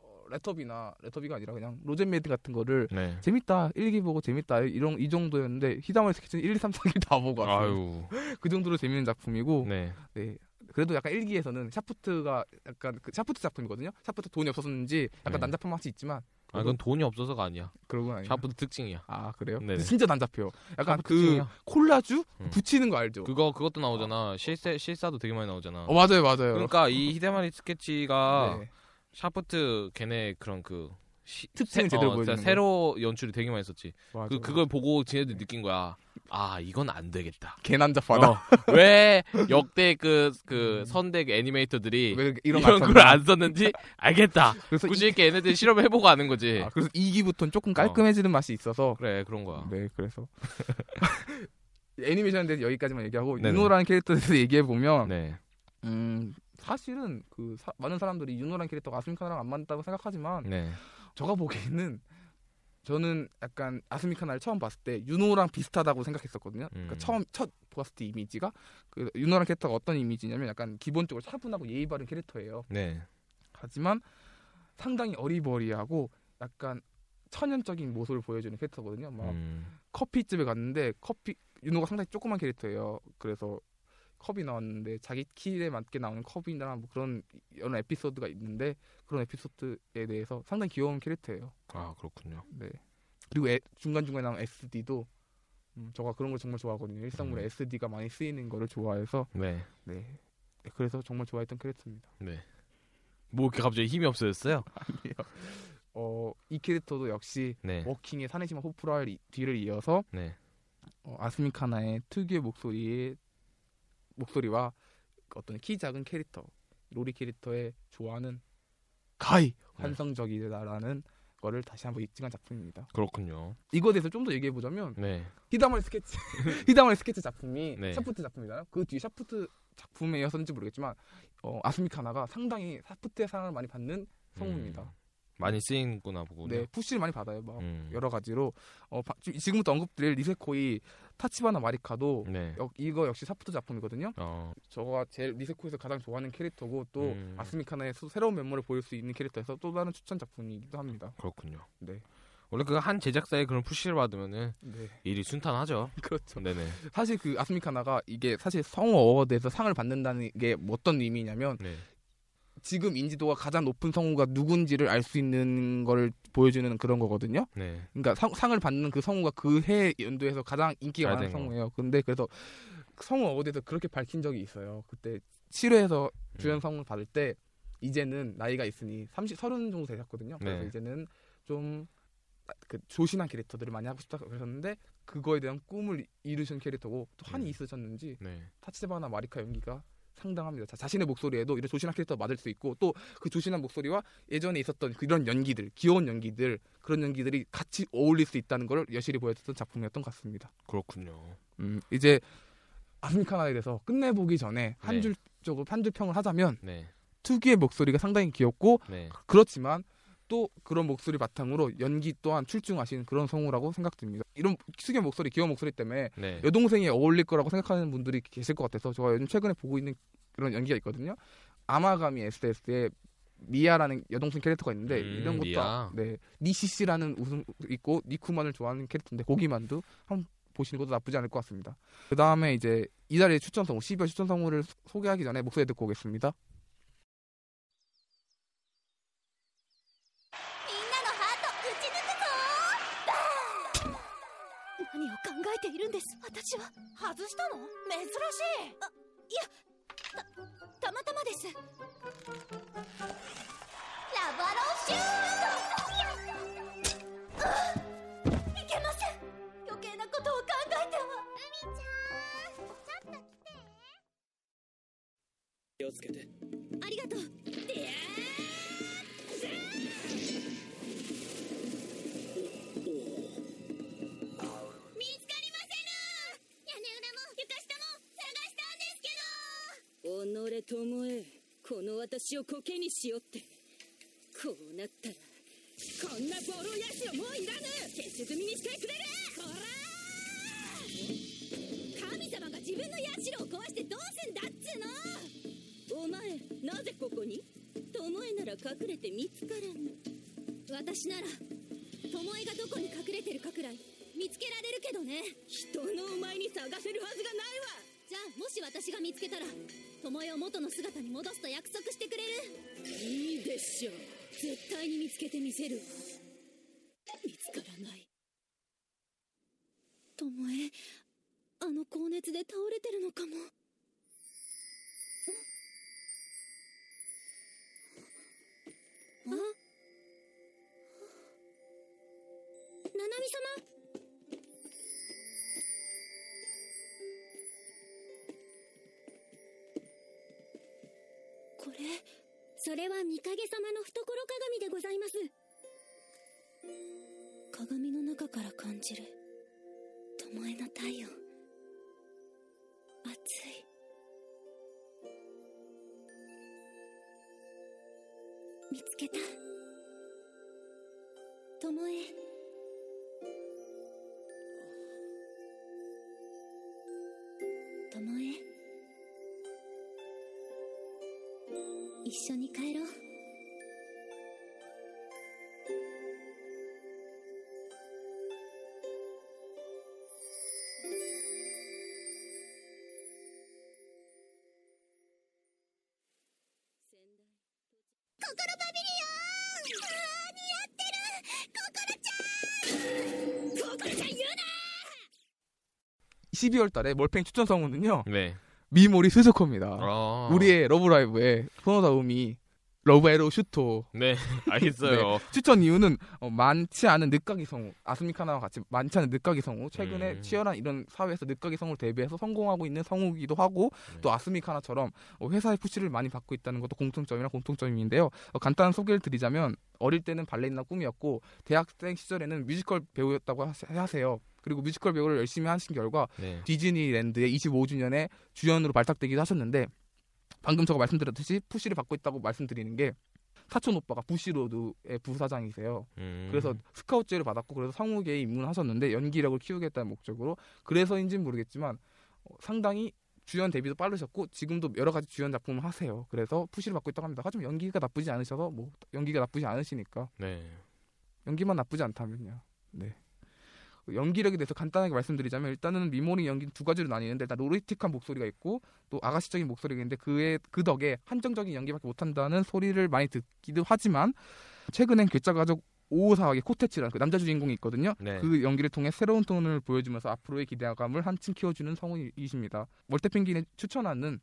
어, 레터비나 레터비가 아니라 그냥 로젠메이드 같은 거를 네. 재밌다 일기 보고 재밌다 이런 이 정도였는데 히다마리 스케치는 1, 2, 3, 4기 다 보고 왔어요. 아유. 그 정도로 재밌는 작품이고 네. 네. 그래도 약간 일기에서는 샤프트가 약간 그 샤프트 작품이거든요. 샤프트 돈이 없었는지 약간 네. 난잡한 맛이 있지만 아 그건 돈이 없어서가 아니야. 그런 건 아니에요. 샤프트 특징이야. 아 그래요? 네네. 진짜 난잡해요. 약간 샤프트 그 특징이야. 콜라주 음. 붙이는 거 알죠? 그거 그것도 나오잖아. 실세 실사도 되게 많이 나오잖아. 어 맞아요 맞아요. 그러니까 이 히데마리 스케치가 네. 샤프트 걔네 그런 그 시- 특징을 세- 제대로 어, 보여주는 진짜 새로 연출이 되게 많이 했었지. 맞아요. 그 그걸 보고 지네들 느낀 거야. 아 이건 안 되겠다. 개 난잡하다. 어, 왜 역대 그 그 선대 애니메이터들이 음. 왜 이렇게 이런, 이런, 걸 안 썼는지 알겠다. 그래서 굳이 어. 이렇게 얘네들 실험을 해보고 아는 거지. 이, 아, 그래서 2기부터는 조금 깔끔해지는 맛이 있어서 그래 그런 거야. 네 그래서 애니메이션에 대해서 여기까지만 얘기하고 네네. 윤호라는 캐릭터에 대해서 얘기해 보면 네. 음, 사실은 그 사- 많은 사람들이 윤호란 캐릭터가 아스미 카나랑 안 맞는다고 생각하지만 네. 저가 보기에는 저는 약간 아스미 카나를 처음 봤을 때 윤호랑 비슷하다고 생각했었거든요. 그러니까 음. 처음 첫 보았을 때 이미지가 그 윤호란 캐릭터가 어떤 이미지냐면 약간 기본적으로 차분하고 예의 바른 캐릭터예요. 네. 하지만 상당히 어리버리하고 약간 천연적인 모습을 보여주는 캐릭터거든요. 막 음. 커피집에 갔는데 커피 윤호가 상당히 조그만 캐릭터예요. 그래서 컵이 나왔는데 자기 키에 맞게 나오는 컵이나 뭐 그런 여러 에피소드가 있는데 그런 에피소드에 대해서 상당히 귀여운 캐릭터예요. 아 그렇군요. 네. 그리고 에- 중간중간에 나오는 SD도 음, 저가 그런 걸 정말 좋아하거든요. 일상물에 음. SD가 많이 쓰이는 거를 좋아해서 네. 네. 네, 그래서 정말 좋아했던 캐릭터입니다. 뭐 이렇게 갑자기 힘이 없어졌어요? 어, 이 캐릭터도 역시 네. 워킹의 사네시마 호프라의 이- 뒤를 이어서 네. 어, 아스미카나의 특유의 목소리의 목소리와 어떤 키 작은 캐릭터 로리 캐릭터의 좋아하는 가히 환상적이다라는 거를 다시 한번 입증한 작품입니다. 그렇군요. 이거에 대해서 좀 더 얘기해 보자면 네. 히다마리 스케치 히다마리 스케치 작품이 네. 샤프트 작품이잖아요. 그 뒤에 샤프트 작품에 이어서인지 모르겠지만 어, 아스미카나가 상당히 샤프트의 사랑을 많이 받는 성우입니다. 음. 많이 쓰인구나 보군요. 네, 푸시를 많이 받아요. 막 음. 여러 가지로 어, 바- 지- 지금부터 언급드릴 리세코이 타치바나 마리카도 네. 역- 이거 역시 샤프트 작품이거든요. 어. 저가 제일 리세코에서 가장 좋아하는 캐릭터고 또 음. 아스미카나의 수- 새로운 면모를 보일 수 있는 캐릭터에서 또 다른 추천 작품이기도 합니다. 그렇군요. 네. 원래 그 한 제작사의 그런 푸시를 받으면은 네, 일이 순탄하죠. 그렇죠. 네네. 사실 그 아스미카나가 이게 사실 성우 어워드에서 상을 받는다는 게 어떤 의미냐면 네. 지금 인지도가 가장 높은 성우가 누군지를 알 수 있는 걸 보여주는 그런 거거든요. 네. 그러니까 상, 상을 받는 그 성우가 그 해 연도에서 가장 인기가 잘 많은 된 거. 성우예요. 근데 그래서 성우 어워드에서 그렇게 밝힌 적이 있어요. 그때 7회에서 음. 주연 성우 받을 때 이제는 나이가 있으니 30, 30 정도 되셨거든요. 그래서 네. 이제는 좀 그 조신한 캐릭터들을 많이 하고 싶다 그러셨는데 그거에 대한 꿈을 이루신 캐릭터고 또 한이 음. 있으셨는지 네. 타치바나 마리카 연기가 상당합니다. 자, 자신의 목소리에도 이런 조신한 캐릭터 맞을 수 있고 또 그 조신한 목소리와 예전에 있었던 그런 연기들, 귀여운 연기들, 그런 연기들이 같이 어울릴 수 있다는 걸 여실히 보여줬던 작품이었던 것 같습니다. 그렇군요. 음, 이제 아프리카나에 대해서 끝내보기 전에 한 네. 줄 쪽으로 한 줄 평을 하자면 네. 특유의 목소리가 상당히 귀엽고 네. 그렇지만 또 그런 목소리 바탕으로 연기 또한 출중하신 그런 성우라고 생각됩니다. 이런 특유의 목소리, 귀여운 목소리 때문에 네. 여동생이 어울릴 거라고 생각하는 분들이 계실 것 같아서 제가 요즘 최근에 보고 있는 그런 연기가 있거든요. 아마가미 SS의 미아라는 여동생 캐릭터가 있는데 음, 이런 것도 미아. 네 니시시라는 웃음 있고 니쿠만을 좋아하는 캐릭터인데 고기만두 한번 보시는 것도 나쁘지 않을 것 같습니다. 그 다음에 이제 이 자리의 추천 성우 12월 추천 성우를 소- 소개하기 전에 목소리 듣고 오겠습니다. みんなのハート打ち抜くぞ何を考えているんです私は外したの珍しいいや、たまたまですラバローシュートあいけません余計なことを考えては海ちゃんちょっと来て気をつけてありがとうでやー見つかりませぬ屋根裏も床下も探したんですけ己と思えこの私をコケにしようってこうなったらこんなボロヤシはもういらぬ消し済みにしてくれるこら神様が自分のヤシロを壊してどうすんだっつうのお前なぜここに巴なら隠れて見つからぬ私なら巴がどこに隠れてるかくらい見つけられるけどね人のお前に探せるはずがないわじゃあもし私が見つけたら巴を元の姿に戻すと約束してくれるいいでしょう絶対に見つけてみせるわ見つからない巴あの高熱で倒れてるのかもあどななみ様これそれは三影様の懐鏡でございます鏡の中から感じる巴の体温熱い見つけた巴巴一緒に帰ろう 12월 달에 몰팽이 추천성우는요. 네. 미모리 스즈코입니다. 아. 우리의 러브라이브의 소노다움이 러브에로 슈토 네, 알겠어요. 추천 이유는 어, 많지 않은 늦가기 성우 아스미카나와 같이 많지 않은 늦가기 성우 최근에 음. 치열한 이런 사회에서 늦가기 성우를 대비해서 성공하고 있는 성우기도 하고 네. 또 아스미카나처럼 어, 회사의 푸시를 많이 받고 있다는 것도 공통점이라 공통점인데요 어, 간단한 소개를 드리자면 어릴 때는 발레리나 꿈이었고 대학생 시절에는 뮤지컬 배우였다고 하세- 하세요 그리고 뮤지컬 배우를 열심히 하신 결과 네. 디즈니랜드의 25주년에 주연으로 발탁되기도 하셨는데 방금 제가 말씀드렸듯이 푸시를 받고 있다고 말씀드리는 게 사촌 오빠가 부시로드의 부사장이세요. 음. 그래서 스카우트제를 받았고 그래서 성우계에 입문하셨는데 연기력을 키우겠다는 목적으로 그래서인지는 모르겠지만 어, 상당히 주연 데뷔도 빠르셨고 지금도 여러 가지 주연 작품을 하세요. 그래서 푸시를 받고 있다고 합니다. 하지만 연기가 나쁘지 않으셔서 뭐 연기가 나쁘지 않으시니까 네. 연기만 나쁘지 않다면요. 네. 연기력에 대해서 간단하게 말씀드리자면 일단은 미모리 연기 두 가지로 나뉘는데 일단 로리틱한 목소리가 있고 또 아가씨적인 목소리가 있는데 그의 그 덕에 한정적인 연기밖에 못한다는 소리를 많이 듣기도 하지만 최근엔 괴짜 가족 오오사와의 코테치라는 그 남자 주인공이 있거든요. 네. 그 연기를 통해 새로운 톤을 보여주면서 앞으로의 기대감을 한층 키워주는 성우이십니다. 월태펭귄이 추천하는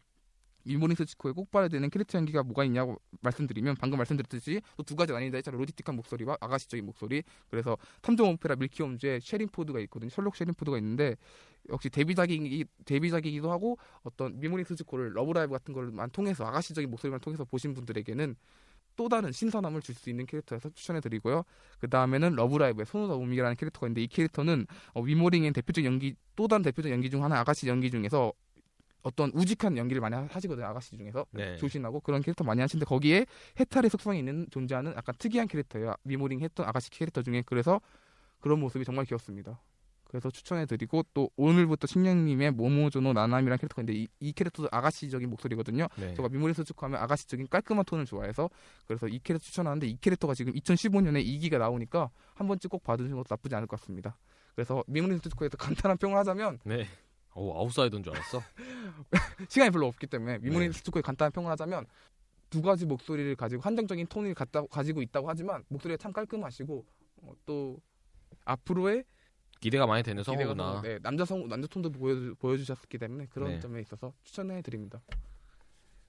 일모닝 스치코의 꼭발에 드는 캐릭터 연기가 뭐가 있냐고 말씀드리면 방금 말씀드렸듯이 또 두 가지 나뉘다 했잖아요. 로디틱한 목소리와 아가씨적인 목소리. 그래서 탐정 오페라 밀키 홈즈에 셰린포드가 있거든요. 셜록 셰린포드가 있는데 역시 데뷔작이 데뷔작이기도 하고 어떤 미모닝 스치코를 러브라이브 같은 걸만 통해서 아가씨적인 목소리만 통해서 보신 분들에게는 또 다른 신선함을 줄 수 있는 캐릭터여서 추천해드리고요. 그 다음에는 러브라이브의 손오다 우미라는 캐릭터가 있는데 이 캐릭터는 어, 위모링의 대표적 연기 또 다른 대표적 연기 중 하나 아가씨 연기 중에서 어떤 우직한 연기를 많이 하- 하시거든요. 아가씨 중에서 네. 조신하고 그런 캐릭터 많이 하시는데 거기에 해탈의 속성이 있는 존재하는 약간 특이한 캐릭터예요. 미모링 했던 아가씨 캐릭터 중에 그래서 그런 모습이 정말 귀엽습니다. 그래서 추천해드리고 또 오늘부터 신령님의 모모조노 나남이라는 캐릭터가 있는데 이, 이 캐릭터도 아가씨적인 목소리거든요. 네. 제가 미모리 스즈코하면 아가씨적인 깔끔한 톤을 좋아해서 그래서 이 캐릭터 추천하는데 이 캐릭터가 지금 2015년에 2기가 나오니까 한 번쯤 꼭 봐주시는 것도 나쁘지 않을 것 같습니다. 그래서 미모리 스즈코에서 간단한 평을 하자면 네. 오, 아웃사이더인 줄 알았어. 시간이 별로 없기 때문에 미모리 네. 스즈코에 간단한 평을 하자면 두 가지 목소리를 가지고 한정적인 톤을 갖다, 가지고 있다고 하지만 목소리가 참 깔끔하시고 어, 또 앞으로의 기대가 많이 되는 기대가 성우구나. 좀- 네, 남자 성우 남자 톤도 보여, 보여주셨기 때문에 그런 네. 점에 있어서 추천해드립니다.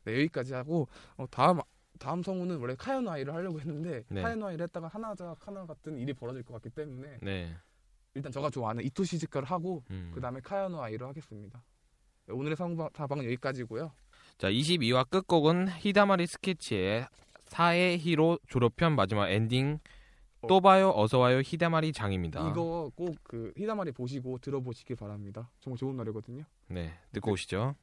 네, 여기까지 하고 어, 다음 다음 성우는 원래 카야노 아이를 하려고 했는데 네. 카야노 아이를 했다가 하나자 카나 같은 일이 벌어질 것 같기 때문에 네. 일단 제가 좋아하는 이토 시즈카를 하고 음. 그 다음에 카야노 아이로 하겠습니다. 네, 오늘의 성우 사방은 여기까지고요. 자, 22화 끝곡은 히다마리 스케치의 사의 히로 졸업편 마지막 엔딩 또 봐요 어서 와요 히다마리 장입니다. 이거 꼭 그 히다마리 보시고 들어보시길 바랍니다. 정말 좋은 노래거든요. 네, 듣고 오시죠.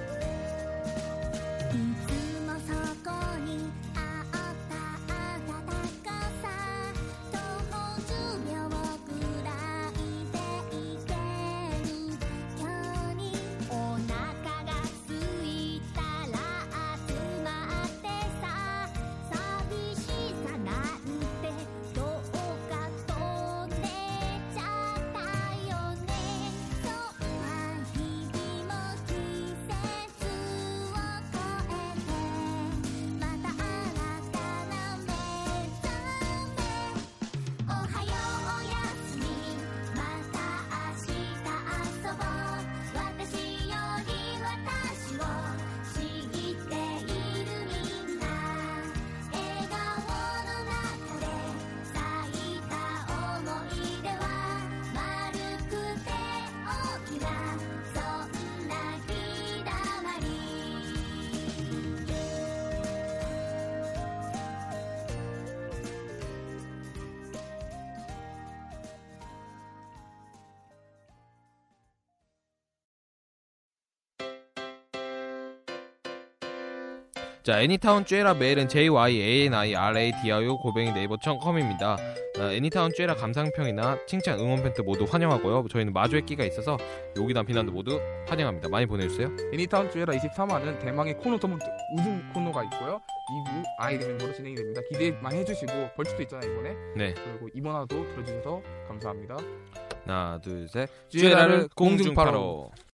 「いつもそこにあったあたたかさ」「徒歩10秒くらいでいける」「今日にお腹がすいたら集まってさ」「寂しさなんてどうか飛んでちゃったよね」「そんな日々も季節を越えて」「また新たな目覚め」「おはようおやすみ」「また明日遊ぼう」「私より私を知っているみんな」「笑顔の中で咲いた思い出は」「丸くて大きなそんなひだまり」 자, 애니타운 쬐라 메일은 jyaniradiao 고뱅이 네이버 컴입니다. 아, 애니타운 쬐라 감상평이나 칭찬 응원 멘트 모두 환영하고요. 저희는 마주의 끼가 있어서 요기단 비난도 모두 환영합니다. 많이 보내주세요. 애니타운 주에라 23화는 대망의 코너 토먼트 우승 코너가 있고요. 2부 아이디 멤버로 진행이 됩니다. 기대 많이 해주시고 벌칙도 있잖아요 이번에. 네, 그리고 이번 화도 네. 들어주셔서 감사합니다. 하나, 둘, 셋. 쬐라를 공중파로.